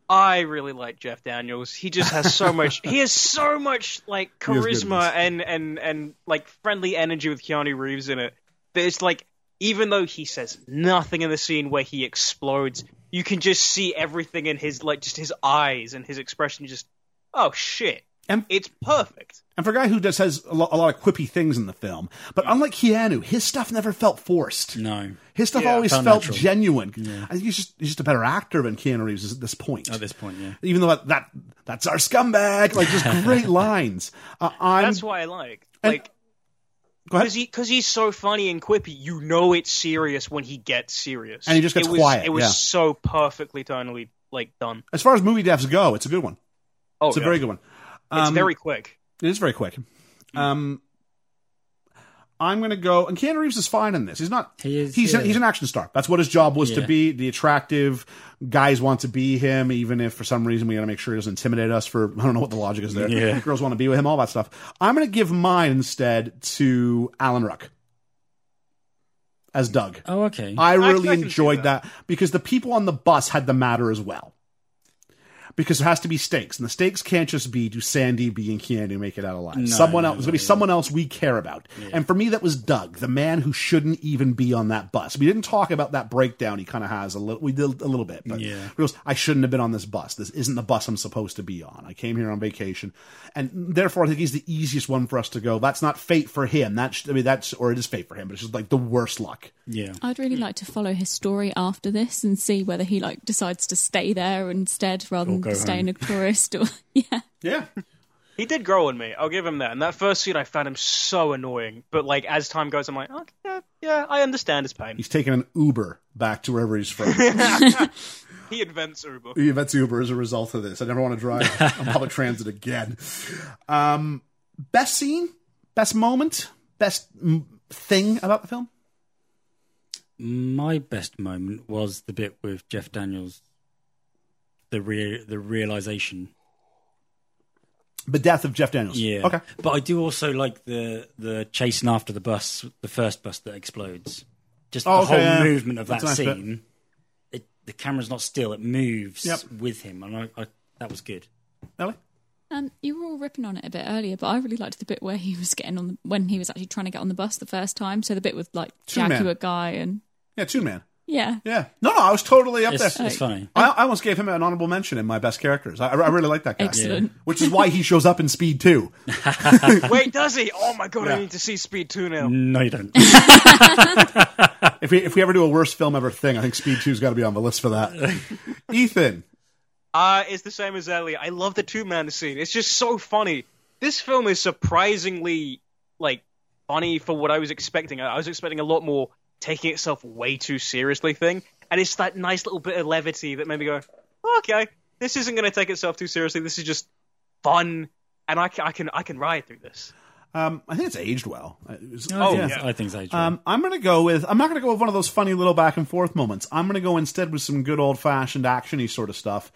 I really like Jeff Daniels. He just has so much. he has so much like
He is good in
charisma
this.
and and and like friendly energy with Keanu Reeves in it. That it's like even though he says nothing in the scene where he explodes, you can just see everything in his like just his eyes and his expression. Just oh shit,
And-
it's perfect.
And for a guy who does says a lot, a lot of quippy things in the film, but unlike Keanu, his stuff never felt forced.
No,
His stuff
Yeah,
always
felt
felt
natural.
genuine. I think he's just he's just a better actor than Keanu Reeves is at this point.
Oh,
at this point, yeah.
even though that, that that's our scumbag, like just great lines. Uh, I'm
That's why I like
and-
like
go ahead.
because he because he's so funny and quippy. You know it's serious when he gets serious,
And he just gets
it was,
quiet,
It was
yeah.
so perfectly tonally like done.
as far as movie deaths go, it's a good one.
Oh,
It's a
yeah.
very good one.
It's
Um,
very quick.
It is very quick. Um, I'm going to go, and Keanu Reeves is fine in this. He's not.
He is,
He's,
yeah.
an, he's an action star. That's what his job was to
Yeah.
be. The attractive guys want to be him, even if for some reason we got to make sure he doesn't intimidate us. For I don't know what the logic is there.
Yeah.
Girls want to be with him, all that stuff. I'm going to give mine instead to Alan Ruck as Doug.
Oh, okay.
I
I
really
can see
enjoyed that. because the people on the bus had the matter as well. Because there has to be stakes, and the stakes can't just be do Sandy B and Keanu make it out alive.
No,
someone
no,
else, it's gonna be
no,
someone else we care about. And for me, that was Doug, the man who shouldn't even be on that bus. We didn't talk about that breakdown. He kind of has a little. We did a little bit, but
Yeah.
he goes, I shouldn't have been on this bus. This isn't the bus I'm supposed to be on. I came here on vacation, and therefore I think he's the easiest one for us to go. That's not fate for him. That's I mean that's or it is fate for him, but it's just like the worst luck.
yeah.
I'd really
Hmm.
like to follow his story after this and see whether he like decides to stay there instead rather
Or
than
go
staying
home.
a tourist or yeah.
Yeah.
He did grow on me. I'll give him that. And that first scene, I found him so annoying. But like as time goes, I'm like, oh, yeah, yeah, I understand his pain.
He's taking an Uber back to wherever he's from.
He invents Uber.
He invents Uber as a result of this. I never want to drive on public transit again. Um, best scene, best moment, best mm, thing about the film.
My best moment was the bit with Jeff Daniels, the rea- the realization.
The death of Jeff Daniels.
Yeah.
Okay.
But I do also like the the chasing after the bus, the first bus that explodes. Just
Oh,
the
okay,
whole
yeah.
movement of that
That's a nice bit.
scene. It, the camera's not still; it moves
Yep.
with him, and I, I, that was good.
Ellie?
Um, you were all ripping on it a bit earlier, but I really liked the bit where he was getting on the, when he was actually trying to get on the bus the first time. So the bit with like
Two men.
Jaguar guy and
Yeah, Toon Man.
yeah,
Yeah. No, no, I was totally up
It's,
there.
it's funny.
I, I almost gave him an honorable mention in my best characters. I, I really like that guy.
Excellent. Yeah.
Which is why he shows up in Speed 2.
Wait, does he? Oh my god,
Yeah.
I need to see Speed Two now.
No, you don't.
If we, if we ever do a worst film ever thing, I think Speed 2's got to be on the list for that. Ethan.
Uh, it's the same as Ellie. I love the two man scene. It's just so funny. This film is surprisingly like funny for what I was expecting. I I was expecting a lot more taking itself way too seriously thing, and it's that nice little bit of levity that made me go, "Oh, okay, this isn't going to take itself too seriously. This is just fun, and I can I can, I can ride through this.
Um, I think it's aged well. Uh, It was-
I think
yeah.
it's- I think it's Adrian.
Oh, Um, I'm gonna go with I'm not gonna go with one of those funny little back and forth moments. I'm gonna go instead with some good old fashioned actiony sort of stuff.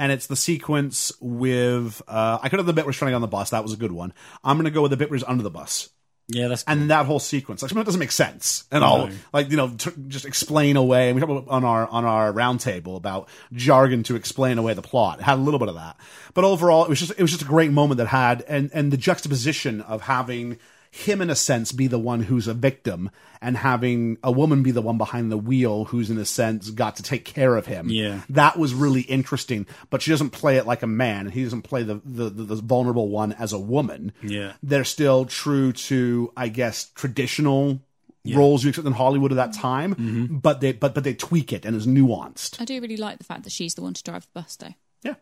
And it's the sequence with uh, I could have the bit where he's trying to get on the bus. That was a good one. I'm gonna go with the bit where he's under the bus
yeah, that's
and that whole sequence. Like, some of it doesn't make sense at all. Like, you know, t- just explain away. And we talked about on our on our roundtable about jargon to explain away the plot. It had a little bit of that, but overall, it was just it was just a great moment that had and and the juxtaposition of having him in a sense be the one who's a victim and having a woman be the one behind the wheel who's in a sense got to take care of him
Yeah.
that was really interesting but she doesn't play it like a man he doesn't play the the, the, the vulnerable one as a woman
Yeah.
they're still true to i guess traditional roles you expect in hollywood at that time but they but but they tweak it and it's nuanced
I do really like the fact that she's the one to drive the bus though.
yeah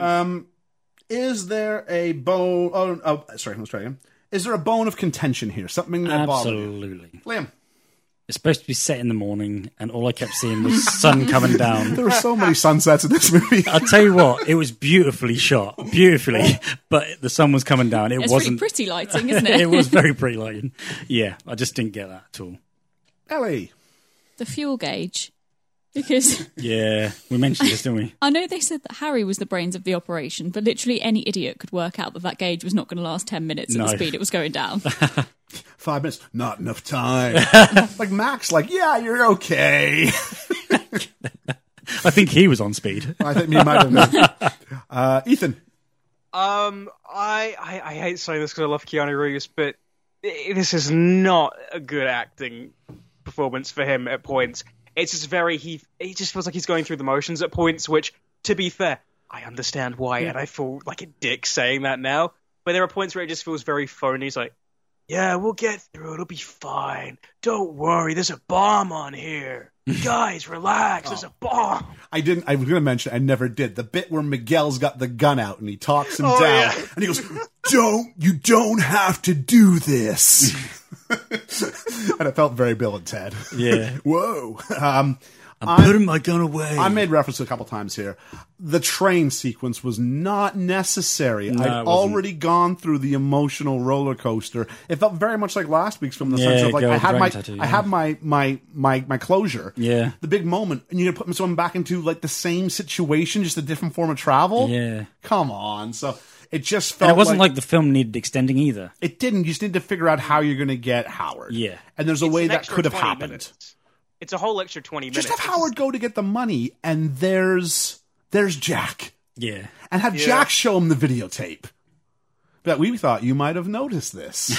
um is there a bone oh, oh sorry let's try again is there a bone of contention here something that bothers
absolutely.
you liam
It's supposed to be set in the morning, and all I kept seeing was sun coming down.
there were so many sunsets in this movie
I'll tell you what, it was beautifully shot, beautifully, but the sun was coming down. It
It's
wasn't.
pretty pretty lighting, isn't it?
it was very pretty lighting. Yeah, I just didn't get that at all.
ellie
the fuel gauge because
Yeah, we mentioned this, didn't we?
I know they said that Harry was the brains of the operation, but literally any idiot could work out that that gauge was not going to last ten minutes at
No.
the speed it was going down.
five minutes not enough time like max like yeah you're okay
I think he was on speed.
i think me and might have been. uh ethan
Um, I, I, I hate saying this because I love Keanu Reeves, but i- this is not a good acting performance for him at points. It's just very he he just feels like he's going through the motions at points, which to be fair, I understand why, and I feel like a dick saying that now. But there are points where it just feels very phony. He's like, "Yeah, we'll get through. It'll be fine. Don't worry. There's a bomb on here, guys. Relax. There's a
Oh.
bomb."
I didn't. I was going to mention. I never did the bit where Miguel's got the gun out and he talks him
Oh,
down,
yeah.
and he goes, "Don't you don't have to do this." and it felt very Bill and Ted.
Yeah.
Whoa. Um,
I'm putting my gun away.
I made reference a couple times here. The train sequence was not necessary.
it
I'd
wasn't.
already gone through the emotional roller coaster. It felt very much like last week's film in the
Yeah,
sense of like
Girl
I
with
had
Dragon
my
Tattoo,
I
yeah.
had my my my my closure.
Yeah.
The big moment and you're gonna put someone back into like the same situation, just a different form of travel.
Yeah.
Come on. So it just felt
and it wasn't like, the film needed extending either.
it didn't. You just need to figure out how you're gonna get Howard.
Yeah.
And there's a
It's
way
an
that
extra
could have
20
happened.
minutes. It's a whole extra twenty minutes.
Just have
It's
Howard go to get the money and there's there's Jack.
Yeah.
and have Jack show him the videotape. But we thought you might have noticed this.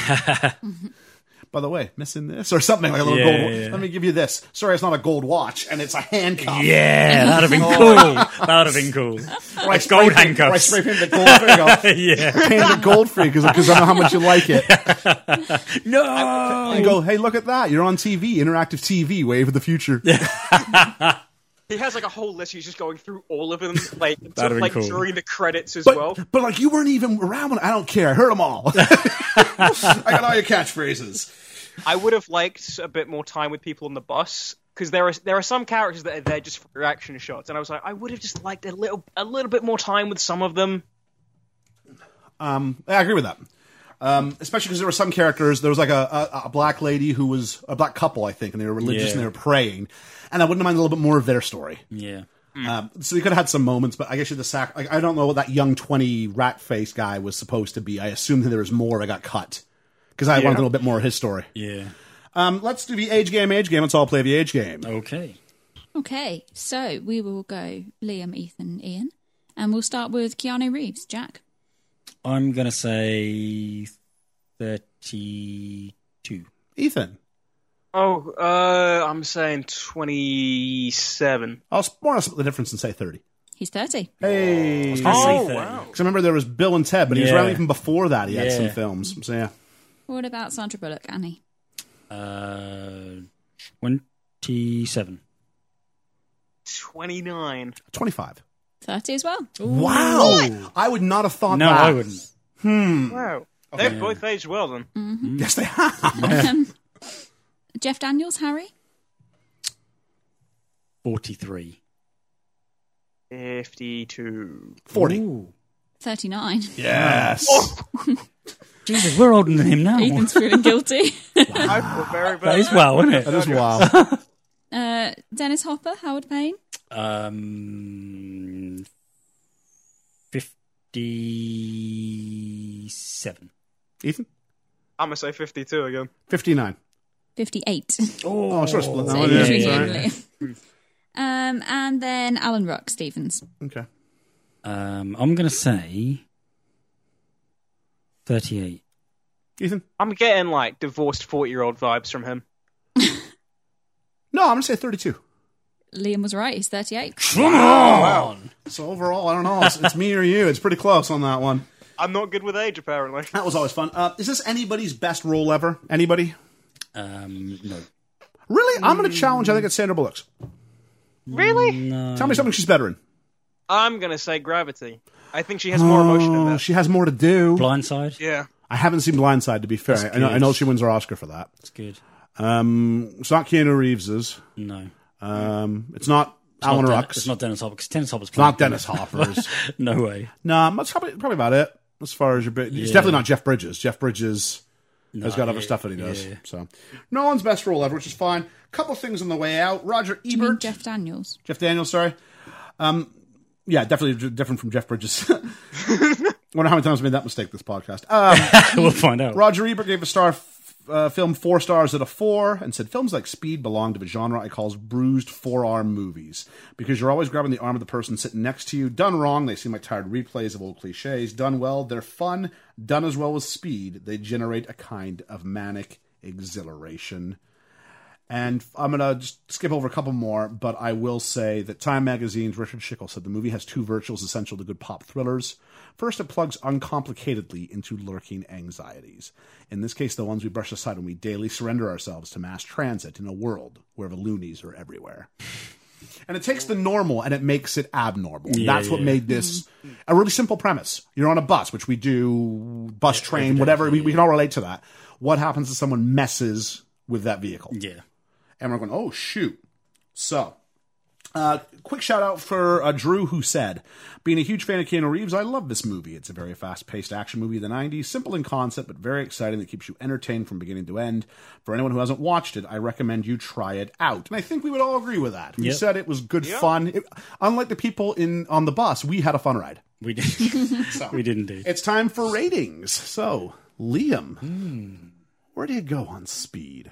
By the way, missing this or something like a little
Yeah,
gold.
yeah, yeah.
Let me give you this. Sorry, it's not a gold watch, and it's a handcuff.
Yeah, that'd have been cool. That'd have been cool.
Or I
It's gold
spray paint- or I
handcuffs.
spray painted it gold. There you go.
yeah.
Painted it gold for you because I know how much you like it.
No.
And go, hey, look at that! You're on TV, interactive TV, wave of the future.
He has like a whole list. He's just going through all of them, like until,
That'd be
like
cool.
during the credits as
But,
well.
but like you weren't even around when I don't care. I heard them all. I got all your catchphrases.
I would have liked a bit more time with people on the bus because there are there are some characters that are there just for reaction shots, and I was like, I would have just liked a little a little bit more time with some of them.
Um, I agree with that. Um, especially because there were some characters. There was like a, a, a black lady who was a black couple, I think, and they were religious
Yeah.
and they were praying. And I wouldn't mind a little bit more of their story.
Yeah.
Um, so you could have had some moments, but I guess you the sac. Like, I don't know what that young twenty rat face guy was supposed to be. I assumed that there was more. I got cut because I wanted a little bit more of his story.
Yeah.
Um, let's do the age game. Age game. Let's all play the age game.
Okay.
Okay, so we will go Liam, Ethan, Ian, and we'll start with Keanu Reeves. Jack,
I'm going to say 32.
Ethan.
Oh, uh, I'm saying twenty seven.
I'll s- more or less split the difference and say thirty.
he's thirty.
Hey, because
I'll say
Oh,
30.
wow.
I remember there was Bill and Ted, but he was
Yeah.
around even before that. He had
Yeah.
some films. So yeah,
What about Sandra Bullock, Annie?
Uh, 27.
Twenty nine.
twenty five.
Thirty as well.
Wow, I would not have thought.
No,
that.
I wouldn't. Hmm.
Wow. They've both aged well then.
Yes, they have.
Um, Jeff Daniels, Harry,
43.
Fifty two.
Forty. Oh,
Ooh.
thirty-nine.
Yes.
Jesus, we're older than him now.
Ethan's feeling guilty.
I feel very
That
bad.
is well, isn't
That
it?
is wild.
Uh, Dennis Hopper, Howard Payne,
Um, 57.
Ethan,
I'm gonna say fifty two again.
fifty nine.
fifty-eight.
Oh, I sort of split that
So
one.
between
Yeah,
you
sorry.
and Liam. Um, and then Alan Rock Stevens.
Okay.
Um, I'm going to say 38.
Ethan?
I'm getting like divorced forty year old vibes from him.
No, I'm going to say 32.
Liam was right. He's thirty-eight.
So overall, I don't know. It's, it's me or you. It's pretty close on that one.
I'm not good with age apparently.
That was always fun. Uh, is this anybody's best role ever? Anybody?
Um, no.
Really? I'm going to challenge. I think it's Sandra Bullock's.
Really?
Tell me something she's better in.
I'm gonna say gravity. I think she has more emotion in
Oh,
that.
she has more to do.
Blindside?
Yeah.
I haven't seen Blindside, to be fair. I know, I know she wins her Oscar for that.
It's good.
Um, it's not Keanu Reeves's.
No.
Um, it's not Alan
Not Den-
Rock's.
It's not Dennis Hopper, because Dennis Hopper's
not Dennis Hopper's.
No way.
Nah, that's probably, probably about it as far as your. Bit. It's definitely not Jeff Bridges. Jeff Bridges has got other stuff that he does. So Nolan's best role ever, which is fine. couple things on the way out. Roger
I mean,
Ebert, Jeff,
Jeff Daniels.
Daniels, sorry. Um, yeah, definitely d- different from Jeff Bridges. Wonder how many times I made that mistake this podcast. Um,
we'll find out.
Roger Ebert gave a star f- uh, film four stars out of four and said films like Speed belong to the genre I calls bruised forearm movies because you're always grabbing the arm of the person sitting next to you. Done wrong, they seem like tired replays of old cliches. Done well, they're fun. Done as well as Speed, they generate a kind of manic exhilaration. And I'm going to just skip over a couple more, but I will say that Time Magazine's Richard Schickel said the movie has two virtues essential to good pop thrillers. First, it plugs uncomplicatedly into lurking anxieties. In this case, the ones we brush aside when we daily surrender ourselves to mass transit in a world where the loonies are everywhere. And it takes the normal and it makes it abnormal. That's what made this a really simple premise. You're on a bus, which we do, bus, train, whatever. We, we can all relate to that. What happens if someone messes with that vehicle?
Yeah.
and we're going, oh shoot. So, uh, quick shout out for uh, Drew, who said, "Being a huge fan of Keanu Reeves, I love this movie. It's a very fast-paced action movie of the '90s, simple in concept but very exciting. That keeps you entertained from beginning to end. For anyone who hasn't watched it, I recommend you try it out." And I think we would all agree with that. We
Yep.
said it was good fun. It- unlike the people in on the bus, we had a fun ride.
We did. we didn't do.
It's time for ratings. So, Liam, where do you go on speed?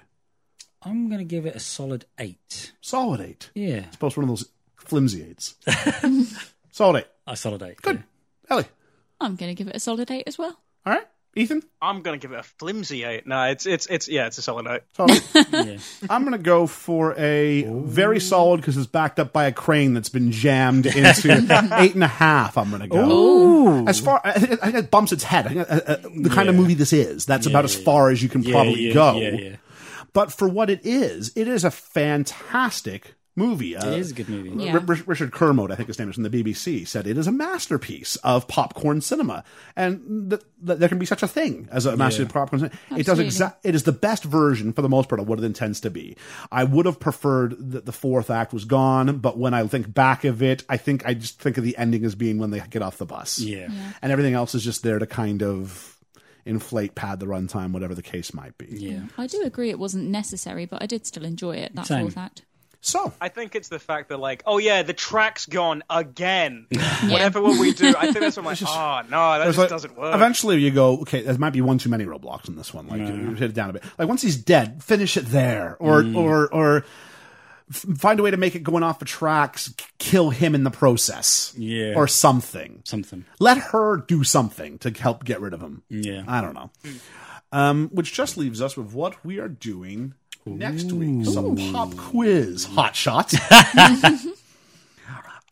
I'm going to give it a solid eight.
Solid eight.
Yeah,
Post one of those flimsy eights. Solid eight.
a solid eight.
Good. Ellie.
I'm going to give it a solid eight as well.
All right. Ethan.
I'm gonna give it a flimsy eight. No, it's it's it's yeah, it's a solid eight.
Solid.
Yeah. Yeah.
I'm going to go for a very solid because it's backed up by a crane that's been jammed into eight and a half. I'm going to go. As far I think, it- I think it bumps its head. I think, uh, uh, the kind of
Yeah.
movie this is. That's about as far as you can
Yeah,
probably
yeah,
go.
Yeah, yeah.
But for what it is, it is a fantastic movie. Uh,
It is a good movie.
Yeah.
R- R- Richard Kermode, I think his name is from the BBC, said it is a masterpiece of popcorn cinema, and th- th- there can be such a thing as a masterpiece of popcorn cinema. It does
Absolutely.
exact. It is the best version for the most part of what it intends to be. I would have preferred that the fourth act was gone, but when I think back of it, I think I just think of the ending as being when they get off the bus,
Yeah.
and everything else is just there to kind of inflate, pad the runtime, whatever the case might be.
Yeah.
I do agree it wasn't necessary, but I did still enjoy it. That
Same.
fourth act.
So
I think it's the fact that like, oh yeah, the track's gone again.
Yeah.
Whatever what we do, I think that's what I'm like. Oh no, that
There's
just
like-
doesn't work.
Eventually, you go, okay, there might be one too many Roblox in this one. Like, you hit it down a bit. Like, once he's dead, finish it there, or or or f- find a way to make it going off the tracks, k- kill him in the process,
Yeah.
or something.
Something.
Let her do something to help get rid of him.
Yeah.
I don't know. Um, which just leaves us with what we are doing next week. Some pop quiz, hot shots.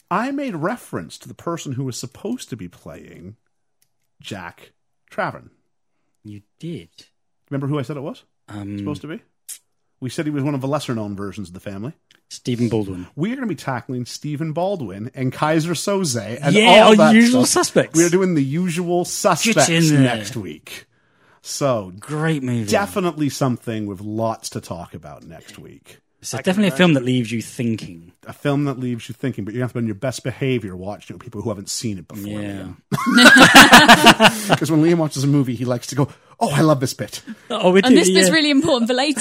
I made reference to the person who was supposed to be playing Jack Travern.
You did.
Remember who I said it was?
Um,
Supposed to be? We said he was one of the lesser known versions of the family.
Stephen Baldwin.
We are going to be tackling Stephen Baldwin and Kaiser Soze and
Yeah,
all
our
that
usual
stuff.
suspects.
We are doing the usual suspects
in there.
next week. So
Great movie.
definitely something with lots to talk about next week.
so definitely a film that leaves you thinking.
A film that leaves you thinking, but you have to be on your best behavior watching it with people who haven't seen it before.
Yeah.
Because when Liam watches a movie, he likes to go, "Oh, I love this bit."
Oh, we do.
And this
yeah.
bit's really important for later.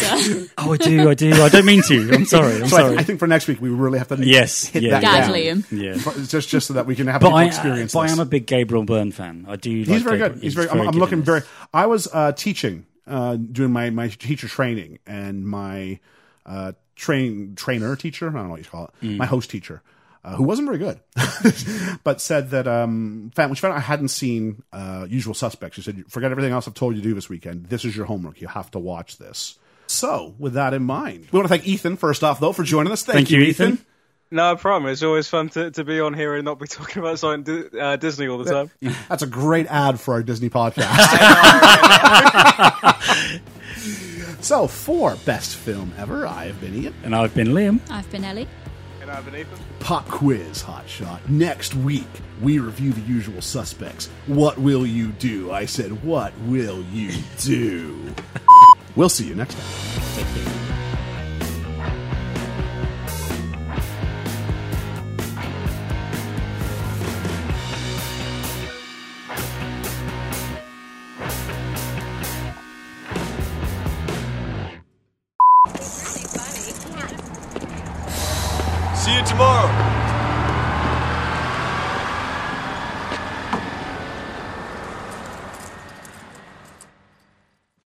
oh, I do. I do. I don't mean to. I'm sorry. I'm
So I,
sorry.
I think for next week, we really have to
Yes,
hit that
yeah,
Dad,
down.
Liam.
yeah.
But Just just so that we can have
But
people
I, uh,
experience.
but I
this.
am a big Gabriel Byrne fan. I do.
He's
like
very
Gabriel-
good. He's very. I'm, I'm
good
looking
in
very.
this.
I was uh, teaching, uh, doing my my teacher training, and my uh, train trainer teacher. I don't know what you call it.
Mm.
My host teacher, uh, who wasn't very good, but said that um, found, which found out I hadn't seen uh, Usual Suspects. She said, "Forget everything else I've told you to do this weekend. This is your homework. You have to watch this." So, with that in mind, we want to thank Ethan first off, though, for joining us. Thank,
Thank you, Ethan.
No problem. It's always fun to, to be on here and not be talking about something Di- uh, Disney all the time.
That's a great ad for our Disney podcast. so, for best film ever, I have been Ian.
And I've been Liam.
I've been Ellie.
and I've been Ethan.
Pop quiz, hot shot. Next week, we review the usual suspects. What will you do? I said, what will you do? we'll see you next time.
See you tomorrow.